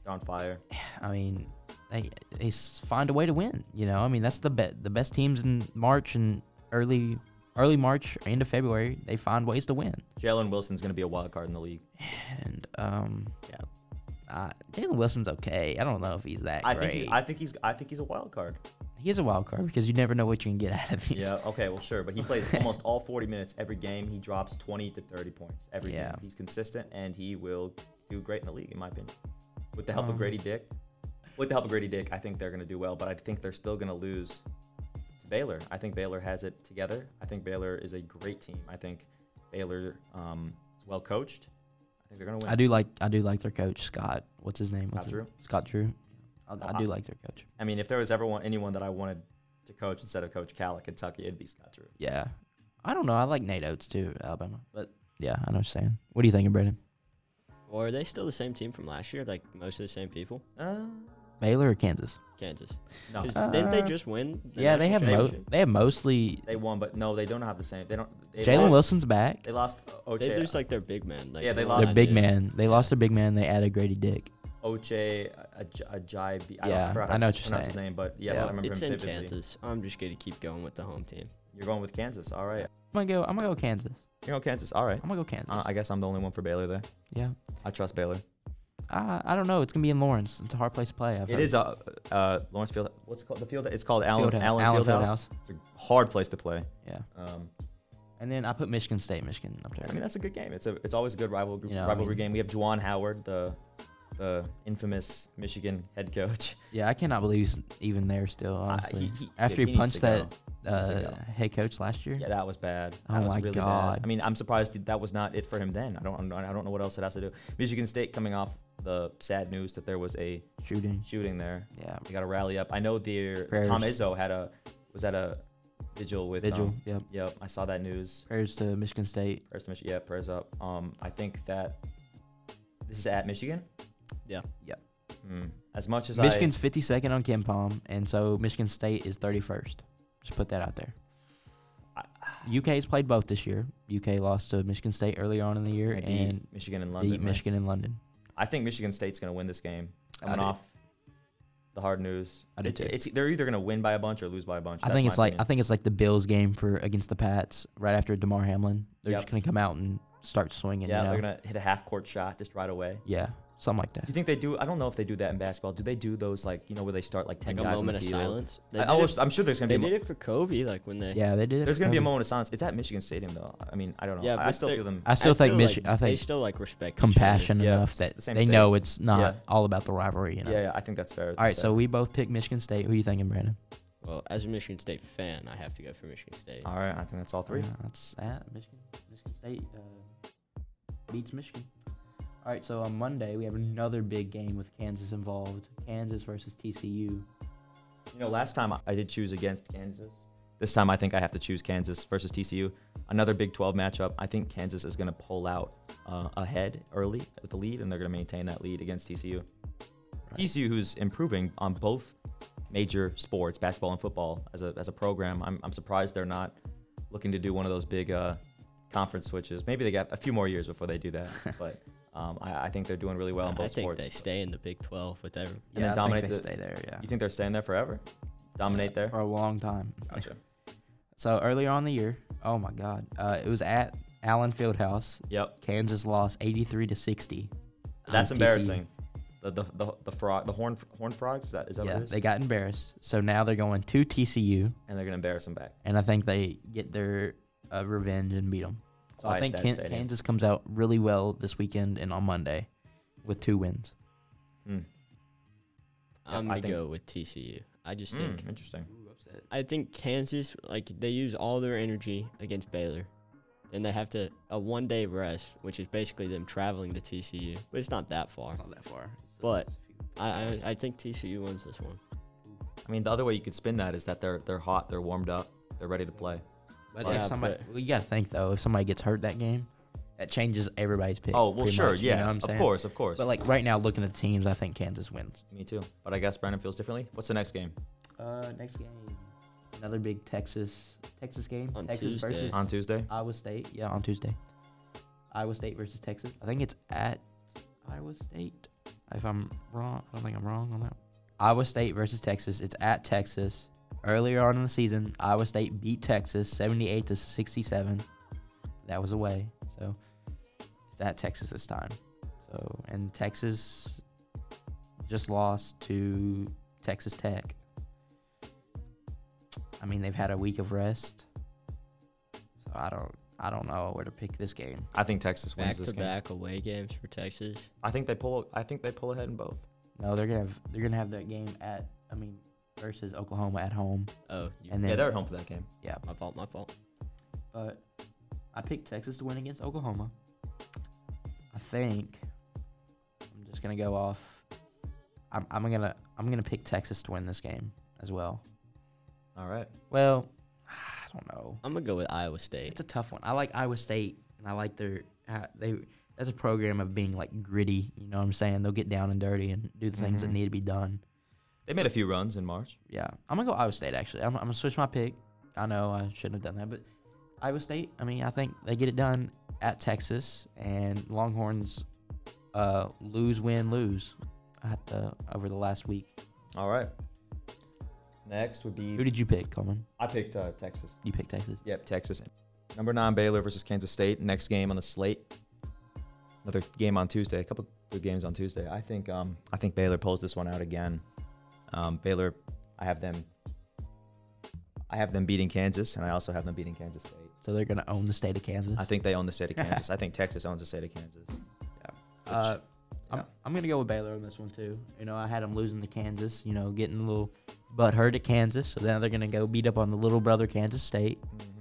[SPEAKER 1] They're on fire.
[SPEAKER 2] I mean, they they s- find a way to win. You know, I mean that's the bet the best teams in March and early early March into February they find ways to win.
[SPEAKER 1] Jalen Wilson's going to be a wild card in the league.
[SPEAKER 2] And um,
[SPEAKER 6] Yeah.
[SPEAKER 2] uh, Jalen Wilson's okay. I don't know if he's that
[SPEAKER 1] I
[SPEAKER 2] great.
[SPEAKER 1] think. He, I think he's. I think he's a wild card.
[SPEAKER 2] he is a wild card because you never know what you can get out of him.
[SPEAKER 1] Yeah. Okay. Well, sure. But he plays almost all 40 minutes every game. He drops 20 to 30 points every
[SPEAKER 2] Yeah.
[SPEAKER 1] game. He's consistent and he will do great in the league, in my opinion. With the help
[SPEAKER 2] Um,
[SPEAKER 1] of Grady Dick, with the help of Grady Dick, I think they're going to do well. But I think they're still going to lose to Baylor. I think Baylor has it together. I think Baylor is a great team. I think Baylor um, is well coached. I think they're going to win.
[SPEAKER 2] I do like I do like their coach Scott. What's his name?
[SPEAKER 1] Scott
[SPEAKER 2] What's his-
[SPEAKER 1] Drew?
[SPEAKER 2] Scott Drew. I, I do
[SPEAKER 1] Uh,
[SPEAKER 2] like their coach.
[SPEAKER 1] I mean, if there was ever one, anyone that I wanted to coach instead of Coach Cal at Kentucky, it'd be Scott Drew.
[SPEAKER 2] Yeah. I don't know. I like Nate Oates too, at Alabama. But yeah, I know what you're saying. What do you thinking, Brandon?
[SPEAKER 6] Or are they still the same team from last year? Like most of the same people?
[SPEAKER 1] Uh,
[SPEAKER 2] Baylor or Kansas?
[SPEAKER 6] Kansas.
[SPEAKER 1] no,
[SPEAKER 6] 'Cause didn't they
[SPEAKER 2] Uh,
[SPEAKER 6] just win? the
[SPEAKER 2] yeah, they have
[SPEAKER 6] national
[SPEAKER 2] mo-
[SPEAKER 6] championship?
[SPEAKER 2] they have mostly
[SPEAKER 1] they won, but no, they don't have the same. They don't. They
[SPEAKER 2] Jalen
[SPEAKER 1] lost-
[SPEAKER 2] Wilson's back.
[SPEAKER 1] They lost
[SPEAKER 6] They
[SPEAKER 1] Oche.
[SPEAKER 6] lose like their big man. Like,
[SPEAKER 1] Yeah, they
[SPEAKER 6] no
[SPEAKER 1] lost-
[SPEAKER 6] one
[SPEAKER 2] Their big
[SPEAKER 6] did.
[SPEAKER 2] man. They lost their big man. They added Grady Dick.
[SPEAKER 1] Oche Aj- Ajayi. I,
[SPEAKER 2] Yeah,
[SPEAKER 1] don't, I forgot
[SPEAKER 2] I
[SPEAKER 1] how
[SPEAKER 2] know
[SPEAKER 1] to
[SPEAKER 2] what you're
[SPEAKER 1] pronounce his
[SPEAKER 2] saying.
[SPEAKER 1] name, but yes,
[SPEAKER 2] Yeah.
[SPEAKER 1] I remember
[SPEAKER 6] It's
[SPEAKER 1] him
[SPEAKER 6] in
[SPEAKER 1] vividly.
[SPEAKER 6] Kansas. I'm just gonna keep going with the home team.
[SPEAKER 1] You're going with Kansas. All right.
[SPEAKER 2] I'm gonna go. I'm gonna go Kansas.
[SPEAKER 1] You're going Kansas. All right.
[SPEAKER 2] I'm gonna go Kansas.
[SPEAKER 1] Uh, I guess I'm the only one for Baylor there.
[SPEAKER 2] yeah.
[SPEAKER 1] I trust Baylor.
[SPEAKER 2] I, I don't know. It's gonna be in Lawrence. It's a hard place to play. I've
[SPEAKER 1] It
[SPEAKER 2] heard.
[SPEAKER 1] is uh, uh, Lawrence Field. What's it called the field? It's called Allen
[SPEAKER 2] Fieldhouse-
[SPEAKER 1] Allen,
[SPEAKER 2] Allen
[SPEAKER 1] Fieldhouse.
[SPEAKER 2] Fieldhouse.
[SPEAKER 1] It's a hard place to play.
[SPEAKER 2] Yeah.
[SPEAKER 1] Um,
[SPEAKER 2] And then I put Michigan State. Michigan. up there.
[SPEAKER 1] I mean that's a good game. It's a it's always a good rival
[SPEAKER 2] You know, I
[SPEAKER 1] rivalry
[SPEAKER 2] mean-
[SPEAKER 1] game. We have Juwan Howard, the the infamous Michigan head coach.
[SPEAKER 2] Yeah, I cannot believe he's even there still. Honestly,
[SPEAKER 1] he- he-
[SPEAKER 2] after
[SPEAKER 1] dude,
[SPEAKER 2] he
[SPEAKER 1] he needs
[SPEAKER 2] punched
[SPEAKER 1] to
[SPEAKER 2] that
[SPEAKER 1] go. He needs to
[SPEAKER 2] uh, head coach last year.
[SPEAKER 1] Yeah, that was bad.
[SPEAKER 2] Oh
[SPEAKER 1] That was
[SPEAKER 2] my
[SPEAKER 1] really
[SPEAKER 2] God.
[SPEAKER 1] bad. I mean, I'm surprised that- that was not it for him then. I don't I don't know what else it has to do. Michigan State coming off the sad news that there was a
[SPEAKER 2] Shooting.
[SPEAKER 1] shooting there.
[SPEAKER 2] Yeah.
[SPEAKER 1] They got to rally up. I know their
[SPEAKER 2] Prayers.
[SPEAKER 1] Tom Izzo had a was at a vigil with
[SPEAKER 2] Vigil.
[SPEAKER 1] um,
[SPEAKER 2] Yep.
[SPEAKER 1] Yep, I saw that news.
[SPEAKER 2] Prayers to Michigan State.
[SPEAKER 1] Prayers to Michigan. Yeah, prayers up. Um, I think that this is at Michigan.
[SPEAKER 6] Yeah.
[SPEAKER 2] Yep.
[SPEAKER 1] Hmm. As much as
[SPEAKER 2] Michigan's 52nd on Ken Palm, and so Michigan State is 31st. Just put that out there. UK's played both this year. UK lost to Michigan State earlier on in the
[SPEAKER 1] I,
[SPEAKER 2] year
[SPEAKER 1] I beat
[SPEAKER 2] and
[SPEAKER 1] Michigan and
[SPEAKER 2] beat
[SPEAKER 1] London. right?
[SPEAKER 2] Michigan in London.
[SPEAKER 1] I think Michigan State's going to win this game.
[SPEAKER 2] I
[SPEAKER 1] Coming
[SPEAKER 2] do.
[SPEAKER 1] off the hard news,
[SPEAKER 2] I do
[SPEAKER 1] It-
[SPEAKER 2] too.
[SPEAKER 1] It's they're either going to win by a bunch or lose by a bunch.
[SPEAKER 2] I think it's like I think it's like the Bills game for against the Pats right after Damar Hamlin. They're just
[SPEAKER 1] Yep.
[SPEAKER 2] gonna come out and start swinging.
[SPEAKER 1] yeah,
[SPEAKER 2] you know?
[SPEAKER 1] they're going to hit a half court shot just right away.
[SPEAKER 2] yeah, something like
[SPEAKER 1] Do you
[SPEAKER 2] that.
[SPEAKER 1] think they do? I don't know if they do that in basketball. Do they do those like you know where they start like ten
[SPEAKER 6] Like a
[SPEAKER 1] guys in the
[SPEAKER 6] moment of
[SPEAKER 1] field?
[SPEAKER 6] silence. They
[SPEAKER 1] I,
[SPEAKER 6] did
[SPEAKER 1] I
[SPEAKER 6] it-
[SPEAKER 1] was, I'm sure there's going to
[SPEAKER 6] They
[SPEAKER 1] be. a
[SPEAKER 6] did
[SPEAKER 1] mo-
[SPEAKER 6] it for Kobe, like when they.
[SPEAKER 2] Yeah, they did. it
[SPEAKER 1] There's
[SPEAKER 2] for
[SPEAKER 1] going to be a
[SPEAKER 2] Kobe.
[SPEAKER 1] moment of silence. It's at Michigan Stadium though. I mean, I don't know.
[SPEAKER 6] Yeah,
[SPEAKER 1] I, I
[SPEAKER 6] but
[SPEAKER 1] still
[SPEAKER 6] they're-
[SPEAKER 1] feel them.
[SPEAKER 2] I still think
[SPEAKER 6] feel
[SPEAKER 2] Michigan.
[SPEAKER 6] like
[SPEAKER 2] I
[SPEAKER 6] they
[SPEAKER 2] think
[SPEAKER 6] still like respect each other.
[SPEAKER 2] compassion
[SPEAKER 1] Yeah,
[SPEAKER 2] enough
[SPEAKER 1] it's
[SPEAKER 2] that
[SPEAKER 1] the same
[SPEAKER 2] they
[SPEAKER 1] state.
[SPEAKER 2] know it's not
[SPEAKER 1] Yeah.
[SPEAKER 2] all about the rivalry. You know.
[SPEAKER 1] Yeah, yeah, I think that's fair. to
[SPEAKER 2] All right,
[SPEAKER 1] say.
[SPEAKER 2] so we both picked Michigan State. Who you thinking, Brandon?
[SPEAKER 6] Well, as a Michigan State fan, I have to go for Michigan State.
[SPEAKER 1] all right, I think that's all three.
[SPEAKER 2] Uh, that's at Michigan. Michigan State uh, beats Michigan. All right, so on Monday we have another big game with Kansas involved. Kansas versus TCU.
[SPEAKER 1] You know, last time I- I did choose against Kansas. This time I think I have to choose Kansas versus TCU. Another Big 12 matchup. I think Kansas is going to pull out uh, ahead early with the lead, and they're going to maintain that lead against TCU. TCU, who's improving on both major sports, basketball and football, as a, as a program. I'm, I'm surprised they're not looking to do one of those big uh, conference switches. Maybe they got a few more years before they do that, but um, I, I think they're doing really well in both
[SPEAKER 6] I think
[SPEAKER 1] sports.
[SPEAKER 6] they stay in the Big 12 with every.
[SPEAKER 1] And then dominate
[SPEAKER 2] I think
[SPEAKER 1] the-
[SPEAKER 2] they stay there, yeah,
[SPEAKER 1] You think they're staying there forever? Dominate there?
[SPEAKER 2] for a long time.
[SPEAKER 1] Gotcha.
[SPEAKER 2] So earlier on in the year, oh my God, uh, it was at Allen Fieldhouse.
[SPEAKER 1] Yep.
[SPEAKER 2] Kansas lost 83 to Um, 60. on
[SPEAKER 1] That's
[SPEAKER 2] TCU.
[SPEAKER 1] embarrassing. The, the the the frog, the horn horn frogs. Is that is that
[SPEAKER 2] Yeah,
[SPEAKER 1] what it is?
[SPEAKER 2] they got embarrassed. So now they're going to TCU.
[SPEAKER 1] and they're gonna embarrass them back.
[SPEAKER 2] and I think they get their uh, revenge and beat them. So I
[SPEAKER 1] Quiet
[SPEAKER 2] think
[SPEAKER 1] that
[SPEAKER 2] Kan-
[SPEAKER 1] stadium.
[SPEAKER 2] Kansas comes out really well this weekend and on Monday with two wins.
[SPEAKER 1] Hmm.
[SPEAKER 6] I'm
[SPEAKER 1] I
[SPEAKER 6] gonna
[SPEAKER 1] think-
[SPEAKER 6] go with TCU. I just
[SPEAKER 1] Hmm,
[SPEAKER 6] think
[SPEAKER 1] interesting.
[SPEAKER 6] I think Kansas like they use all their energy against Baylor. Then they have to a one day rest, which is basically them traveling to TCU, but it's not that far.
[SPEAKER 2] not that far.
[SPEAKER 6] But I, I I think TCU wins this one.
[SPEAKER 1] I mean, the other way you could spin that is that they're they're hot, they're warmed up, they're ready to play.
[SPEAKER 2] But
[SPEAKER 6] Yeah,
[SPEAKER 2] if somebody,
[SPEAKER 6] but-
[SPEAKER 2] well, you gotta think though, if somebody gets hurt that game, that changes everybody's pick.
[SPEAKER 1] Oh well,
[SPEAKER 2] pretty
[SPEAKER 1] sure,
[SPEAKER 2] much,
[SPEAKER 1] yeah,
[SPEAKER 2] you know what I'm
[SPEAKER 1] of
[SPEAKER 2] saying?
[SPEAKER 1] course, of course.
[SPEAKER 2] But like right now, looking at the teams, I think Kansas wins.
[SPEAKER 1] me too. But I guess Brandon feels differently. What's the next game
[SPEAKER 2] Uh, next game, another big Texas Texas game.
[SPEAKER 6] On
[SPEAKER 2] Texas
[SPEAKER 6] Tuesday.
[SPEAKER 2] versus
[SPEAKER 1] on Tuesday?
[SPEAKER 2] Iowa State. Yeah, on Tuesday. Iowa State versus Texas. I think it's at Iowa State. If I'm wrong, I don't think I'm wrong on that. Iowa State versus Texas. It's at Texas. Earlier on in the season, Iowa State beat Texas 78 to 67. That was away. So it's at Texas this time. So and Texas just lost to Texas Tech. I mean, they've had a week of rest. So I don't I don't know where to pick this game.
[SPEAKER 1] I think Texas wins
[SPEAKER 6] Back
[SPEAKER 1] this
[SPEAKER 6] to
[SPEAKER 1] game.
[SPEAKER 6] back away games for Texas.
[SPEAKER 1] I think they pull. I think they pull ahead in both.
[SPEAKER 2] No, they're gonna have they're gonna have that game at I mean versus Oklahoma at home,
[SPEAKER 6] Oh, you,
[SPEAKER 2] and
[SPEAKER 1] Yeah,
[SPEAKER 2] then
[SPEAKER 1] they're at home for that game.
[SPEAKER 6] my fault, my fault.
[SPEAKER 2] but I picked Texas to win against Oklahoma. I think I'm just gonna go off. I'm, I'm gonna I'm gonna pick Texas to win this game as well.
[SPEAKER 1] All right.
[SPEAKER 2] Well, I don't know.
[SPEAKER 6] I'm gonna go with Iowa State.
[SPEAKER 2] It's a tough one. I like Iowa State, and I like their ha- they. That's a program of being like gritty. You know what I'm saying? They'll get down and dirty and do the things
[SPEAKER 1] Mm-hmm.
[SPEAKER 2] that need to be done.
[SPEAKER 1] They made a few runs in March.
[SPEAKER 2] Yeah, I'm gonna go Iowa State actually. I'm, I'm gonna switch my pick. I know I shouldn't have done that, but Iowa State. I mean, I think they get it done at Texas, and Longhorns uh, lose, win, lose. at the over the last week.
[SPEAKER 1] All right. Next would
[SPEAKER 2] Who
[SPEAKER 1] be
[SPEAKER 2] did you pick, Coleman?
[SPEAKER 1] I picked uh, Texas.
[SPEAKER 2] You picked Texas.
[SPEAKER 1] Yep, Texas. Number nine Baylor versus Kansas State. Next game on the slate. Another game on Tuesday. A couple good games on Tuesday. I think um I think Baylor pulls this one out again. Um, Baylor, I have them. I have them beating Kansas, and I also have them beating Kansas State.
[SPEAKER 2] So they're gonna own the state of Kansas.
[SPEAKER 1] I think they own the state of Kansas. I think Texas owns the state of Kansas.
[SPEAKER 2] Uh, I'm,
[SPEAKER 1] yeah.
[SPEAKER 2] I'm gonna go with Baylor on this one too. You know, I had them losing to Kansas. You know, getting a little butt hurt at Kansas. So now they're gonna go beat up on the little brother Kansas State.
[SPEAKER 1] Mm-hmm.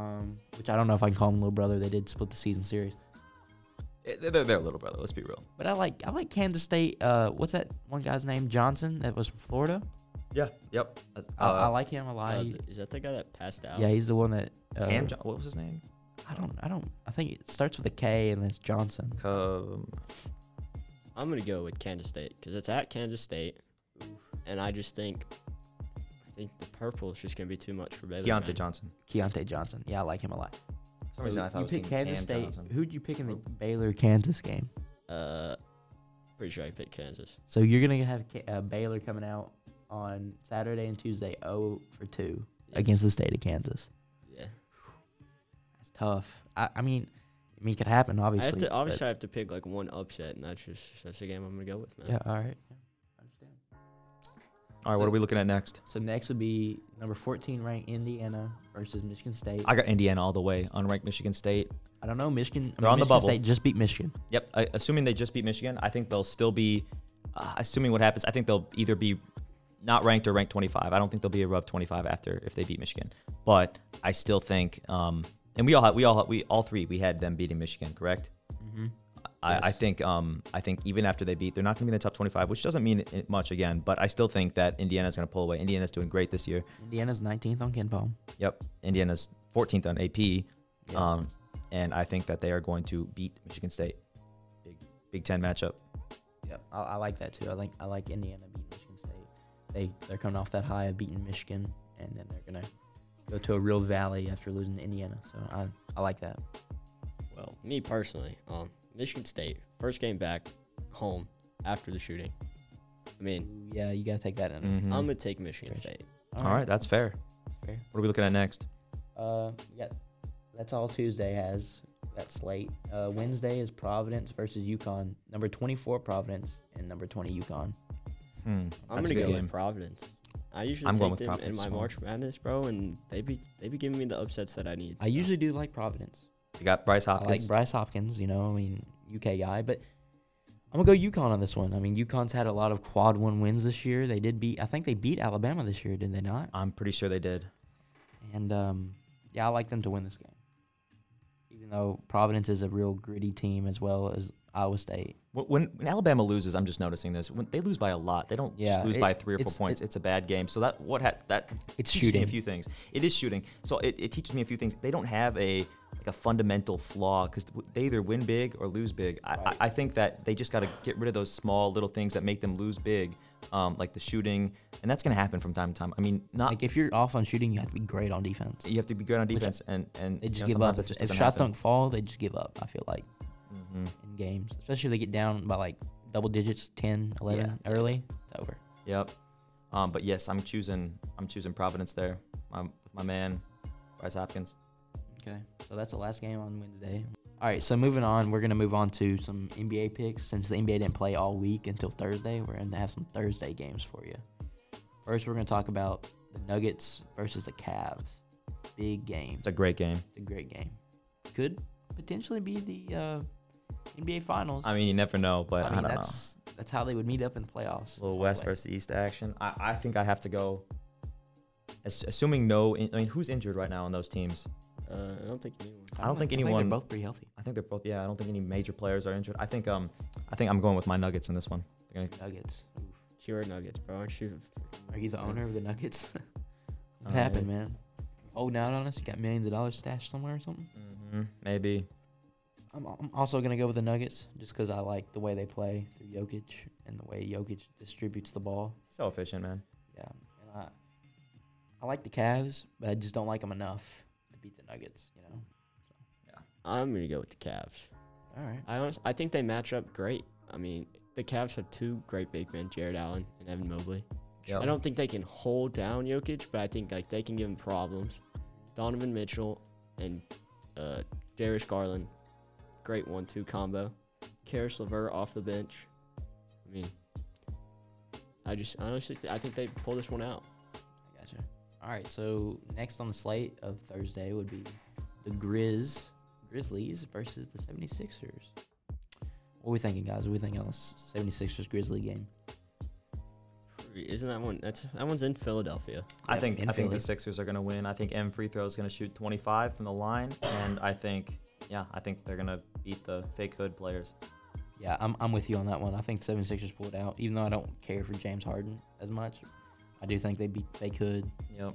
[SPEAKER 2] Um, which I don't know if I can call them little brother. They did split the season series.
[SPEAKER 1] Eh, They're, they're, they're a little brother. Let's be real.
[SPEAKER 2] But I like I like Kansas State. Uh, what's that one guy's name? Johnson that was from Florida.
[SPEAKER 1] Yeah. Yep. Uh,
[SPEAKER 2] I,
[SPEAKER 1] Oh,
[SPEAKER 2] I like him a lot.
[SPEAKER 6] Uh,
[SPEAKER 2] He-
[SPEAKER 6] is that the guy that passed out?
[SPEAKER 2] yeah, he's the one that. Uh,
[SPEAKER 1] Cam. Jo- what was his name?
[SPEAKER 2] I don't. I don't. I think it starts with a K and then it's Johnson.
[SPEAKER 1] Um,
[SPEAKER 6] I'm gonna go with Kansas State because it's at Kansas State, and I just think, I think the purple is just gonna be too much for Baylor.
[SPEAKER 1] Keontae
[SPEAKER 6] man.
[SPEAKER 1] Johnson.
[SPEAKER 2] Keontae Johnson. Yeah, I like him a lot.
[SPEAKER 1] For some reason I thought it
[SPEAKER 2] you
[SPEAKER 1] was
[SPEAKER 2] pick
[SPEAKER 1] thinking
[SPEAKER 2] Kansas
[SPEAKER 1] Cam
[SPEAKER 2] State.
[SPEAKER 1] Johnson.
[SPEAKER 2] Who'd you pick in the Baylor Kansas game?
[SPEAKER 6] Uh, pretty sure I picked Kansas.
[SPEAKER 2] So you're gonna have K- uh, Baylor coming out on Saturday and Tuesday, 0 for 2 against the state of Kansas.
[SPEAKER 6] Yeah.
[SPEAKER 2] That's tough. I, I mean, I mean, it could happen
[SPEAKER 6] I
[SPEAKER 2] obviously.
[SPEAKER 6] have to
[SPEAKER 2] but-
[SPEAKER 6] obviously I have to pick like one upset, and that's just that's the game I'm gonna go with, man.
[SPEAKER 2] yeah. All right. Yeah, I understand.
[SPEAKER 1] All right. What are we looking at next?
[SPEAKER 2] So next would be number 14 ranked Indiana versus Michigan State. I,
[SPEAKER 1] I got Indiana all the way. Unranked Michigan State.
[SPEAKER 2] don't know Michigan. I
[SPEAKER 1] They're
[SPEAKER 2] mean,
[SPEAKER 1] on the
[SPEAKER 2] Michigan
[SPEAKER 1] bubble.
[SPEAKER 2] State just beat Michigan.
[SPEAKER 1] Yep. I, assuming they just beat Michigan, I think they'll still be. Uh, assuming what happens, I think they'll either be not ranked or ranked 25. I don't think they'll be above 25 after if they beat Michigan. But I still think, um, and we all had, we all had, we all three we had them beating Michigan, correct? Mm-hmm. I, I
[SPEAKER 6] Yes.
[SPEAKER 1] think um, I think even after they beat, they're not going to be in the top 25, which doesn't mean it much again. But I still think that Indiana's going to pull away. Indiana's doing great this year.
[SPEAKER 2] Indiana's 19th on Ken Palm.
[SPEAKER 1] Yep, Indiana's 14th on AP,
[SPEAKER 2] Yeah.
[SPEAKER 1] um, and I think that they are going to beat Michigan State. Big Big Ten matchup.
[SPEAKER 2] Yep, I, I like that too. I like I like Indiana beating Michigan State. They they're coming off that high of beating Michigan, and then they're gonna go to a real valley after losing to Indiana. So I I like that.
[SPEAKER 6] Well, me personally, um, Michigan State first game back home after the shooting. I mean,
[SPEAKER 2] Yeah, you gotta take that in.
[SPEAKER 1] Mhm.
[SPEAKER 6] I'm gonna take Michigan
[SPEAKER 2] Gotcha.
[SPEAKER 6] State.
[SPEAKER 1] All right, that's fair.
[SPEAKER 2] that's fair.
[SPEAKER 1] What are we looking at next?
[SPEAKER 2] Uh, we got that's all Tuesday has. That slate. Uh, Wednesday is Providence versus Yukon. Number 24 Providence and number 20 Yukon.
[SPEAKER 1] Hmm,
[SPEAKER 6] I'm
[SPEAKER 1] that's a
[SPEAKER 6] gonna
[SPEAKER 1] good
[SPEAKER 6] go
[SPEAKER 1] game.
[SPEAKER 6] with Providence. I usually
[SPEAKER 1] I'm
[SPEAKER 6] take
[SPEAKER 1] going with
[SPEAKER 6] them
[SPEAKER 1] Providence
[SPEAKER 6] in my
[SPEAKER 1] as well.
[SPEAKER 6] March Madness, bro, and they be they be giving me the upsets that I need.
[SPEAKER 2] I usually do like Providence.
[SPEAKER 1] You got Bryce
[SPEAKER 2] I like
[SPEAKER 1] Hopkins.
[SPEAKER 2] Bryce Hopkins, you know, I mean, UK guy, but I'm going to go UConn on this one. I mean, UConn's had a lot of quad one wins this year. They did beat, I think they beat Alabama this year, did they not?
[SPEAKER 1] I'm pretty sure they did.
[SPEAKER 2] And um, yeah, I like them to win this game. Even though Providence is a real gritty team as well as Iowa State.
[SPEAKER 1] Wh- When, when Alabama loses, I'm just noticing this. When they lose by a lot, they don't
[SPEAKER 2] Yeah,
[SPEAKER 1] just lose
[SPEAKER 2] it-
[SPEAKER 1] by three or four
[SPEAKER 2] it's-
[SPEAKER 1] points.
[SPEAKER 2] it-
[SPEAKER 1] it's a bad game. So that what ha- that
[SPEAKER 2] It's
[SPEAKER 1] teaches me a
[SPEAKER 2] shooting.
[SPEAKER 1] few things. It is shooting. So it, it teaches me a few things. They don't have a like a fundamental flaw because they either win big or lose big. I, I I think that they just got to get rid of those small little things that make them lose big, um, like the shooting, and that's gonna happen from time to time. I mean, not
[SPEAKER 2] Like, if you're off on shooting, you have to be great on defense.
[SPEAKER 1] you have to be good on defense, and and
[SPEAKER 2] They
[SPEAKER 1] you
[SPEAKER 2] just
[SPEAKER 1] know,
[SPEAKER 2] give
[SPEAKER 1] sometimes
[SPEAKER 2] up.
[SPEAKER 1] that just
[SPEAKER 2] if
[SPEAKER 1] doesn't
[SPEAKER 2] shots
[SPEAKER 1] happen. Mm-hmm.
[SPEAKER 2] don't fall, they just give up, I feel like, in games. Especially if they get down by like double digits, 10, 11 early, it's over.
[SPEAKER 1] Yep. Um, but yes, I'm choosing I'm choosing Providence there. My my man, Bryce Hopkins.
[SPEAKER 2] Okay, so that's the last game on Wednesday. All right, so moving on, we're gonna move on to some NBA picks since the NBA didn't play all week until Thursday. We're gonna have some Thursday games for you. First, we're gonna talk about the Nuggets versus the Cavs. Big game.
[SPEAKER 1] It's a great game.
[SPEAKER 2] It's a great game. Could potentially be the uh, NBA Finals.
[SPEAKER 1] I mean, you never know, but I,
[SPEAKER 2] mean,
[SPEAKER 1] don't know.
[SPEAKER 2] that's that's how they would meet up in the playoffs.
[SPEAKER 1] little
[SPEAKER 2] It's
[SPEAKER 1] West
[SPEAKER 2] like-
[SPEAKER 1] versus East action. I, I think I have to go. As, assuming no, in, I mean, who's injured right now on those teams?
[SPEAKER 6] Uh, I don't think anyone.
[SPEAKER 1] I don't think
[SPEAKER 2] they're
[SPEAKER 1] anyone.
[SPEAKER 2] both pretty healthy.
[SPEAKER 1] I think they're both. Yeah, I don't think any major players are injured. I think um, I think I'm going with my Nuggets in this one. They're gonna-
[SPEAKER 2] Nuggets. Oof.
[SPEAKER 6] Cure Nuggets, bro. Aren't you?
[SPEAKER 2] Are you the owner of the Nuggets? what
[SPEAKER 1] Uh,
[SPEAKER 2] happened, man? Oh, now on us? You got millions of dollars stashed somewhere or something?
[SPEAKER 1] Mhm, maybe.
[SPEAKER 2] I'm, I'm also gonna go with the Nuggets just because I like the way they play through Jokic and the way Jokic distributes the ball.
[SPEAKER 1] So efficient, man.
[SPEAKER 2] Yeah, and I I like the Cavs, but I just don't like them enough to beat the Nuggets. You know.
[SPEAKER 6] I'm gonna go with the Cavs.
[SPEAKER 2] All right.
[SPEAKER 6] I honest, I think they match up great. I mean, the Cavs have two great big men, Jared Allen and Evan Mobley.
[SPEAKER 1] Yep.
[SPEAKER 6] I don't think they can hold down Jokic, but I think like they can give him problems. Donovan Mitchell and uh, Darius Garland, great one-two combo. Karis LeVert off the bench. I mean, I just honestly I think they pull this one out.
[SPEAKER 2] Gotcha. All right, so next on the slate of Thursday would be the Grizz Grizzlies versus the 76ers. What we thinking, guys? What we thinking on the 76ers Grizzly game?
[SPEAKER 6] Isn't that one? That's that one's in Philadelphia.
[SPEAKER 1] I
[SPEAKER 2] Yeah,
[SPEAKER 1] think
[SPEAKER 2] in
[SPEAKER 1] I think
[SPEAKER 2] Philly.
[SPEAKER 1] the Sixers are gonna win. I think M free throw is gonna shoot 25 from the line, and I think yeah, I think they're gonna beat the fake hood players.
[SPEAKER 2] Yeah, I'm, I'm with you on that one. I think the 76ers pulled out, even though I don't care for James Harden as much. I do think they be, they could.
[SPEAKER 1] Yep,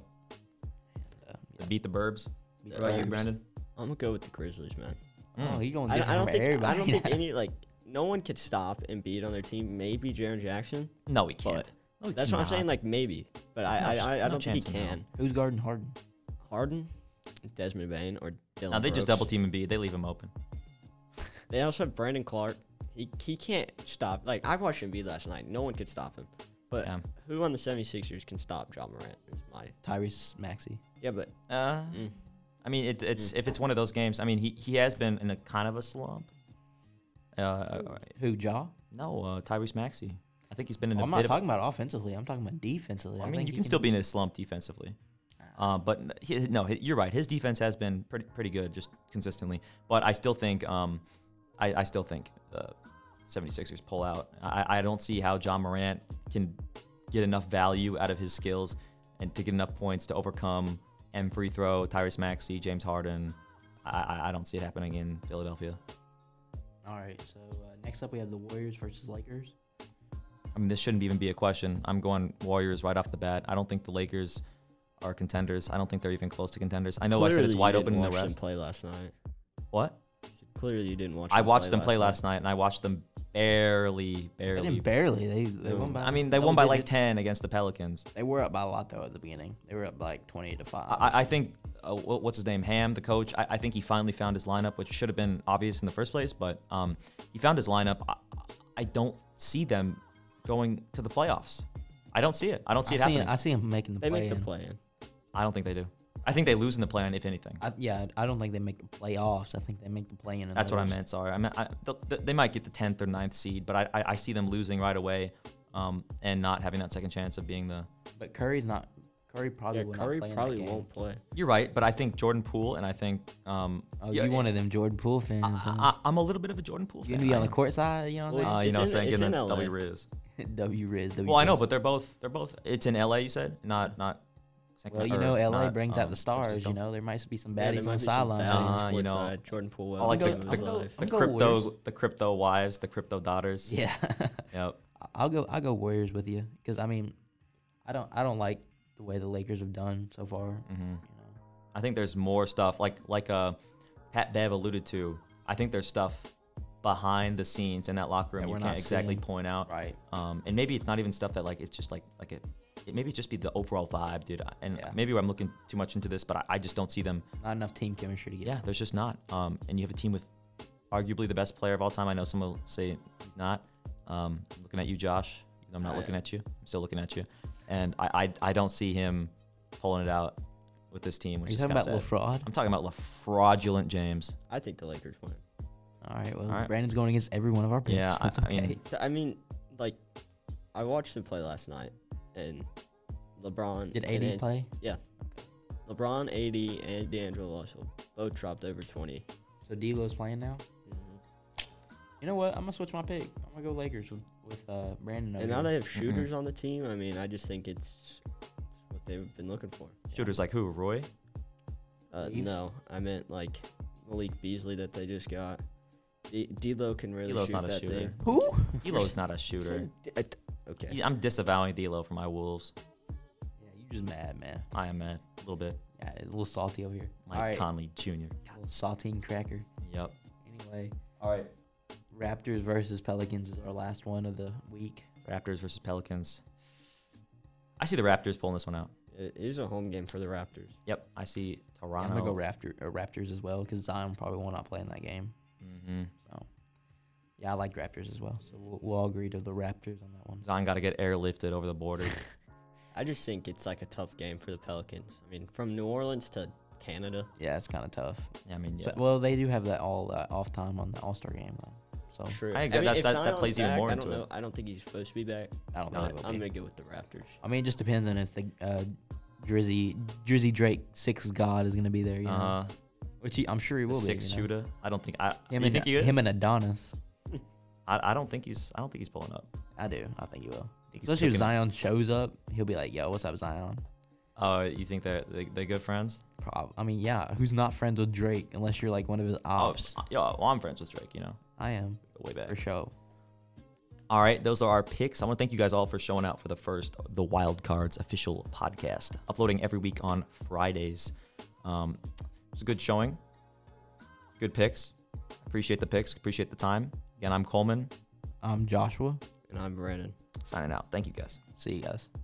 [SPEAKER 2] Uh,
[SPEAKER 1] they beat the Burbs.
[SPEAKER 2] beat
[SPEAKER 1] What
[SPEAKER 2] the
[SPEAKER 1] about you,
[SPEAKER 2] Burbs.
[SPEAKER 1] Brandon? Hmm.
[SPEAKER 6] I'm gonna go with the Grizzlies, man.
[SPEAKER 2] Oh, he going to
[SPEAKER 6] I don't,
[SPEAKER 2] differ
[SPEAKER 6] I don't
[SPEAKER 2] from
[SPEAKER 6] think
[SPEAKER 2] everybody.
[SPEAKER 6] I don't think any like no one could stop Embiid on their team. Maybe Jaron Jackson.
[SPEAKER 1] No, we can't.
[SPEAKER 6] But that's what I'm saying. Like maybe, but I
[SPEAKER 1] There's no ch-
[SPEAKER 6] I, I, I
[SPEAKER 1] no
[SPEAKER 6] don't think he
[SPEAKER 1] chance in hell.
[SPEAKER 6] can.
[SPEAKER 2] Who's guarding Harden?
[SPEAKER 6] Harden, Desmond Bain, or Dylan.
[SPEAKER 1] now they just
[SPEAKER 6] Brooks.
[SPEAKER 1] double team and beat. They leave him open.
[SPEAKER 6] They also have Brandon Clark. He he can't stop. Like I watched Embiid last night. No one could stop him. But
[SPEAKER 1] Yeah.
[SPEAKER 6] who on the 76ers can stop John Morant? Is my
[SPEAKER 2] Tyrese Maxey.
[SPEAKER 6] yeah, but
[SPEAKER 1] Uh,
[SPEAKER 6] mm,
[SPEAKER 1] I mean, it, it's if it's one of those games. I mean, he, he has been in a kind of a slump. Uh, Uh,
[SPEAKER 2] Who, Jaw?
[SPEAKER 1] no, uh, Tyrese Maxey. I think he's been in
[SPEAKER 2] Well,
[SPEAKER 1] a
[SPEAKER 2] I'm
[SPEAKER 1] bit
[SPEAKER 2] not
[SPEAKER 1] of-
[SPEAKER 2] talking about offensively. I'm talking about defensively.
[SPEAKER 1] I mean,
[SPEAKER 2] think
[SPEAKER 1] you
[SPEAKER 2] he
[SPEAKER 1] can still be in a slump defensively. Uh, but n- he, no, he- you're right. His defense has been pretty pretty good, just consistently. But I still think, um, I, I still think uh, 76ers pull out. I, I don't see how John Morant can get enough value out of his skills and to get enough points to overcome M free throw, Tyrese Maxey, James Harden. I, I- I don't see it happening in Philadelphia.
[SPEAKER 2] All right, so uh, next up we have the Warriors versus Lakers.
[SPEAKER 1] I mean, this shouldn't even be a question. I'm going Warriors right off the bat. I don't think the Lakers are contenders. I don't think they're even close to contenders. I know I said
[SPEAKER 6] clearly
[SPEAKER 1] it's
[SPEAKER 6] you
[SPEAKER 1] wide
[SPEAKER 6] didn't
[SPEAKER 1] open in the
[SPEAKER 6] watch them
[SPEAKER 1] rest.
[SPEAKER 6] Play last night.
[SPEAKER 1] What?
[SPEAKER 6] Clearly you didn't watch.
[SPEAKER 1] I watched them play last night. and I watched them barely,
[SPEAKER 2] They
[SPEAKER 1] barely.
[SPEAKER 2] didn't barely. They, they
[SPEAKER 6] No.
[SPEAKER 2] won by.
[SPEAKER 1] I mean, they won by
[SPEAKER 2] double
[SPEAKER 1] like
[SPEAKER 2] digits.
[SPEAKER 1] ten against the Pelicans.
[SPEAKER 2] They were up by a lot though at the beginning. They were up by, like twenty to five.
[SPEAKER 1] I, I- I think uh, wh- what's his name, Ham, the coach. I, I think he finally found his lineup, which should have been obvious in the first place, but um, he found his lineup. I, I don't see them going to the playoffs. I don't see it. I don't see
[SPEAKER 2] I
[SPEAKER 1] it
[SPEAKER 2] see,
[SPEAKER 1] happening.
[SPEAKER 2] I see him making the
[SPEAKER 6] They
[SPEAKER 2] play.
[SPEAKER 6] make the play in.
[SPEAKER 1] I don't think they do. I think they lose in the plan, if anything.
[SPEAKER 2] I, yeah, I don't think they make the playoffs. I think they make the play in.
[SPEAKER 1] That's what I meant. Sorry, I mean, I, th- th- they might get the tenth or 9th seed, but I, I, I see them losing right away, um, and not having that second chance of being the
[SPEAKER 2] But Curry's not. Curry probably
[SPEAKER 6] Yeah,
[SPEAKER 2] will
[SPEAKER 6] Curry
[SPEAKER 2] not play
[SPEAKER 6] probably
[SPEAKER 2] in that game.
[SPEAKER 6] won't play.
[SPEAKER 1] You're right, but I think Jordan Poole and I think um
[SPEAKER 2] Oh,
[SPEAKER 1] yeah,
[SPEAKER 2] you one of them Jordan Poole fans.
[SPEAKER 1] I, I, I'm a little bit of a Jordan Poole
[SPEAKER 2] you
[SPEAKER 1] fan.
[SPEAKER 2] gonna be
[SPEAKER 1] I
[SPEAKER 2] on the
[SPEAKER 1] am.
[SPEAKER 2] court side? You know what
[SPEAKER 1] Uh,
[SPEAKER 2] I'm
[SPEAKER 1] you know what
[SPEAKER 6] It's
[SPEAKER 1] I'm
[SPEAKER 6] in-
[SPEAKER 1] saying?
[SPEAKER 6] it's
[SPEAKER 1] Getting
[SPEAKER 6] in
[SPEAKER 1] a
[SPEAKER 6] LA.
[SPEAKER 1] W Riz.
[SPEAKER 2] saying? W Riz. W
[SPEAKER 1] Well, I know,
[SPEAKER 2] Riz.
[SPEAKER 1] but they're both they're both it's in LA you said? Not not
[SPEAKER 2] well, you
[SPEAKER 1] or
[SPEAKER 2] know, LA
[SPEAKER 1] not,
[SPEAKER 2] brings
[SPEAKER 1] um,
[SPEAKER 2] out the stars. You
[SPEAKER 1] Francisco.
[SPEAKER 2] know, there might be some
[SPEAKER 6] Yeah, there
[SPEAKER 2] baddies
[SPEAKER 6] might
[SPEAKER 2] on the
[SPEAKER 6] be some
[SPEAKER 2] sideline.
[SPEAKER 6] baddies
[SPEAKER 1] Uh-huh, you know.
[SPEAKER 6] courtside. Jordan Poole.
[SPEAKER 1] I like
[SPEAKER 6] the,
[SPEAKER 1] the,
[SPEAKER 2] I'll
[SPEAKER 1] the,
[SPEAKER 2] go-
[SPEAKER 1] the
[SPEAKER 2] I'll go Warriors.
[SPEAKER 1] crypto the crypto wives, the crypto daughters.
[SPEAKER 2] Yeah,
[SPEAKER 1] Yep.
[SPEAKER 2] I'll go. I'll go Warriors with you because I mean, I don't. I don't like the way the Lakers have done so far.
[SPEAKER 6] Mm.
[SPEAKER 1] hmm
[SPEAKER 2] You know,
[SPEAKER 1] I think there's more stuff like like uh Pat Bev alluded to. I think there's stuff behind the scenes in that locker room
[SPEAKER 2] That
[SPEAKER 1] you
[SPEAKER 2] we're
[SPEAKER 1] can't
[SPEAKER 2] not
[SPEAKER 1] exactly
[SPEAKER 2] seeing.
[SPEAKER 1] point out.
[SPEAKER 2] right?
[SPEAKER 1] um, and maybe it's not even stuff that like it's just like like it, it maybe just be the overall vibe, dude. I- And
[SPEAKER 2] Yeah.
[SPEAKER 1] maybe I'm looking too much into this, but I, I just don't see them.
[SPEAKER 2] Not enough team chemistry to get.
[SPEAKER 1] Yeah, there's just not. Um, and you have a team with arguably the best player of all time. I know some will say he's not. Um, I'm looking at you, Josh. I'm not
[SPEAKER 6] I-
[SPEAKER 1] looking at you. I'm still looking at you. And I I, I don't see him pulling it out with this team,
[SPEAKER 2] Are
[SPEAKER 1] which
[SPEAKER 2] you
[SPEAKER 1] is
[SPEAKER 2] talking
[SPEAKER 1] kind of
[SPEAKER 2] about
[SPEAKER 1] sad.
[SPEAKER 2] LaFraud?
[SPEAKER 1] I'm talking about La fraudulent James.
[SPEAKER 6] I think the Lakers win.
[SPEAKER 2] All right. Well,
[SPEAKER 1] All right.
[SPEAKER 2] Brandon's going against every one of our picks.
[SPEAKER 1] Yeah, I-
[SPEAKER 2] That's
[SPEAKER 1] I
[SPEAKER 2] okay.
[SPEAKER 1] mean-
[SPEAKER 6] Th- I mean, like, I watched them play last night, and LeBron
[SPEAKER 2] Did
[SPEAKER 6] and
[SPEAKER 2] AD
[SPEAKER 6] An-
[SPEAKER 2] play?
[SPEAKER 6] LeBron, AD, and D'Angelo Russell both dropped over 20.
[SPEAKER 2] So D'Lo's playing now. You know what? I'm gonna switch my pick. I'm gonna go Lakers with, with uh, Brandon. Over
[SPEAKER 6] And now
[SPEAKER 2] here.
[SPEAKER 6] they have
[SPEAKER 1] Mm-hmm.
[SPEAKER 6] shooters on the team. I mean, I just think it's it's what they've been looking for.
[SPEAKER 1] Shooters like who? Roy?
[SPEAKER 6] Uh,
[SPEAKER 2] Reeves?
[SPEAKER 6] no, I meant like Malik Beasley that they just got. D- D'Lo can really
[SPEAKER 1] D'Lo's
[SPEAKER 6] shoot
[SPEAKER 1] not a
[SPEAKER 6] that
[SPEAKER 1] shooter.
[SPEAKER 6] thing.
[SPEAKER 2] who?
[SPEAKER 1] D'Lo's not a shooter.
[SPEAKER 2] uh,
[SPEAKER 6] Okay.
[SPEAKER 1] Yeah, I'm disavowing D'Lo for my Wolves.
[SPEAKER 2] Yeah, you just mad, man.
[SPEAKER 1] I am mad a little bit.
[SPEAKER 2] Yeah, a little salty over here.
[SPEAKER 1] Mike
[SPEAKER 2] All right,
[SPEAKER 1] Conley Jr.
[SPEAKER 2] a little saltine cracker.
[SPEAKER 1] Yep.
[SPEAKER 2] Anyway,
[SPEAKER 1] All right.
[SPEAKER 2] Raptors versus Pelicans is our last one of the week.
[SPEAKER 1] Raptors versus Pelicans. I see the Raptors pulling this one out.
[SPEAKER 6] It it is a home game for the Raptors.
[SPEAKER 1] Yep. I see
[SPEAKER 2] Yeah, I'm
[SPEAKER 1] Toronto. Mm-hmm.
[SPEAKER 2] gonna go Raptor, uh, Raptors as well because Zion probably will not play in that game.
[SPEAKER 1] Mhm.
[SPEAKER 2] So, Yeah, I like Raptors as well. So we'll, we'll all agree to the Raptors on that one.
[SPEAKER 1] Zion got to get airlifted over the border.
[SPEAKER 6] I just think it's like a tough game for the Pelicans. I mean, from New Orleans to Canada,
[SPEAKER 1] Oh,
[SPEAKER 2] Yeah, it's kind of tough.
[SPEAKER 1] Yeah, I mean, yeah.
[SPEAKER 2] So- well, they do have that all uh, off time on the All Star game though. So
[SPEAKER 6] true.
[SPEAKER 1] I think that- that-
[SPEAKER 6] if
[SPEAKER 1] that-
[SPEAKER 6] Zion's
[SPEAKER 1] that plays even
[SPEAKER 6] back,
[SPEAKER 1] more
[SPEAKER 6] I don't
[SPEAKER 1] into it.
[SPEAKER 6] know. I don't think he's supposed to be back.
[SPEAKER 2] I don't
[SPEAKER 6] But
[SPEAKER 2] think it will
[SPEAKER 6] I'm
[SPEAKER 2] be.
[SPEAKER 6] gonna go with the Raptors.
[SPEAKER 2] I mean, it just depends on if the uh, Drizzy Drizzy Drake six God is gonna be there. You know?
[SPEAKER 1] uh,
[SPEAKER 2] Which he, I'm sure he
[SPEAKER 1] the
[SPEAKER 2] will be.
[SPEAKER 1] six
[SPEAKER 2] you know?
[SPEAKER 1] shooter. I don't think I.
[SPEAKER 2] Him
[SPEAKER 1] you
[SPEAKER 2] and,
[SPEAKER 1] think he is?
[SPEAKER 2] him and Adonis.
[SPEAKER 1] I, I don't think he's. I don't think he's pulling up.
[SPEAKER 2] I do. I think he will.
[SPEAKER 1] think he's
[SPEAKER 2] Especially if
[SPEAKER 1] cooking.
[SPEAKER 2] Zion shows up, he'll be like, "Yo, what's up, Zion?"
[SPEAKER 1] Uh, you think they're they, they're good friends?
[SPEAKER 2] Prob- I mean, yeah. Who's not friends with Drake unless you're like one of his ops?
[SPEAKER 1] Oh, yo, well, I'm friends with Drake. You know,
[SPEAKER 2] I am
[SPEAKER 1] way back.
[SPEAKER 2] for sure.
[SPEAKER 1] All right, those are our picks. I want to thank you guys all for showing out for the first The Wild Cards official podcast, uploading every week on Fridays. Um, it's a good showing, good picks. Appreciate the picks, appreciate the time. Again, I'm Coleman,
[SPEAKER 2] I'm Joshua.
[SPEAKER 6] And I'm Brandon.
[SPEAKER 1] signing out. Thank you guys.
[SPEAKER 2] See you guys.